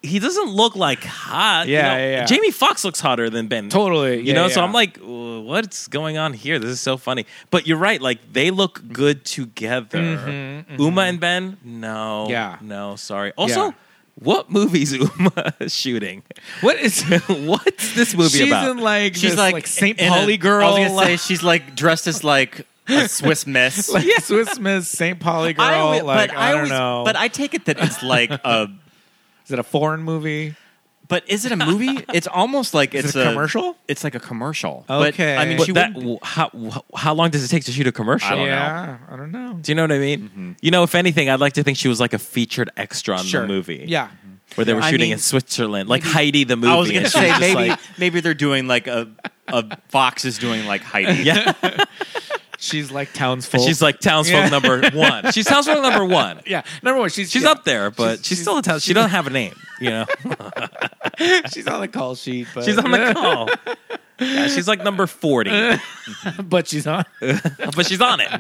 Speaker 9: he doesn't look like hot. you
Speaker 8: Yeah,
Speaker 9: know?
Speaker 8: yeah, yeah.
Speaker 9: Jamie Foxx looks hotter than Ben.
Speaker 8: Totally,
Speaker 9: You
Speaker 8: yeah,
Speaker 9: know, so
Speaker 8: yeah.
Speaker 9: I'm like, "Uh, what's going on here? This is so funny. But you're right. Like they look good together. Uma and Ben. No.
Speaker 8: Yeah.
Speaker 9: No. Sorry. Also.
Speaker 8: Yeah.
Speaker 9: What movie's Uma shooting?
Speaker 8: what is
Speaker 9: What's this movie
Speaker 8: she's
Speaker 9: about?
Speaker 8: in like
Speaker 3: She's
Speaker 8: this,
Speaker 3: like,
Speaker 8: like, Saint
Speaker 3: in a-
Speaker 8: Pauli girl.
Speaker 3: I was gonna say
Speaker 8: like,
Speaker 3: she's like dressed as like a Swiss Miss.
Speaker 8: yeah, Swiss Miss Saint Pauli girl.
Speaker 3: I always-
Speaker 8: like
Speaker 3: but
Speaker 8: I, don't
Speaker 3: always-
Speaker 8: know.
Speaker 3: But I take it that it's like a.
Speaker 8: is it a foreign movie?
Speaker 3: But is it a movie? It's almost like
Speaker 8: Is
Speaker 3: it's
Speaker 8: it a commercial?
Speaker 3: It's like a commercial. But,
Speaker 8: Okay.
Speaker 3: I mean,
Speaker 9: But
Speaker 3: she
Speaker 9: that,
Speaker 3: wouldn't-
Speaker 9: w- how wh- how long does it take to shoot a commercial?
Speaker 3: I don't know.
Speaker 8: yeah, I don't know.
Speaker 9: Do you know what I mean? You know, if anything, I'd like to think she was like a featured extra on the movie.
Speaker 8: Yeah.
Speaker 9: where they were
Speaker 3: I
Speaker 9: shooting
Speaker 3: mean-
Speaker 9: in Switzerland, like Heidi the movie.
Speaker 3: I was going to
Speaker 9: and she was
Speaker 3: say
Speaker 9: just
Speaker 3: maybe
Speaker 9: like-
Speaker 3: maybe they're doing like a a Fox is doing like Heidi.
Speaker 9: yeah,
Speaker 8: She's like townsfolk.
Speaker 9: and she's like townsfolk
Speaker 8: Yeah.
Speaker 9: number one. She's townsfolk number one.
Speaker 8: yeah, number one, she's
Speaker 9: She's
Speaker 8: yeah.
Speaker 9: up there, but she's,
Speaker 8: She's-
Speaker 9: still a town. She doesn't have a name, you know.
Speaker 8: She's on the call sheet, but
Speaker 9: She's on the call. Yeah, she's like number forty,
Speaker 8: but she's on.
Speaker 9: but she's on it.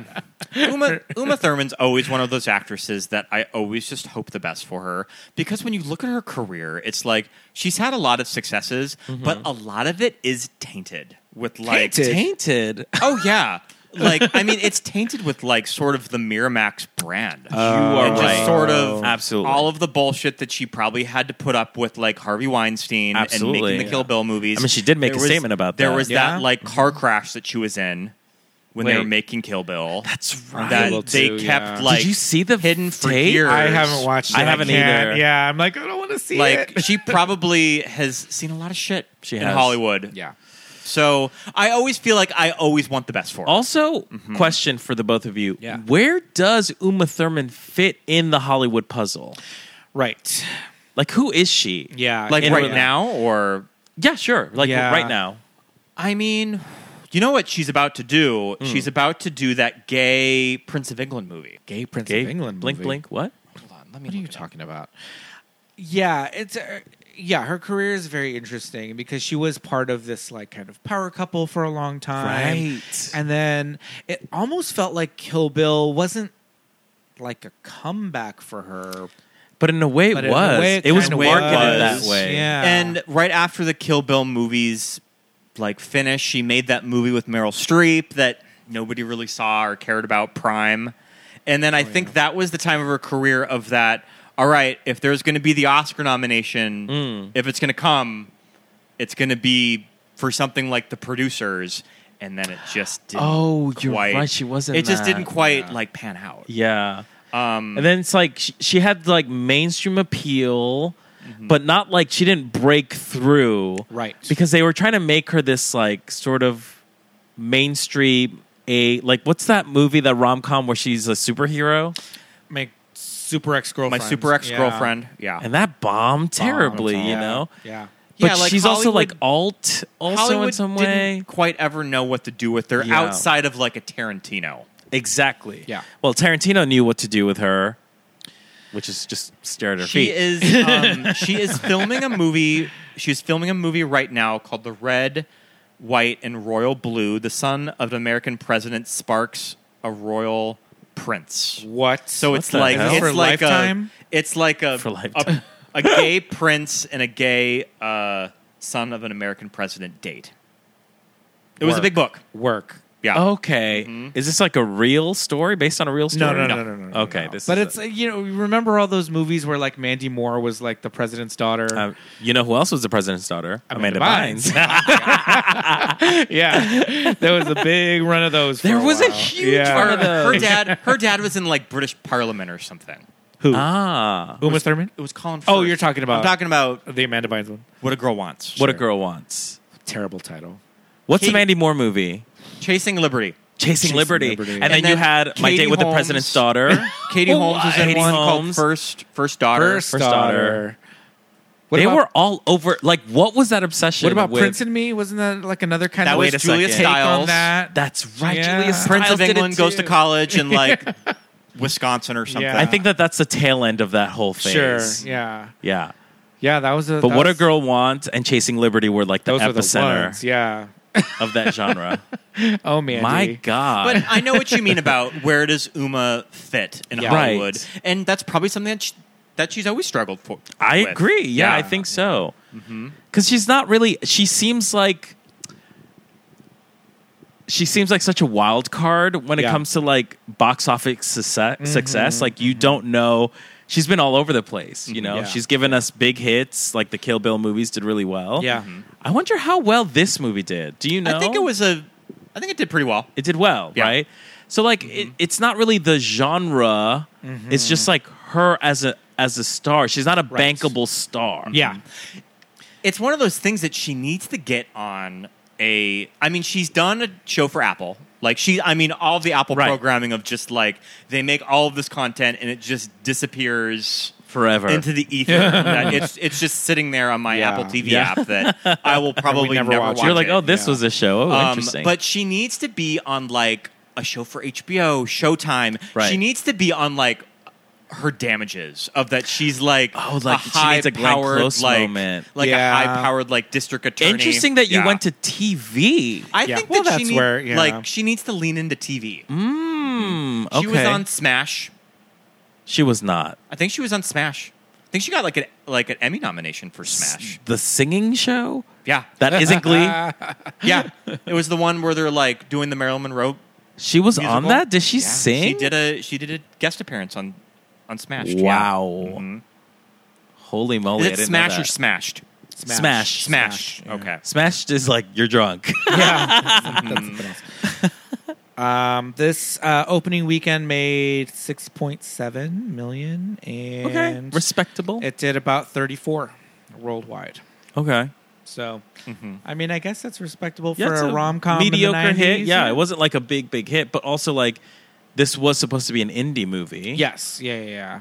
Speaker 3: Uma Uma Thurman's always one of those actresses that I always just hope the best for her because when you look at her career, it's like she's had a lot of successes, but a lot of it is tainted with like
Speaker 8: Tainted?
Speaker 9: Tainted.
Speaker 3: Oh yeah. Like I mean, it's tainted with like sort of the Miramax brand.
Speaker 9: you are
Speaker 3: and just
Speaker 9: right.
Speaker 3: sort of
Speaker 9: Absolutely.
Speaker 3: all of the bullshit that she probably had to put up with, like Harvey Weinstein
Speaker 9: Absolutely.
Speaker 3: and making the Kill Bill movies.
Speaker 9: I mean, she did make
Speaker 3: There
Speaker 9: a
Speaker 3: was-
Speaker 9: statement about
Speaker 3: There
Speaker 9: that.
Speaker 3: was
Speaker 8: Yeah?
Speaker 3: that like car crash that she was in when they
Speaker 9: Wait.
Speaker 3: were making Kill Bill.
Speaker 9: That's right.
Speaker 3: That they
Speaker 8: too, yeah.
Speaker 3: kept
Speaker 8: Did
Speaker 3: like
Speaker 9: Did you see the
Speaker 3: hidden for
Speaker 9: tape?
Speaker 3: years.
Speaker 8: I haven't watched. it.
Speaker 9: I haven't
Speaker 8: can't.
Speaker 9: either.
Speaker 8: Yeah, I'm like, I don't want to see
Speaker 3: Like
Speaker 8: it.
Speaker 3: she probably has seen a lot of shit
Speaker 9: She
Speaker 3: in
Speaker 9: has.
Speaker 3: Hollywood.
Speaker 8: Yeah,
Speaker 3: So I always feel like I always want the best for her. Mm-hmm.
Speaker 9: Also, question for the both of you:
Speaker 8: Yeah.
Speaker 9: Where does Uma Thurman fit in the Hollywood puzzle?
Speaker 8: right.
Speaker 9: Like, who is she?
Speaker 8: Yeah,
Speaker 3: like
Speaker 9: in
Speaker 3: right
Speaker 9: rela-
Speaker 3: now or
Speaker 9: Yeah, sure. Like
Speaker 8: Yeah.
Speaker 9: right now.
Speaker 3: I mean, you know what she's about to do? She's about to do that gay Prince of England movie.
Speaker 8: Gay Prince
Speaker 9: Okay.
Speaker 8: of England.
Speaker 9: Blink,
Speaker 8: movie.
Speaker 9: blink. What?
Speaker 3: Hold on, let me.
Speaker 8: What are you talking about? Yeah, it's uh, yeah. Her career is very interesting because she was part of this like kind of power couple for a long time,
Speaker 9: Right.
Speaker 8: And then it almost felt like Kill Bill wasn't like a comeback for her.
Speaker 9: But in a way, it
Speaker 8: But in a
Speaker 9: was.
Speaker 8: way,
Speaker 9: it,
Speaker 8: it
Speaker 9: was
Speaker 8: kinda
Speaker 9: marketed
Speaker 3: was.
Speaker 9: that way.
Speaker 8: Yeah.
Speaker 3: And right after the Kill Bill movies, like finish, she made that movie with Meryl Streep that nobody really saw or cared about. Prime, and then I think that was the time of her career of that. All right, if there's going to be the Oscar nomination,
Speaker 9: Mm.
Speaker 3: if it's going to come, it's going to be for something like the producers. And then it just didn't
Speaker 9: Oh, you're
Speaker 3: quite-
Speaker 9: right, she was in
Speaker 3: It just
Speaker 9: that.
Speaker 3: didn't quite like pan out.
Speaker 9: Yeah. Um, and then it's like she, she had like mainstream appeal,
Speaker 3: Mm-hmm.
Speaker 9: but not like she didn't break through.
Speaker 8: Right.
Speaker 9: Because they were trying to make her this like sort of mainstream a like what's that movie that rom com where she's a superhero
Speaker 8: My super ex
Speaker 3: My
Speaker 8: girlfriend.
Speaker 3: super ex girlfriend. Yeah.
Speaker 9: and that bombed terribly, you know.
Speaker 8: Yeah.
Speaker 9: But
Speaker 3: Yeah, like
Speaker 9: she's also like
Speaker 3: Hollywood-
Speaker 9: alt also in
Speaker 3: Hollywood
Speaker 9: some
Speaker 3: didn't
Speaker 9: way.
Speaker 3: quite ever know what to do with her
Speaker 9: Yeah.
Speaker 3: outside of like a Tarantino.
Speaker 9: Exactly.
Speaker 8: Yeah.
Speaker 9: Well, Tarantino knew what to do with her, which is just stare at her
Speaker 3: She
Speaker 9: feet.
Speaker 3: is um, she is filming a movie. She's filming a movie right now called The Red, White, and Royal Blue. The son of an American president sparks a royal prince.
Speaker 8: What?
Speaker 3: So
Speaker 9: What
Speaker 3: it's
Speaker 9: the
Speaker 3: like
Speaker 9: hell?
Speaker 3: it's
Speaker 8: For
Speaker 3: like
Speaker 8: Lifetime?
Speaker 3: a it's like a
Speaker 9: For
Speaker 3: a,
Speaker 9: Lifetime.
Speaker 3: a gay prince and a gay uh, son of an American president date. It was a
Speaker 8: Work.
Speaker 3: big book.
Speaker 8: work.
Speaker 3: Yeah. Mm-hmm.
Speaker 9: okay. Is this like a real story based on a real story?
Speaker 8: no, no, no, no, no,
Speaker 9: Okay. This
Speaker 8: But
Speaker 9: is
Speaker 8: it's uh, you know you remember all those movies where like Mandy Moore was like the president's daughter.
Speaker 9: a- um, you know who else was the president's daughter?
Speaker 8: Amanda yeah, there was a big run of those. for
Speaker 9: there was a
Speaker 8: while.
Speaker 9: huge
Speaker 8: Yeah.
Speaker 9: one of
Speaker 3: her
Speaker 9: those.
Speaker 3: dad her dad was in like British Parliament or something.
Speaker 8: Who?
Speaker 9: ah,
Speaker 8: Uma Thurman.
Speaker 3: It was Colin. Firth.
Speaker 8: Oh, you're talking about-
Speaker 3: I'm talking about
Speaker 8: The Amanda Bynes one.
Speaker 3: what a girl wants.
Speaker 9: what a girl wants.
Speaker 8: Terrible title.
Speaker 9: What's the
Speaker 3: Kate-
Speaker 9: Mandy Moore movie?
Speaker 3: Chasing Liberty.
Speaker 9: Chasing,
Speaker 8: Chasing
Speaker 9: Liberty.
Speaker 8: Liberty.
Speaker 9: And, then,
Speaker 3: And
Speaker 9: you
Speaker 3: then
Speaker 9: had my
Speaker 3: Katie
Speaker 9: date with the
Speaker 3: Holmes.
Speaker 9: president's daughter.
Speaker 3: Katie Holmes was in
Speaker 9: Katie
Speaker 3: one called
Speaker 9: Holmes.
Speaker 3: First First Daughter.
Speaker 8: First,
Speaker 9: First
Speaker 8: daughter.
Speaker 9: Daughter.
Speaker 8: What
Speaker 9: they
Speaker 8: about,
Speaker 9: were all over. Like, what was that obsession?
Speaker 8: What about
Speaker 9: with-
Speaker 8: Prince and Me? Wasn't that like another kind
Speaker 3: That
Speaker 8: of
Speaker 3: was
Speaker 9: wait a
Speaker 3: Julia
Speaker 9: second.
Speaker 8: take on
Speaker 3: Stiles.
Speaker 8: that?
Speaker 9: That's right.
Speaker 8: Yeah.
Speaker 9: Julia Stiles
Speaker 3: Prince of
Speaker 9: did it
Speaker 3: England goes to
Speaker 9: too.
Speaker 3: college in like Wisconsin or something.
Speaker 8: Yeah.
Speaker 9: I think that that's the tail end of that whole phase.
Speaker 8: sure. Yeah.
Speaker 9: Yeah.
Speaker 8: Yeah, that was a.
Speaker 9: But
Speaker 8: that
Speaker 9: what
Speaker 8: was-
Speaker 9: a girl wants and chasing liberty were like the
Speaker 8: Those were the
Speaker 9: epicenter
Speaker 8: ones. Yeah.
Speaker 9: of that genre.
Speaker 8: Oh man.
Speaker 9: My God.
Speaker 3: But I know what you mean about where does Uma fit in
Speaker 8: Yeah.
Speaker 3: Hollywood,
Speaker 9: Right.
Speaker 3: and that's probably something that, she, that she's always struggled for.
Speaker 9: I
Speaker 3: with. Mm-hmm.
Speaker 9: agree. Yeah, I
Speaker 8: Yeah.
Speaker 9: think so. Because she's not really. She seems like. She seems like such a wild card when it
Speaker 8: Yeah.
Speaker 9: comes to like box office success.
Speaker 3: Mm-hmm,
Speaker 9: success. Like you don't know. She's been all over the place.
Speaker 3: Mm-hmm,
Speaker 9: You know,
Speaker 8: Yeah.
Speaker 9: she's given us big hits. Like the Kill Bill movies did really well.
Speaker 8: Yeah.
Speaker 9: I wonder how well this movie did. Do you know?
Speaker 3: I think it was a. I think it did pretty well.
Speaker 9: It did well,
Speaker 3: Yeah. Mm-hmm.
Speaker 9: right? So like it, it's not really the genre. It's just like her as a as a star. She's not a
Speaker 8: Right.
Speaker 9: bankable star.
Speaker 8: Yeah.
Speaker 3: it's one of those things that she needs to get on a i mean she's done a show for apple like she i mean all the apple
Speaker 9: Right.
Speaker 3: programming of just like they make all of this content and it just disappears
Speaker 9: Forever.
Speaker 3: into the ether That it's, it's just sitting there on my
Speaker 8: Yeah.
Speaker 3: apple tv
Speaker 9: Yeah.
Speaker 3: app that i will probably
Speaker 8: never
Speaker 3: never
Speaker 8: watch
Speaker 3: watch,
Speaker 8: it.
Speaker 9: You're like,
Speaker 3: it.
Speaker 9: oh, this
Speaker 8: yeah.
Speaker 9: was a show. Oh,
Speaker 3: Um,
Speaker 9: interesting.
Speaker 3: but she needs to be on like a show for hbo showtime
Speaker 9: Right.
Speaker 3: she needs to be on like her damages of that she's like
Speaker 9: Oh, like,
Speaker 3: a
Speaker 9: she needs a Glenn
Speaker 3: high-powered,
Speaker 9: Close
Speaker 3: like,
Speaker 9: moment.
Speaker 3: like
Speaker 8: Yeah.
Speaker 3: a high powered like district attorney
Speaker 9: interesting that you
Speaker 3: Yeah.
Speaker 9: went to TV.
Speaker 3: I
Speaker 8: Yeah.
Speaker 3: think
Speaker 8: Well,
Speaker 3: that she
Speaker 8: that's
Speaker 3: need-
Speaker 8: where, yeah.
Speaker 3: like she needs to lean into TV.
Speaker 9: Mm,
Speaker 3: She was
Speaker 9: okay.
Speaker 3: on Smash.
Speaker 9: She was not
Speaker 3: I think she was on Smash. I think she got like an like an Emmy nomination for Smash.
Speaker 9: the singing show.
Speaker 3: Yeah,
Speaker 9: That isn't Glee.
Speaker 3: yeah. it was the one where they're like doing the Marilyn Monroe.
Speaker 9: She was on
Speaker 3: Musical?
Speaker 9: that. Did she sing?
Speaker 3: She did a she did a guest appearance on on Smash. yeah.
Speaker 9: Wow.
Speaker 3: Mhm.
Speaker 9: Holy moly!
Speaker 3: Is
Speaker 9: I
Speaker 3: it
Speaker 9: didn't know
Speaker 3: Smash
Speaker 9: that.
Speaker 3: or Smashed?
Speaker 8: Smash.
Speaker 9: Smash?
Speaker 3: Smash. Okay.
Speaker 9: Smashed is like you're drunk.
Speaker 8: Yeah. That's something else.
Speaker 9: Hmm.
Speaker 8: Um, this uh, opening weekend made six point seven million, and
Speaker 9: Respectable.
Speaker 8: it did about thirty four worldwide.
Speaker 9: okay.
Speaker 8: So, I mean, I guess that's respectable
Speaker 9: Mm-hmm. Yeah,
Speaker 8: for
Speaker 9: it's
Speaker 8: a rom com.
Speaker 9: mediocre hit. Yeah, it
Speaker 8: was.
Speaker 9: wasn't like a big, big hit, but also like this was supposed to be an indie movie.
Speaker 8: Yes. Yeah. Yeah. Yeah.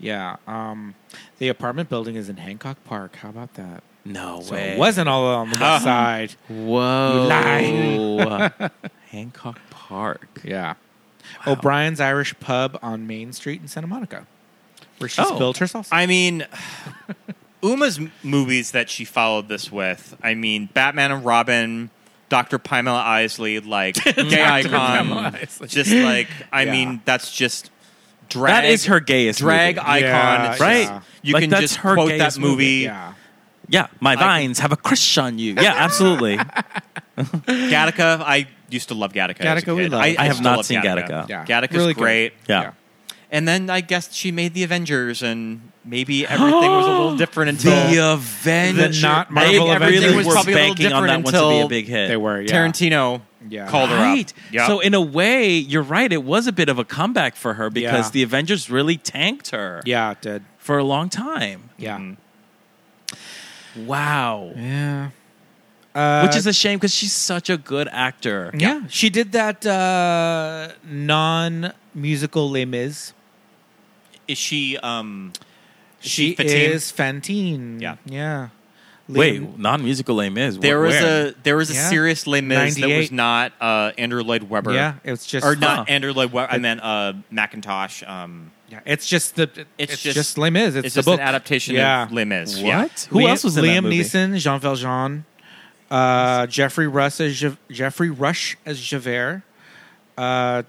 Speaker 8: yeah. Um, the apartment building is in Hancock Park. How about that?
Speaker 9: no
Speaker 8: So
Speaker 9: way.
Speaker 8: it wasn't all on the west side.
Speaker 9: Whoa, Hancock Park.
Speaker 8: Yeah. O'Brien's Irish Pub on Main Street in Santa Monica, where she
Speaker 9: Oh.
Speaker 8: spilled her salsa.
Speaker 3: I mean, Uma's m- movies that she followed this with. I mean, Batman and Robin, Doctor Pamela Isley, like gay icon.
Speaker 8: Isley.
Speaker 3: Just like I
Speaker 8: Yeah.
Speaker 3: mean, that's just drag.
Speaker 9: That is her gayest
Speaker 3: drag
Speaker 9: movie.
Speaker 3: icon,
Speaker 8: Yeah,
Speaker 3: It's
Speaker 9: right?
Speaker 3: just- You
Speaker 9: Like,
Speaker 3: can
Speaker 9: that's
Speaker 3: just
Speaker 9: her
Speaker 3: quote that
Speaker 9: gayest movie.
Speaker 3: movie.
Speaker 8: yeah.
Speaker 9: yeah, my vines have a crush on you. Yeah, absolutely.
Speaker 3: Gattaca. I used to love Gattaca. as a
Speaker 8: Gattaca we
Speaker 3: kid.
Speaker 8: love.
Speaker 9: I have
Speaker 3: still
Speaker 9: not
Speaker 3: love
Speaker 9: seen
Speaker 3: Gattaca.
Speaker 9: Gattaca.
Speaker 8: Yeah.
Speaker 3: Gattaca's
Speaker 8: Really good.
Speaker 3: great.
Speaker 9: yeah.
Speaker 8: Yeah.
Speaker 3: And then I guess she made the Avengers, and maybe everything was a little different until
Speaker 9: The Avengers.
Speaker 8: The not
Speaker 9: They
Speaker 8: Marvel
Speaker 9: really
Speaker 8: Avengers
Speaker 9: were
Speaker 8: was
Speaker 3: probably a little
Speaker 9: banking on
Speaker 3: different
Speaker 9: that one to be a
Speaker 3: until
Speaker 9: big hit.
Speaker 8: They were. Yeah.
Speaker 3: Tarantino
Speaker 8: Yeah.
Speaker 3: called her
Speaker 9: Right.
Speaker 3: up. Yep.
Speaker 9: So in a way, you're right. It was a bit of a comeback for her because
Speaker 8: Yeah.
Speaker 9: the Avengers really tanked her
Speaker 8: Yeah. It did.
Speaker 9: for a long time.
Speaker 3: Mm-hmm.
Speaker 8: Yeah.
Speaker 9: Wow.
Speaker 8: Yeah. Uh,
Speaker 9: which is a shame because she's such a good actor.
Speaker 8: yeah. She did that uh, non musical Les Mis.
Speaker 3: Is she? Um, is
Speaker 8: She
Speaker 3: Fatine?
Speaker 8: is Fantine.
Speaker 3: Yeah.
Speaker 8: yeah. Liam-
Speaker 9: Wait, non-musical Les Mis.
Speaker 3: There
Speaker 9: Wh-
Speaker 3: was
Speaker 9: where?
Speaker 3: a there was a
Speaker 8: Yeah.
Speaker 3: serious Les Mis that
Speaker 8: 98.
Speaker 3: was not uh, Andrew Lloyd Webber.
Speaker 8: yeah, it's just
Speaker 3: or not
Speaker 9: Huh.
Speaker 3: Andrew Lloyd Webber. I meant uh, Macintosh. Um,
Speaker 8: Yeah, it's just the
Speaker 3: It's
Speaker 8: it's,
Speaker 3: just-
Speaker 8: just, Les Mis. It's,
Speaker 3: it's
Speaker 8: the
Speaker 3: just
Speaker 8: book
Speaker 3: an adaptation
Speaker 8: Yeah.
Speaker 3: of Les Mis.
Speaker 9: What?
Speaker 3: Yeah.
Speaker 9: Who else was in
Speaker 8: Liam
Speaker 9: that movie?
Speaker 8: Neeson, Jean Valjean, uh, Jeffrey Rush as Ja- Jeffrey Rush as Javert, uh,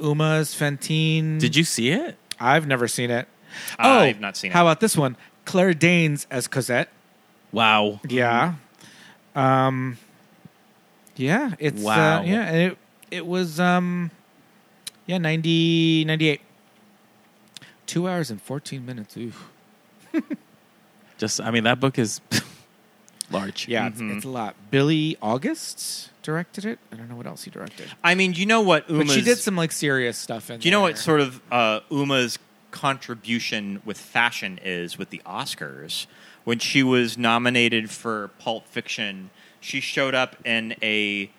Speaker 8: Uma as Fantine.
Speaker 9: Did you see it?
Speaker 8: I've never seen it.
Speaker 3: I've not seen it.
Speaker 8: Oh, How about this one? Claire Danes as Cosette.
Speaker 9: Wow.
Speaker 3: Mm-hmm.
Speaker 8: Yeah. Um. Yeah. It's uh,
Speaker 9: Wow.
Speaker 8: yeah. and It it was um. Yeah, 90, 98. Two hours and fourteen minutes. Ooh.
Speaker 9: Just I mean that book is large.
Speaker 8: Yeah, it's-
Speaker 3: Mm-hmm.
Speaker 8: it's, a lot. Billy August directed it. I don't know what else he directed.
Speaker 3: I mean, you know what Uma's.
Speaker 8: But she did some like serious stuff. In
Speaker 3: Do you know what
Speaker 8: there.
Speaker 3: sort of uh, Uma's contribution with fashion is with the Oscars? When she was nominated for Pulp Fiction, she showed up in a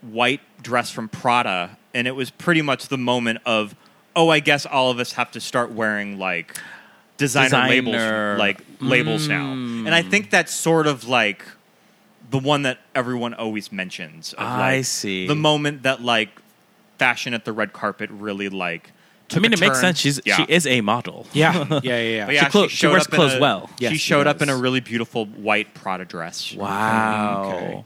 Speaker 3: white dress from Prada, and it was pretty much the moment of, oh, I guess all of us have to start wearing like designer,
Speaker 9: Designer.
Speaker 3: labels,
Speaker 9: Mm.
Speaker 3: like labels now. And I think that's sort of like the one that everyone always mentions. Of,
Speaker 9: I
Speaker 3: like,
Speaker 9: see.
Speaker 3: the moment that like fashion at the red carpet really like.
Speaker 9: I mean,
Speaker 3: took
Speaker 9: it
Speaker 3: a
Speaker 9: makes
Speaker 3: turn.
Speaker 9: sense. She's
Speaker 3: Yeah.
Speaker 9: she is a model.
Speaker 8: Yeah, yeah, yeah. yeah.
Speaker 3: But yeah,
Speaker 9: clo- she
Speaker 3: showed
Speaker 9: wears
Speaker 3: up in
Speaker 9: clothes
Speaker 3: a-
Speaker 9: well.
Speaker 8: Yes,
Speaker 3: she
Speaker 8: she
Speaker 3: showed up in a
Speaker 8: does.
Speaker 3: really beautiful white Prada dress.
Speaker 9: Wow.
Speaker 8: Okay.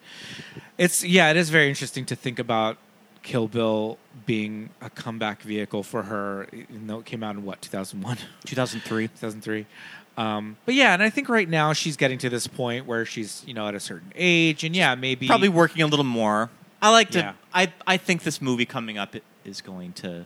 Speaker 8: It's yeah, it is very interesting to think about Kill Bill being a comeback vehicle for her. Even though it came out in what two thousand one, two thousand three, two thousand three. Um, but yeah, and I think right now she's getting to this point where she's you know at a certain age, and yeah, maybe
Speaker 3: Probably working a little more. I like to.
Speaker 8: Yeah.
Speaker 3: I I think this movie coming up is going to.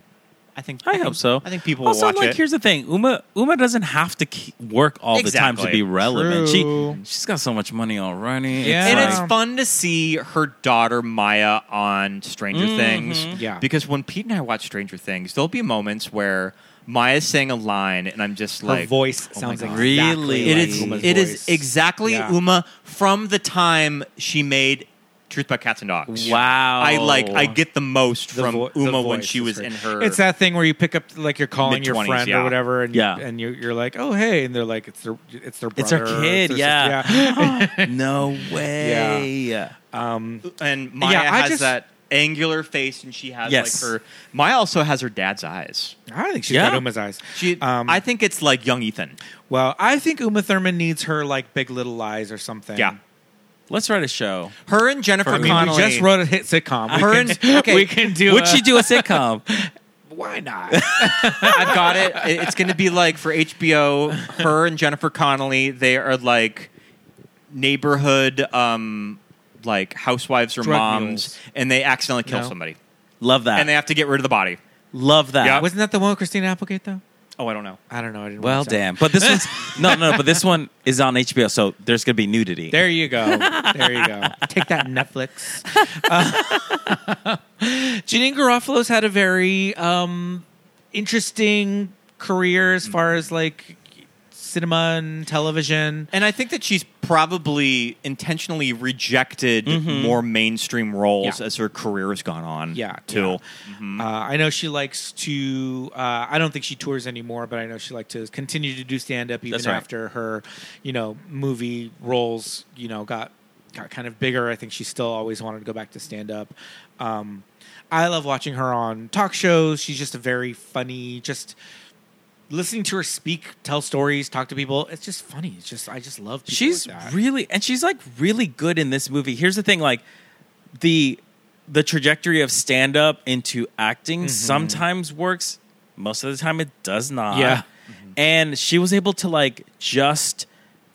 Speaker 3: I think.
Speaker 9: I
Speaker 3: think-
Speaker 9: hope so.
Speaker 3: I think people will
Speaker 9: also,
Speaker 3: watch
Speaker 9: like,
Speaker 3: it.
Speaker 9: here's the thing: Uma Uma doesn't have to ke- work all the time to
Speaker 3: Exactly.
Speaker 9: be relevant.
Speaker 8: True.
Speaker 9: She she's got so much money already.
Speaker 8: Yeah. Um,
Speaker 3: And
Speaker 9: like-
Speaker 3: it's fun to see her daughter Maya on Stranger Things.
Speaker 8: Yeah.
Speaker 3: Because when Pete and I watch Stranger Things, there'll be moments where Maya's saying a line and I'm just
Speaker 8: her
Speaker 3: like
Speaker 8: voice
Speaker 3: oh my
Speaker 8: sounds
Speaker 3: God.
Speaker 8: like
Speaker 9: Really?
Speaker 3: It
Speaker 9: like
Speaker 3: is
Speaker 9: Uma's
Speaker 3: it is exactly
Speaker 8: Yeah.
Speaker 3: Uma from the time she made Truth About Cats and Dogs.
Speaker 9: wow.
Speaker 3: I like I get the most
Speaker 8: The
Speaker 3: from
Speaker 8: vo- the
Speaker 3: Uma when
Speaker 8: voice
Speaker 3: she
Speaker 8: is
Speaker 3: was
Speaker 8: her-
Speaker 3: in her
Speaker 8: It's that thing where you pick up like you're calling your
Speaker 3: Mid-twenties,
Speaker 8: friend
Speaker 3: yeah.
Speaker 8: or whatever, and
Speaker 9: Yeah.
Speaker 8: you, and you, you're like, oh hey, and they're like, it's their it's their
Speaker 9: It's her
Speaker 8: brother, or
Speaker 9: kid,
Speaker 8: their
Speaker 9: yeah.
Speaker 8: sister. yeah.
Speaker 9: no way.
Speaker 3: and Maya
Speaker 8: Yeah, I
Speaker 3: has
Speaker 8: just-
Speaker 3: that angular face and she has
Speaker 9: Yes.
Speaker 3: like her Maya also has her dad's eyes.
Speaker 8: I don't think she's
Speaker 9: Yeah.
Speaker 8: got Uma's eyes.
Speaker 3: She,
Speaker 8: Um,
Speaker 3: I think it's like young Ethan.
Speaker 8: well, I think Uma Thurman needs her like Big Little Lies or something.
Speaker 3: Yeah.
Speaker 9: Let's write a show.
Speaker 3: Her and Jennifer
Speaker 8: I mean,
Speaker 3: Connelly.
Speaker 8: we just wrote a hit sitcom.
Speaker 3: Her
Speaker 8: We can,
Speaker 3: and- okay.
Speaker 8: we can do.
Speaker 9: Would
Speaker 8: a-
Speaker 9: she do a sitcom?
Speaker 8: Why not?
Speaker 3: I've got it. It- It's going to be like for HBO. Her and Jennifer Connelly. They are like neighborhood, um, like housewives or
Speaker 8: Drug
Speaker 3: moms,
Speaker 8: mules.
Speaker 3: and they accidentally kill
Speaker 8: No.
Speaker 3: somebody,
Speaker 9: Love that.
Speaker 3: and they have to get rid of the body.
Speaker 9: Love that.
Speaker 3: Yeah.
Speaker 8: Wasn't that the one with Christina Applegate though?
Speaker 3: Oh, I don't know.
Speaker 8: I don't know. I didn't.
Speaker 9: Well,
Speaker 8: watch that.
Speaker 9: damn. But this one's no, no, no. But this one is on HBO, so there's gonna be nudity.
Speaker 8: There you go. There you go. Take that, Netflix. Uh, Janine Garofalo's had a very um, interesting career as far as like cinema and television.
Speaker 3: And I think that she's probably intentionally rejected
Speaker 9: Mm-hmm.
Speaker 3: more mainstream roles
Speaker 8: Yeah.
Speaker 3: as her career has gone on.
Speaker 8: Yeah,
Speaker 3: too. Mm-hmm.
Speaker 8: Uh, I know she likes to. Uh, I don't think she tours anymore, but I know she likes to continue to do stand up even
Speaker 9: That's right.
Speaker 8: after her, you know, movie roles. You know, got got kind of bigger. I think she still always wanted to go back to stand up. Um, I love watching her on talk shows. She's just a very funny. Just listening to her speak, tell stories, talk to people. It's just funny. It's just I just love. People
Speaker 9: she's
Speaker 8: like that.
Speaker 9: really and she's like really good in this movie here's the thing like the the trajectory of stand up into
Speaker 8: Mm-hmm.
Speaker 9: acting sometimes works most of the time it does not Mm-hmm.
Speaker 8: Yeah.
Speaker 9: and she was able to like just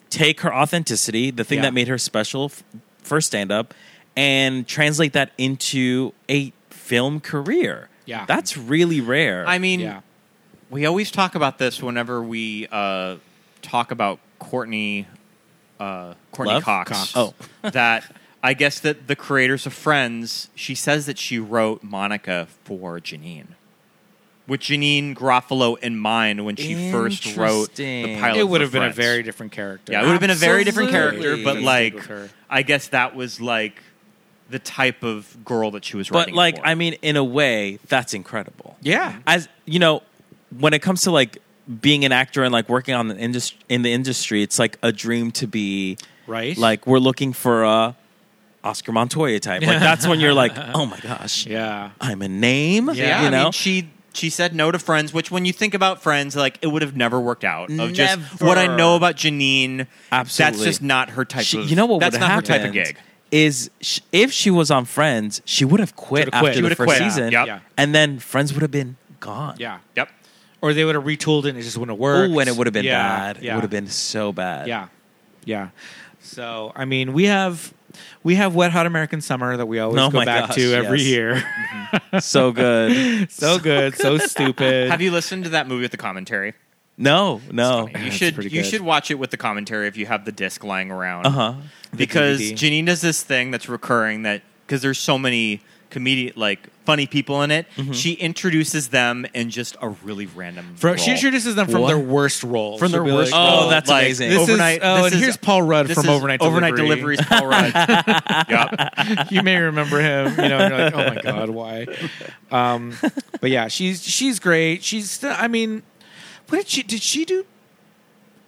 Speaker 9: take her authenticity the thing
Speaker 8: Yeah.
Speaker 9: that made her special f- for stand up and translate that into a film career
Speaker 8: Yeah.
Speaker 9: that's really rare
Speaker 3: I mean,
Speaker 8: yeah.
Speaker 3: We always talk about this whenever we uh, talk about Courtney uh, Courtney
Speaker 9: Love?
Speaker 3: Cox.
Speaker 9: Cox. Oh.
Speaker 3: that I guess that the creators of Friends, she says that she wrote Monica for Janine. with Janine Garofalo in mind when she first wrote the
Speaker 9: Interesting.
Speaker 3: pilot.
Speaker 8: it
Speaker 3: would have
Speaker 8: have been a very different character.
Speaker 3: yeah, it would have been a very different character,
Speaker 9: Absolutely.
Speaker 3: but like
Speaker 8: With her.
Speaker 3: I guess that was like the type of girl that she was
Speaker 9: But
Speaker 3: writing.
Speaker 9: like,
Speaker 3: for.
Speaker 9: I mean, in a way, that's incredible.
Speaker 8: yeah.
Speaker 9: as you know, when it comes to like being an actor and like working on the industry in the industry, it's like a dream to be
Speaker 8: Right.
Speaker 9: like we're looking for a Oscar Montoya type. Like that's when you're like, oh my gosh,
Speaker 8: yeah.
Speaker 9: I'm a name.
Speaker 8: Yeah,
Speaker 9: you
Speaker 3: I mean,
Speaker 9: know.
Speaker 3: she she said no to Friends, which when you think about Friends, like it would have never worked out. Of just
Speaker 9: Never.
Speaker 3: what I know about Janine,
Speaker 9: Absolutely.
Speaker 3: that's just not her type.
Speaker 9: She-
Speaker 3: of,
Speaker 9: you know what
Speaker 3: That's
Speaker 9: would
Speaker 3: not
Speaker 9: have
Speaker 3: her type of
Speaker 9: happened
Speaker 3: gig.
Speaker 9: is sh if she was on Friends, she would have quit
Speaker 8: Should've quit.
Speaker 9: after
Speaker 8: She
Speaker 9: the
Speaker 8: would've
Speaker 9: first
Speaker 3: quit.
Speaker 9: season,
Speaker 3: Yep.
Speaker 8: Yeah.
Speaker 9: and then Friends would have been gone.
Speaker 8: Yeah.
Speaker 3: Yep.
Speaker 8: Or they would have retooled it and it just wouldn't have worked.
Speaker 9: Oh, and it would have been
Speaker 8: Yeah,
Speaker 9: bad.
Speaker 8: Yeah.
Speaker 9: It would have been so bad.
Speaker 8: Yeah. Yeah. So I mean, we have we have Wet Hot American Summer that we always
Speaker 9: Oh
Speaker 8: go
Speaker 9: my
Speaker 8: back
Speaker 9: gosh,
Speaker 8: to every
Speaker 9: yes.
Speaker 8: year.
Speaker 9: so good.
Speaker 8: so good, so stupid.
Speaker 3: Have you listened to that movie with the commentary?
Speaker 9: No, no.
Speaker 3: You
Speaker 8: it's
Speaker 3: should
Speaker 8: pretty
Speaker 3: you
Speaker 8: good.
Speaker 3: should watch it with the commentary if you have the disc lying around.
Speaker 9: Uh huh.
Speaker 3: Because
Speaker 8: DVD.
Speaker 3: Janine does this thing that's recurring that because there's so many comedian like funny people in it,
Speaker 9: Mm-hmm.
Speaker 3: she introduces them in just a really random.
Speaker 8: From,
Speaker 3: role.
Speaker 8: she introduces them from
Speaker 9: What?
Speaker 8: their worst roles.
Speaker 3: from their
Speaker 8: She'll be
Speaker 3: worst.
Speaker 8: like,
Speaker 9: role.
Speaker 3: role,
Speaker 9: Oh, that's
Speaker 3: like,
Speaker 9: amazing.
Speaker 8: This
Speaker 3: overnight.
Speaker 8: is, oh,
Speaker 3: this
Speaker 8: and
Speaker 3: is-
Speaker 8: here's Paul Rudd
Speaker 3: this
Speaker 8: from
Speaker 3: is
Speaker 8: Overnight
Speaker 3: overnight
Speaker 8: Delivery.
Speaker 3: deliveries. Paul Rudd. yep.
Speaker 8: you may remember him. You know, and you're like, oh my god, why? Um, but yeah, she's she's great. She's still. I mean, what did she did she do?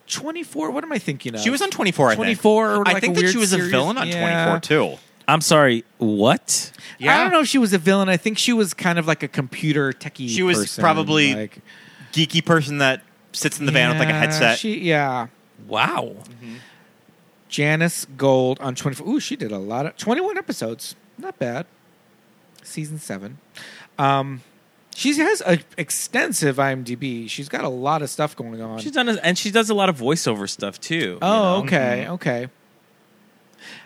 Speaker 8: Twenty four. What am I thinking of?
Speaker 3: She was on 24, I think.
Speaker 8: 24 or, like,
Speaker 3: I
Speaker 8: a
Speaker 3: think that
Speaker 8: weird
Speaker 3: she was a
Speaker 8: series.
Speaker 3: villain on
Speaker 8: Yeah.
Speaker 3: 24, too.
Speaker 9: I'm sorry. What?
Speaker 8: I don't know if she was a villain. I think she was kind of like a computer techie.
Speaker 3: She was
Speaker 8: person,
Speaker 3: probably
Speaker 8: like
Speaker 3: Geeky person that sits in the van with like a
Speaker 8: Yeah,
Speaker 3: headset. Mm-hmm.
Speaker 8: She yeah.
Speaker 9: Wow.
Speaker 8: Janice Gold on 24. Ooh, she did a lot of 21 episodes. Not bad. Season 7. Um she has an extensive IMDb. She's got a lot of stuff going on.
Speaker 9: She's done, a, and she does a lot of voiceover stuff too.
Speaker 8: oh,
Speaker 9: you know? Mm-hmm.
Speaker 8: okay. Okay.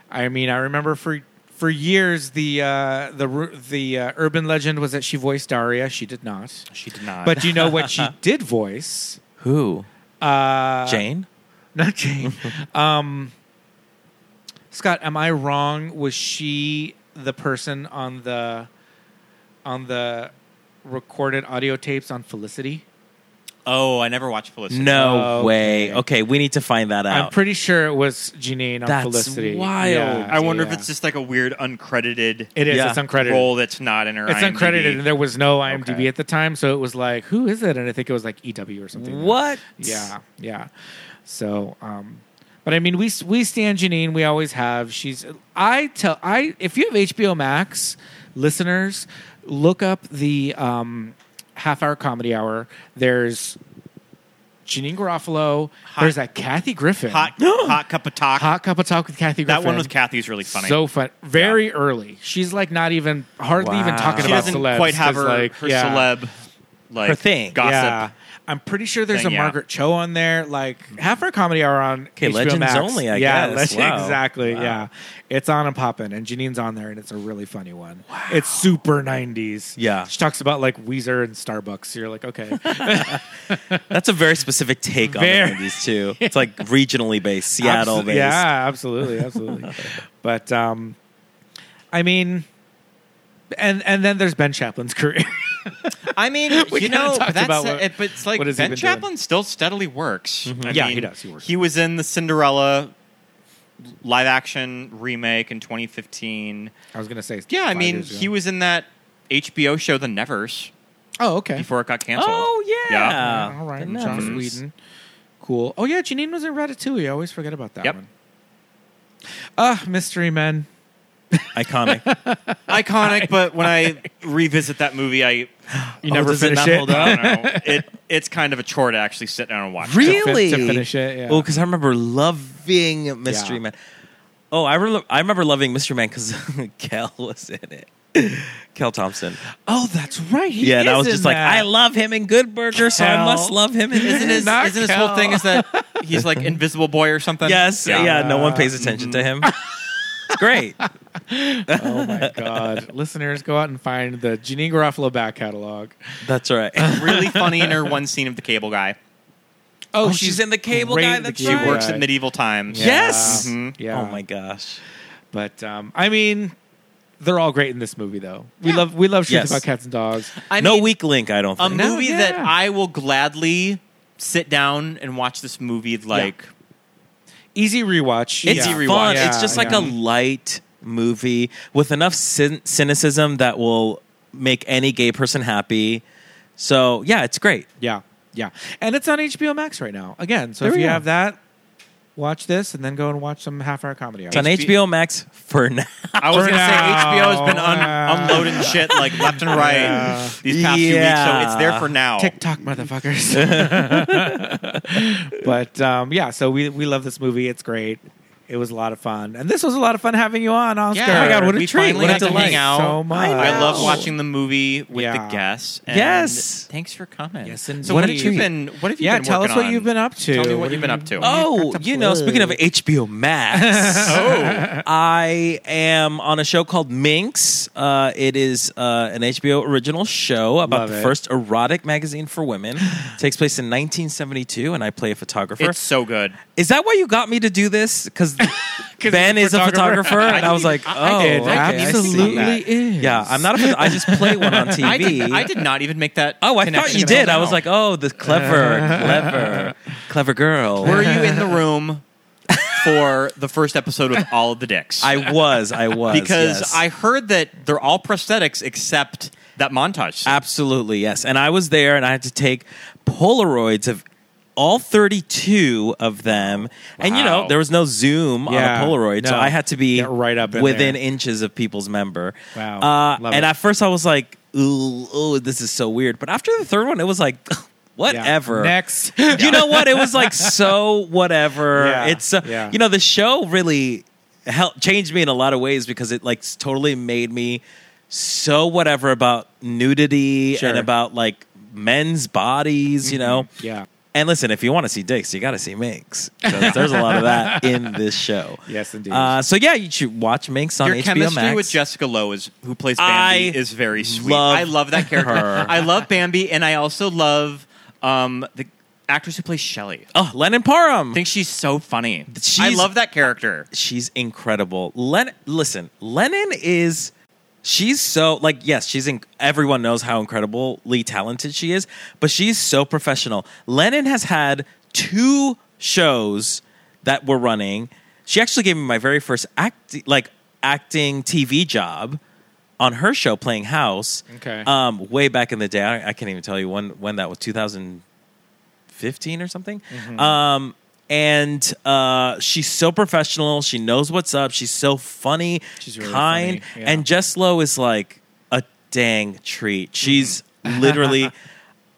Speaker 8: I mean, I remember for for years the uh the ru- the uh, urban legend was that she voiced Daria. She did not.
Speaker 3: she did not.
Speaker 8: But do you know what she did voice?
Speaker 9: Who?
Speaker 8: Uh
Speaker 9: Jane?
Speaker 8: Not Jane. um, Scott, am I wrong? Was she the person on the on the recorded audio tapes on Felicity?
Speaker 3: oh, I never watched Felicity.
Speaker 9: No
Speaker 8: Okay.
Speaker 9: way. Okay, we need to find that out.
Speaker 8: I'm pretty sure it was Janine on
Speaker 9: That's
Speaker 8: Felicity.
Speaker 9: wild.
Speaker 3: I wonder
Speaker 8: yeah.
Speaker 3: if it's just like a weird uncredited
Speaker 8: it is.
Speaker 9: Yeah.
Speaker 8: It's uncredited.
Speaker 3: role that's not in her.
Speaker 8: it's
Speaker 3: IMDb.
Speaker 8: uncredited, and there was no IMDb
Speaker 3: Okay.
Speaker 8: at the time, so it was like, who is it? And I think it was like EW or something.
Speaker 9: what?
Speaker 8: Yeah, yeah. So, um, but I mean, we we stand Janine. We always have. She's. I tell. I if you have HBO Max, listeners, look up the um, half hour comedy hour. There's Janine Garofalo. There's that Kathy Griffin.
Speaker 3: hot, hot cup of talk.
Speaker 8: Hot cup of talk with Kathy Griffin.
Speaker 3: that one with Kathy's really funny.
Speaker 8: So fun. Very early. She's like not even hardly even
Speaker 9: Wow.
Speaker 8: talking
Speaker 3: she
Speaker 8: about
Speaker 3: doesn't
Speaker 8: celebs.
Speaker 3: quite have
Speaker 8: 'cause,
Speaker 3: her
Speaker 8: like,
Speaker 3: her
Speaker 8: yeah.
Speaker 3: celeb like
Speaker 9: Her thing.
Speaker 3: gossip.
Speaker 8: I'm pretty sure there's
Speaker 3: thing,
Speaker 8: a
Speaker 3: yeah.
Speaker 8: Margaret Cho on there. Like half our comedy hour on
Speaker 9: Okay,
Speaker 8: HBO
Speaker 9: Legends
Speaker 8: Max.
Speaker 9: only, I
Speaker 8: yeah,
Speaker 9: guess.
Speaker 8: Legend-
Speaker 9: Wow.
Speaker 8: exactly.
Speaker 9: Wow.
Speaker 8: Yeah, it's on and popping, and Janine's on there, and it's a really funny one. It's super '90s.
Speaker 9: Yeah.
Speaker 8: she talks about like Weezer and Starbucks. So you're like, okay,
Speaker 9: That's a very specific take on
Speaker 8: Very.
Speaker 9: the Indies too. It's like regionally based, Seattle
Speaker 8: Absol-
Speaker 9: based.
Speaker 8: Yeah, absolutely, absolutely. but um, I mean, and and then there's Ben Chaplin's career.
Speaker 3: I mean,
Speaker 8: We
Speaker 3: you
Speaker 8: kinda
Speaker 3: know,
Speaker 8: talked
Speaker 3: that's
Speaker 8: about what-
Speaker 3: it, but it's like
Speaker 8: what has he
Speaker 3: Ben
Speaker 8: been doing? Mm-hmm.
Speaker 3: Chaplin still steadily works. I
Speaker 8: Yeah,
Speaker 3: mean,
Speaker 8: he does. He works.
Speaker 3: was in the Cinderella live action remake in 2015.
Speaker 8: I was gonna say,
Speaker 3: Yeah, I
Speaker 8: five
Speaker 3: mean,
Speaker 8: years ago.
Speaker 3: he was in that HBO show The Nevers
Speaker 8: Oh, okay.
Speaker 3: before it got canceled.
Speaker 9: Oh yeah.
Speaker 3: Yeah.
Speaker 8: Mm-hmm. All right,
Speaker 9: The
Speaker 8: John
Speaker 9: numbers.
Speaker 8: Sweden. Cool. Oh yeah, Janine was in Ratatouille. I always forget about that
Speaker 3: Yep.
Speaker 8: one. Ah, Mystery Men.
Speaker 9: Iconic.
Speaker 3: Iconic, but when I revisit that movie, I
Speaker 8: You
Speaker 9: never does it not finish it? hold up?
Speaker 3: I don't know. It it's kind of a chore to actually sit down and watch. it.
Speaker 9: really?
Speaker 8: To finish it, yeah.
Speaker 9: Oh, because I remember loving Mystery
Speaker 8: Yeah.
Speaker 9: Man. Oh, I, rel I remember loving Mystery Man because Kel was in it. Kel Thompson.
Speaker 8: Oh, that's right. He
Speaker 9: yeah, that
Speaker 8: is
Speaker 9: was
Speaker 8: in
Speaker 9: just like
Speaker 8: that.
Speaker 9: I love him in Good Burger, so I
Speaker 8: Kel.
Speaker 9: must love him in this.
Speaker 3: Isn't his,
Speaker 8: Not
Speaker 3: isn't his whole
Speaker 8: Kel.
Speaker 3: thing is that he's like Invisible Boy or something?
Speaker 9: Yes, yeah. no one
Speaker 8: Uh,
Speaker 9: pays attention to him. It's great.
Speaker 8: Oh my god, listeners, go out and find the Janine Garofalo back catalog.
Speaker 9: That's right.
Speaker 3: really funny in her one scene of the cable guy.
Speaker 9: Oh, she's in the cable
Speaker 8: great
Speaker 9: guy,
Speaker 8: in the
Speaker 9: that's
Speaker 3: She
Speaker 8: cable
Speaker 9: right.
Speaker 3: works
Speaker 8: guy.
Speaker 3: in medieval times.
Speaker 9: Yes.
Speaker 8: Yeah.
Speaker 9: Oh my gosh.
Speaker 8: But um, I mean, They're all great in this movie, though. We love we love shit
Speaker 9: Yes.
Speaker 8: about cats and dogs.
Speaker 3: I
Speaker 9: no
Speaker 3: mean,
Speaker 9: weak link, I don't
Speaker 3: a
Speaker 9: think.
Speaker 8: No,
Speaker 3: movie
Speaker 8: yeah.
Speaker 3: that I will gladly sit down and watch this movie like
Speaker 8: Easy rewatch.
Speaker 9: it's
Speaker 3: yeah.
Speaker 9: fun.
Speaker 8: Yeah,
Speaker 9: it's just like
Speaker 8: yeah.
Speaker 9: a light movie with enough cyn- cynicism that will make any gay person happy. So yeah, it's great.
Speaker 8: Yeah, yeah, and it's on HBO Max right now. Again, so
Speaker 9: There
Speaker 8: if
Speaker 9: we
Speaker 8: you
Speaker 9: are.
Speaker 8: have that, watch this, and then go and watch some half-hour comedy.
Speaker 9: It's on HBO Max for now.
Speaker 3: I was
Speaker 8: For
Speaker 3: gonna say
Speaker 8: now.
Speaker 3: HBO has been un-
Speaker 8: Yeah.
Speaker 3: unloading shit like left and right
Speaker 8: Yeah.
Speaker 3: these past few weeks, so it's there
Speaker 9: Yeah.
Speaker 3: for now.
Speaker 8: TikTok motherfuckers. but um, yeah, so we we love this movie. It's great. It was a lot of fun, and this was a lot of fun having you on, Oscar.
Speaker 3: Yeah.
Speaker 9: Oh my God, what a
Speaker 3: we
Speaker 9: treat.
Speaker 3: finally
Speaker 9: What a
Speaker 3: got to
Speaker 9: delight.
Speaker 3: hang out.
Speaker 8: So much.
Speaker 3: I love
Speaker 9: know.
Speaker 3: watching the movie with
Speaker 8: Yeah.
Speaker 3: the guests. And
Speaker 9: Yes.
Speaker 3: Thanks for coming.
Speaker 8: Yes, indeed.
Speaker 3: So what have
Speaker 8: What a
Speaker 3: you
Speaker 8: treat.
Speaker 3: been? What have you
Speaker 8: yeah,
Speaker 3: been?
Speaker 8: tell us
Speaker 3: working
Speaker 8: what
Speaker 3: on?
Speaker 8: you've been up to.
Speaker 3: Tell me what
Speaker 8: What
Speaker 3: you've
Speaker 8: have
Speaker 3: been
Speaker 8: you
Speaker 3: up to.
Speaker 9: Oh, you know, speaking of HBO Max,
Speaker 3: Oh.
Speaker 9: I am on a show called Minx. Uh, it is uh, an HBO original show about
Speaker 8: Love
Speaker 9: the
Speaker 8: it.
Speaker 9: first erotic magazine for women. It takes place in 1972, and I play a photographer.
Speaker 3: It's so good.
Speaker 9: is that why you got me to do this? Because Ben
Speaker 8: he's a
Speaker 9: is a
Speaker 8: photographer.
Speaker 9: photographer, and I, was like, oh,
Speaker 3: did.
Speaker 9: okay,
Speaker 3: I
Speaker 9: I see.
Speaker 8: Absolutely
Speaker 3: that.
Speaker 8: is.
Speaker 9: Yeah, I'm not a phot- I just play one on TV.
Speaker 3: I did, I did not even make that.
Speaker 9: Oh, I thought
Speaker 3: connection
Speaker 9: you did.
Speaker 3: until
Speaker 9: I was
Speaker 3: now.
Speaker 9: like, oh, the clever, clever, clever girl.
Speaker 3: were you in the room for the first episode of All of the Dicks?
Speaker 9: I was. I was.
Speaker 3: because
Speaker 9: yes.
Speaker 3: I heard that they're all prosthetics except that montage. scene.
Speaker 9: Absolutely, yes. And I was there and I had to take Polaroids of all 32 of them. And you
Speaker 3: Wow.
Speaker 9: know, there was no zoom
Speaker 8: Yeah,
Speaker 9: on a Polaroid, so
Speaker 8: no.
Speaker 9: I had to be
Speaker 8: Get right up in
Speaker 9: within
Speaker 8: there.
Speaker 9: inches of people's member.
Speaker 8: Wow.
Speaker 9: Uh,
Speaker 8: Love
Speaker 9: and
Speaker 8: it.
Speaker 9: at first I was like, ooh, ooh, this is so weird. But after the third one, it was like,
Speaker 8: Yeah.
Speaker 9: whatever.
Speaker 8: Next.
Speaker 9: You know what? It was like so whatever.
Speaker 8: Yeah,
Speaker 9: It's so,
Speaker 8: yeah.
Speaker 9: you know the show really helped changed me in a lot of ways because it like s- totally made me so whatever about nudity
Speaker 8: Sure.
Speaker 9: and about like men's bodies,
Speaker 3: Mm-hmm.
Speaker 9: you know.
Speaker 8: Yeah.
Speaker 9: And listen, if you want to see dicks, you got to see Minx 'cause there's a lot of that in this show.
Speaker 8: Yes, indeed.
Speaker 9: Uh, so yeah, you should watch Minx on
Speaker 3: Your
Speaker 9: HBO
Speaker 3: chemistry
Speaker 9: Max.
Speaker 3: with Jessica Lowe is who plays Bambi
Speaker 9: I
Speaker 3: is very sweet.
Speaker 9: love
Speaker 3: I love that character.
Speaker 9: her.
Speaker 3: I love Bambi, and I also love um, the actress who plays Shelley.
Speaker 9: oh, Lennon Parham.
Speaker 3: I think she's so funny.
Speaker 9: She's-
Speaker 3: I love that character.
Speaker 9: she's incredible. Len, listen, Lennon is she's so like yes, she's in, everyone knows how incredibly talented she is, but she's so professional. Lennon has had two shows that were running. She actually gave me my very first act like acting TV job on her show playing house.
Speaker 8: Okay.
Speaker 9: Um, way back in the day, I, I can't even tell you when when that was. 2015 or something.
Speaker 8: Mm-hmm.
Speaker 9: Um, and uh, she's so professional. She knows what's up. She's so funny,
Speaker 8: She's really
Speaker 9: kind,
Speaker 8: funny, yeah.
Speaker 9: and Jess Lowe is like a dang
Speaker 8: Mm-hmm.
Speaker 9: treat. She's literally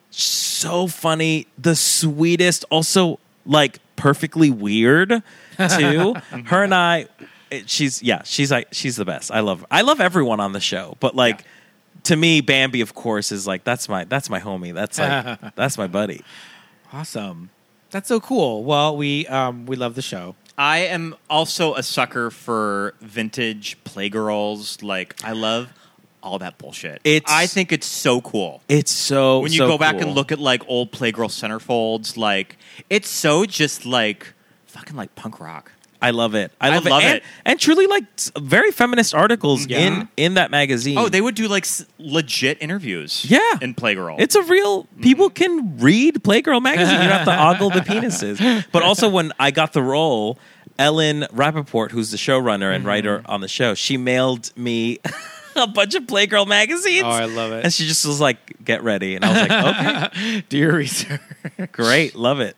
Speaker 9: so funny, the sweetest, also like perfectly weird too. Her and I, it- she's yeah, she's like she's the best. I love I love everyone on the show, but like to me, Bambi of course is like that's my that's my homie. That's like that's my buddy.
Speaker 8: Awesome. That's so cool. Well, we um we love the show.
Speaker 9: Oh,
Speaker 3: I am also a sucker for vintage playgirls. Like I love all that bullshit.
Speaker 9: It's-
Speaker 3: I think it's so cool.
Speaker 9: It's so
Speaker 3: when you
Speaker 9: so
Speaker 3: go back
Speaker 9: cool.
Speaker 3: and look at like old Playgirl centerfolds, like it's so just like fucking like punk rock.
Speaker 9: I love it. I
Speaker 3: I
Speaker 9: love,
Speaker 3: love
Speaker 9: it. And,
Speaker 3: it.
Speaker 9: and truly like s- very feminist articles
Speaker 8: Yeah.
Speaker 9: in in that magazine.
Speaker 3: Oh, they would do like s- legit interviews.
Speaker 9: Yeah.
Speaker 3: in Playgirl.
Speaker 9: It's a real people
Speaker 8: Mm-hmm.
Speaker 9: can read Playgirl magazine. You don't have to ogle the penises. But also when I got the role, Ellen Rappaport, who's the showrunner
Speaker 8: Mm-hmm.
Speaker 9: and writer on the show, she mailed me a bunch of Playgirl magazines.
Speaker 8: Oh, I love it.
Speaker 9: And she just was like, get ready. And I was like, okay,
Speaker 8: Do your research.
Speaker 9: great. Love it.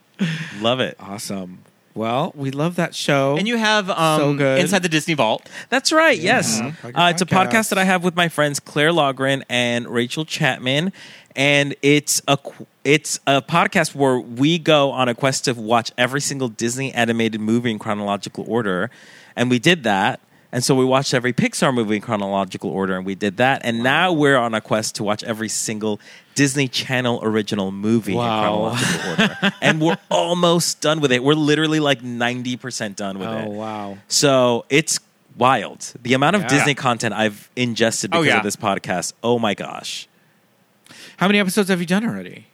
Speaker 9: Love it.
Speaker 8: Awesome. Well, we love that show.
Speaker 3: and you have um,
Speaker 8: So good.
Speaker 3: inside the Disney Vault.
Speaker 9: That's right. Yes.
Speaker 8: Yeah, fucking
Speaker 9: Uh, it's a
Speaker 8: podcast.
Speaker 9: podcast that I have with my friends Claire Logren and Rachel Chapman, and it's a qu- it's a podcast where we go on a quest to watch every single Disney animated movie in chronological order, and we did that. And so we watched every Pixar movie in chronological order, and we did that. And now we're on a quest to watch every single Disney Channel original movie
Speaker 8: Wow.
Speaker 9: in chronological order. and we're almost done with it. We're literally like 90% done with
Speaker 8: Oh
Speaker 9: it.
Speaker 8: wow.
Speaker 9: So it's wild. The amount of
Speaker 8: Yeah.
Speaker 9: Disney content I've ingested
Speaker 3: Oh,
Speaker 9: because
Speaker 3: yeah.
Speaker 9: of this podcast. Oh my gosh.
Speaker 8: How many episodes have you done already?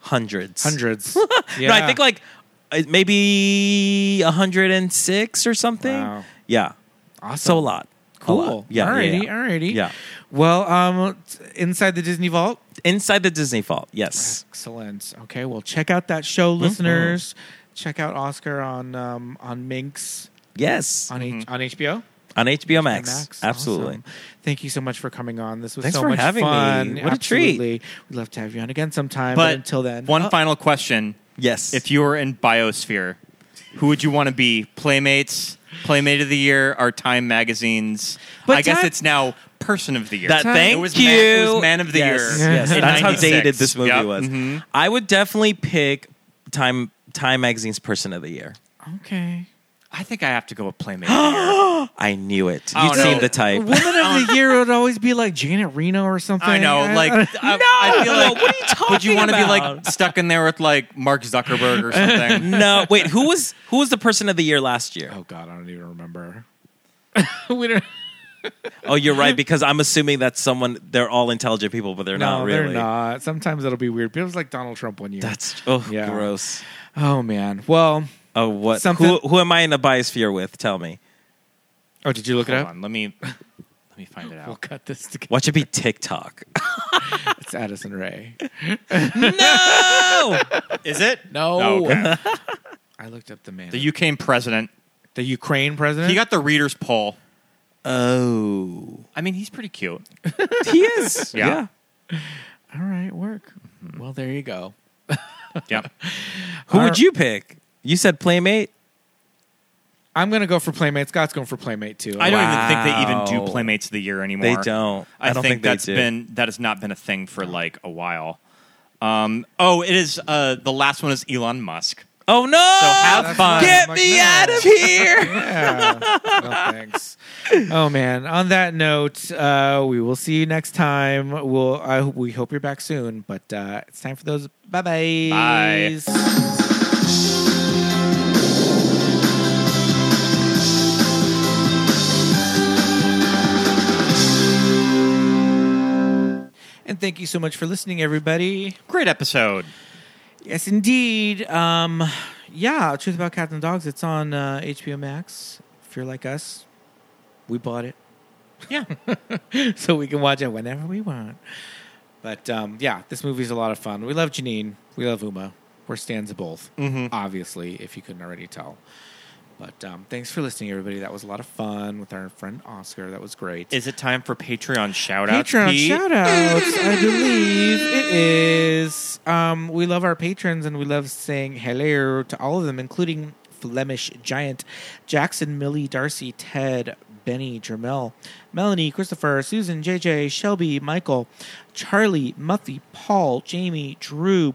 Speaker 9: Hundreds.
Speaker 8: Hundreds.
Speaker 9: No, I think like uh, maybe 106 or something.
Speaker 8: Wow.
Speaker 9: Yeah.
Speaker 8: awesome.
Speaker 9: So a lot.
Speaker 8: Cool.
Speaker 9: Oh, Yeah, yeah,
Speaker 8: Alrighty.
Speaker 9: yeah.
Speaker 8: Alrighty.
Speaker 9: Yeah.
Speaker 8: Well, um, inside the Disney Vault.
Speaker 9: Inside the Disney Vault. Yes. Mm-hmm.
Speaker 8: Excellent. Okay. Well, check out that show, listeners. Check out Oscar on um, on Minx
Speaker 9: Yes.
Speaker 8: on H- on HBO.
Speaker 9: On HBO Mm-hmm. Max. Absolutely.
Speaker 8: Awesome. Thank you so much for coming on. This was
Speaker 9: Thanks
Speaker 8: so
Speaker 9: for
Speaker 8: much
Speaker 9: having me.
Speaker 8: fun.
Speaker 9: What a treat.
Speaker 8: Absolutely. We'd love to have you on again sometime. But,
Speaker 3: But
Speaker 8: until then,
Speaker 3: one
Speaker 8: Oh,
Speaker 3: final question:
Speaker 9: Yes.
Speaker 3: If you were in Biosphere, who would you want to be? Playmates, Playmate of the Year, our Time magazines.
Speaker 8: But
Speaker 3: I guess
Speaker 8: that-
Speaker 3: it's now Person of the Year.
Speaker 9: That, thank
Speaker 3: it was
Speaker 9: you.
Speaker 3: Man, it was Man of the
Speaker 9: Yes,
Speaker 3: Year.
Speaker 9: yes.
Speaker 3: in
Speaker 9: That's how
Speaker 3: 96.
Speaker 9: dated this movie
Speaker 3: Yep.
Speaker 9: was.
Speaker 3: Mhm.
Speaker 9: I would definitely pick Time Time Magazine's Person of the Year.
Speaker 8: okay.
Speaker 3: I think I have to go with Playmate of the Year.
Speaker 9: I knew it.
Speaker 3: Oh,
Speaker 9: You
Speaker 3: no.
Speaker 9: seem the type.
Speaker 8: Woman of the year would always be like Janet Reno or something.
Speaker 3: I know, like, I, I feel like,
Speaker 9: what are you talking
Speaker 3: would you want to be like
Speaker 9: about?
Speaker 3: stuck in there with like Mark Zuckerberg or something?
Speaker 9: No, wait. Who was who was the Person of the Year last year?
Speaker 8: oh god, I don't even remember. we don't.
Speaker 9: Oh, you're right because I'm assuming that's someone. They're all intelligent people, but they're
Speaker 8: No,
Speaker 9: not really.
Speaker 8: they're not. Sometimes it'll be weird. It was like Donald Trump one year.
Speaker 9: That's oh
Speaker 8: Yeah.
Speaker 9: gross.
Speaker 8: oh man. Well.
Speaker 9: Oh what?
Speaker 8: Something-
Speaker 9: Who who am I in a biosphere with? Tell me.
Speaker 8: Oh, did you look it
Speaker 3: Hold
Speaker 8: up?
Speaker 3: on, let me let me find it
Speaker 8: We'll
Speaker 3: out.
Speaker 8: cut this together.
Speaker 9: What should be TikTok?
Speaker 8: It's Addison Ray.
Speaker 3: Oh!
Speaker 9: no.
Speaker 3: Is it?
Speaker 8: No.
Speaker 3: Oh, okay.
Speaker 8: I looked up the man.
Speaker 3: the Ukraine president.
Speaker 8: the Ukraine president.
Speaker 3: He got the readers poll.
Speaker 9: Oh,
Speaker 3: I mean, he's pretty cute.
Speaker 9: he is.
Speaker 3: Yeah.
Speaker 9: yeah.
Speaker 8: All right, work. Well, there you go.
Speaker 3: Yep.
Speaker 9: Who
Speaker 8: Our-
Speaker 9: would you pick? You said Playmate.
Speaker 8: I'm gonna go for Playmate. Scott's going for Playmate too.
Speaker 3: I don't even think
Speaker 9: Wow.
Speaker 3: they even do Playmates of the Year anymore.
Speaker 9: They don't.
Speaker 3: I,
Speaker 9: I don't
Speaker 3: think,
Speaker 9: think they
Speaker 3: that's
Speaker 9: do.
Speaker 3: been that has not been a thing for like a while. Um, oh, it is. Uh, the last one is Elon Musk.
Speaker 9: Oh no!
Speaker 3: So have fun.
Speaker 9: Get
Speaker 8: I'm like,
Speaker 9: me
Speaker 8: no.
Speaker 9: out of here.
Speaker 8: Yeah. no thanks. Oh man. On that note, uh, we will see you next time. We'll. I hope we hope you're back soon. But uh, it's time for those. Bye bye.
Speaker 3: Bye.
Speaker 8: And thank you so much for listening, everybody.
Speaker 3: Great episode.
Speaker 8: Yes, indeed. Um, yeah, Truth About Cats and Dogs. It's on uh, HBO Max. If you're like us, we bought it.
Speaker 3: Yeah.
Speaker 8: so we can watch it whenever we want. But um, yeah, this movie's a lot of fun. We love Janine. We love Uma. We're stands of both, obviously, if you couldn't already tell. But um, thanks for listening, everybody. That was a lot of fun with our friend Oscar. That was great.
Speaker 3: Is it time for Patreon shout outs?
Speaker 8: Patreon shout outs, I believe it is. Um, we love our patrons and we love saying hello to all of them, including Flemish Giant, Jackson, Millie, Darcy, Ted, Benny, Jermel, Melanie, Christopher, Susan, JJ, Shelby, Michael, Charlie, Muffy, Paul, Jamie, Drew,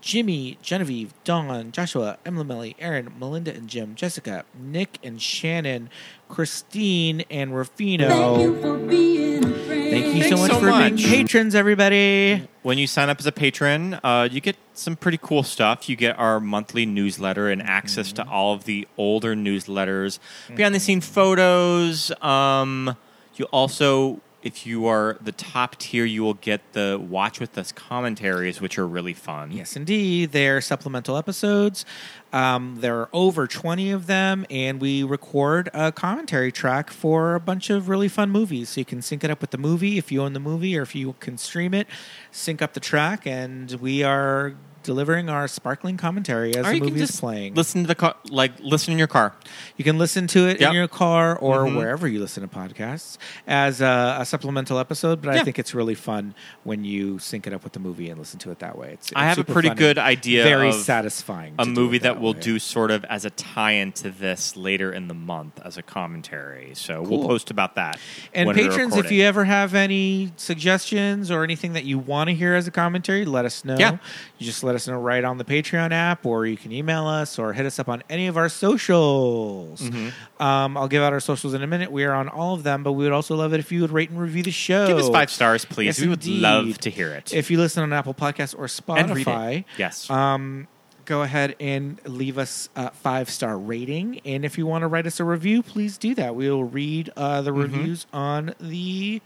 Speaker 8: Jimmy, Genevieve, Dawn, Joshua, Emily, Melly, Aaron, Melinda, and Jim, Jessica, Nick, and Shannon, Christine, and Rufino. Thank you so
Speaker 3: Thanks
Speaker 8: much
Speaker 3: so
Speaker 8: for
Speaker 3: much.
Speaker 8: being patrons, everybody.
Speaker 3: When you sign up as a patron, uh, you get some pretty cool stuff. You get our monthly newsletter and access to
Speaker 8: Mm-hmm.
Speaker 3: all of the older newsletters, behind the scene photos. Um, you also, if you are the top tier, you will get the Watch With Us commentaries, which are really fun.
Speaker 8: Yes, indeed. They're supplemental episodes. Um, there are over 20 of them, and we record a commentary track for a bunch of really fun movies. So you can sync it up with the movie if you own the movie or if you can stream it, sync up the track, and we are delivering our sparkling commentary as
Speaker 3: Or
Speaker 8: the
Speaker 3: you
Speaker 8: movie
Speaker 3: can
Speaker 8: is
Speaker 3: just
Speaker 8: playing.
Speaker 3: listen to the car, like listen in your car.
Speaker 8: You can listen to
Speaker 3: Yep.
Speaker 8: it
Speaker 3: Mm-hmm.
Speaker 8: in your car or wherever you listen to podcasts as a, a supplemental episode. But I
Speaker 3: Yeah.
Speaker 8: think it's really fun when you sync it up with the movie and listen to it that way. It's,
Speaker 3: I have
Speaker 8: it's
Speaker 3: a
Speaker 8: super
Speaker 3: pretty
Speaker 8: fun
Speaker 3: good
Speaker 8: and
Speaker 3: idea
Speaker 8: Very
Speaker 3: of
Speaker 8: satisfying.
Speaker 3: a
Speaker 8: to do
Speaker 3: movie
Speaker 8: it
Speaker 3: that we'll
Speaker 8: way.
Speaker 3: do sort of as a tie-in to this later in the month as a commentary. So
Speaker 8: Cool.
Speaker 3: we'll post about that.
Speaker 8: And
Speaker 3: when we
Speaker 8: patrons,
Speaker 3: record
Speaker 8: if
Speaker 3: it.
Speaker 8: you ever have any suggestions or anything that you want to hear as a commentary, let us know.
Speaker 3: Yeah.
Speaker 8: You just let us know right on the Patreon app, or you can email us or hit us up on any of our socials.
Speaker 3: Mm-hmm.
Speaker 8: Um, I'll give out our socials in a minute. We are on all of them, but we would also love it if you would rate and review the show.
Speaker 3: give us five stars, please.
Speaker 8: Yes,
Speaker 3: we would
Speaker 8: Oh, indeed.
Speaker 3: love to hear it.
Speaker 8: If you listen on Apple Podcasts or
Speaker 3: and read
Speaker 8: Spotify,
Speaker 3: it. Yes.
Speaker 8: um, go ahead and leave us a five star rating. And if you want to write us a review, please do that. We will read uh, the reviews on the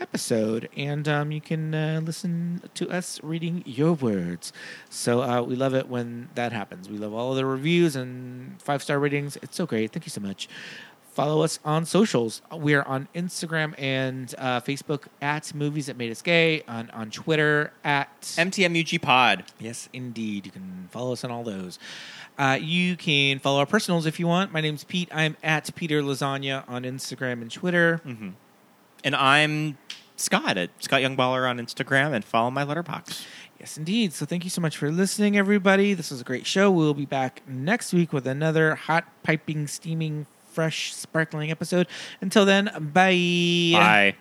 Speaker 8: episode, and um, you can uh, listen to us reading your words. So uh, we love it when that happens. We love all of the reviews and five star ratings. It's so great. Thank you so much. follow us on socials. We are on Instagram and uh, Facebook at Movies That Made Us Gay, on, on Twitter at
Speaker 9: MTMUG Pod.
Speaker 8: Yes, indeed. You can follow us on all those. Uh, you can follow our personals if you want. My name's Pete. I'm at Peter Lasagna on Instagram and Twitter.
Speaker 9: And I'm Scott at Scott Youngballer on Instagram and follow my letterbox.
Speaker 8: Yes, indeed. So thank you so much for listening, everybody. This was a great show. We'll be back next week with another hot, piping, steaming, fresh, sparkling episode. Until then, bye.
Speaker 9: Bye.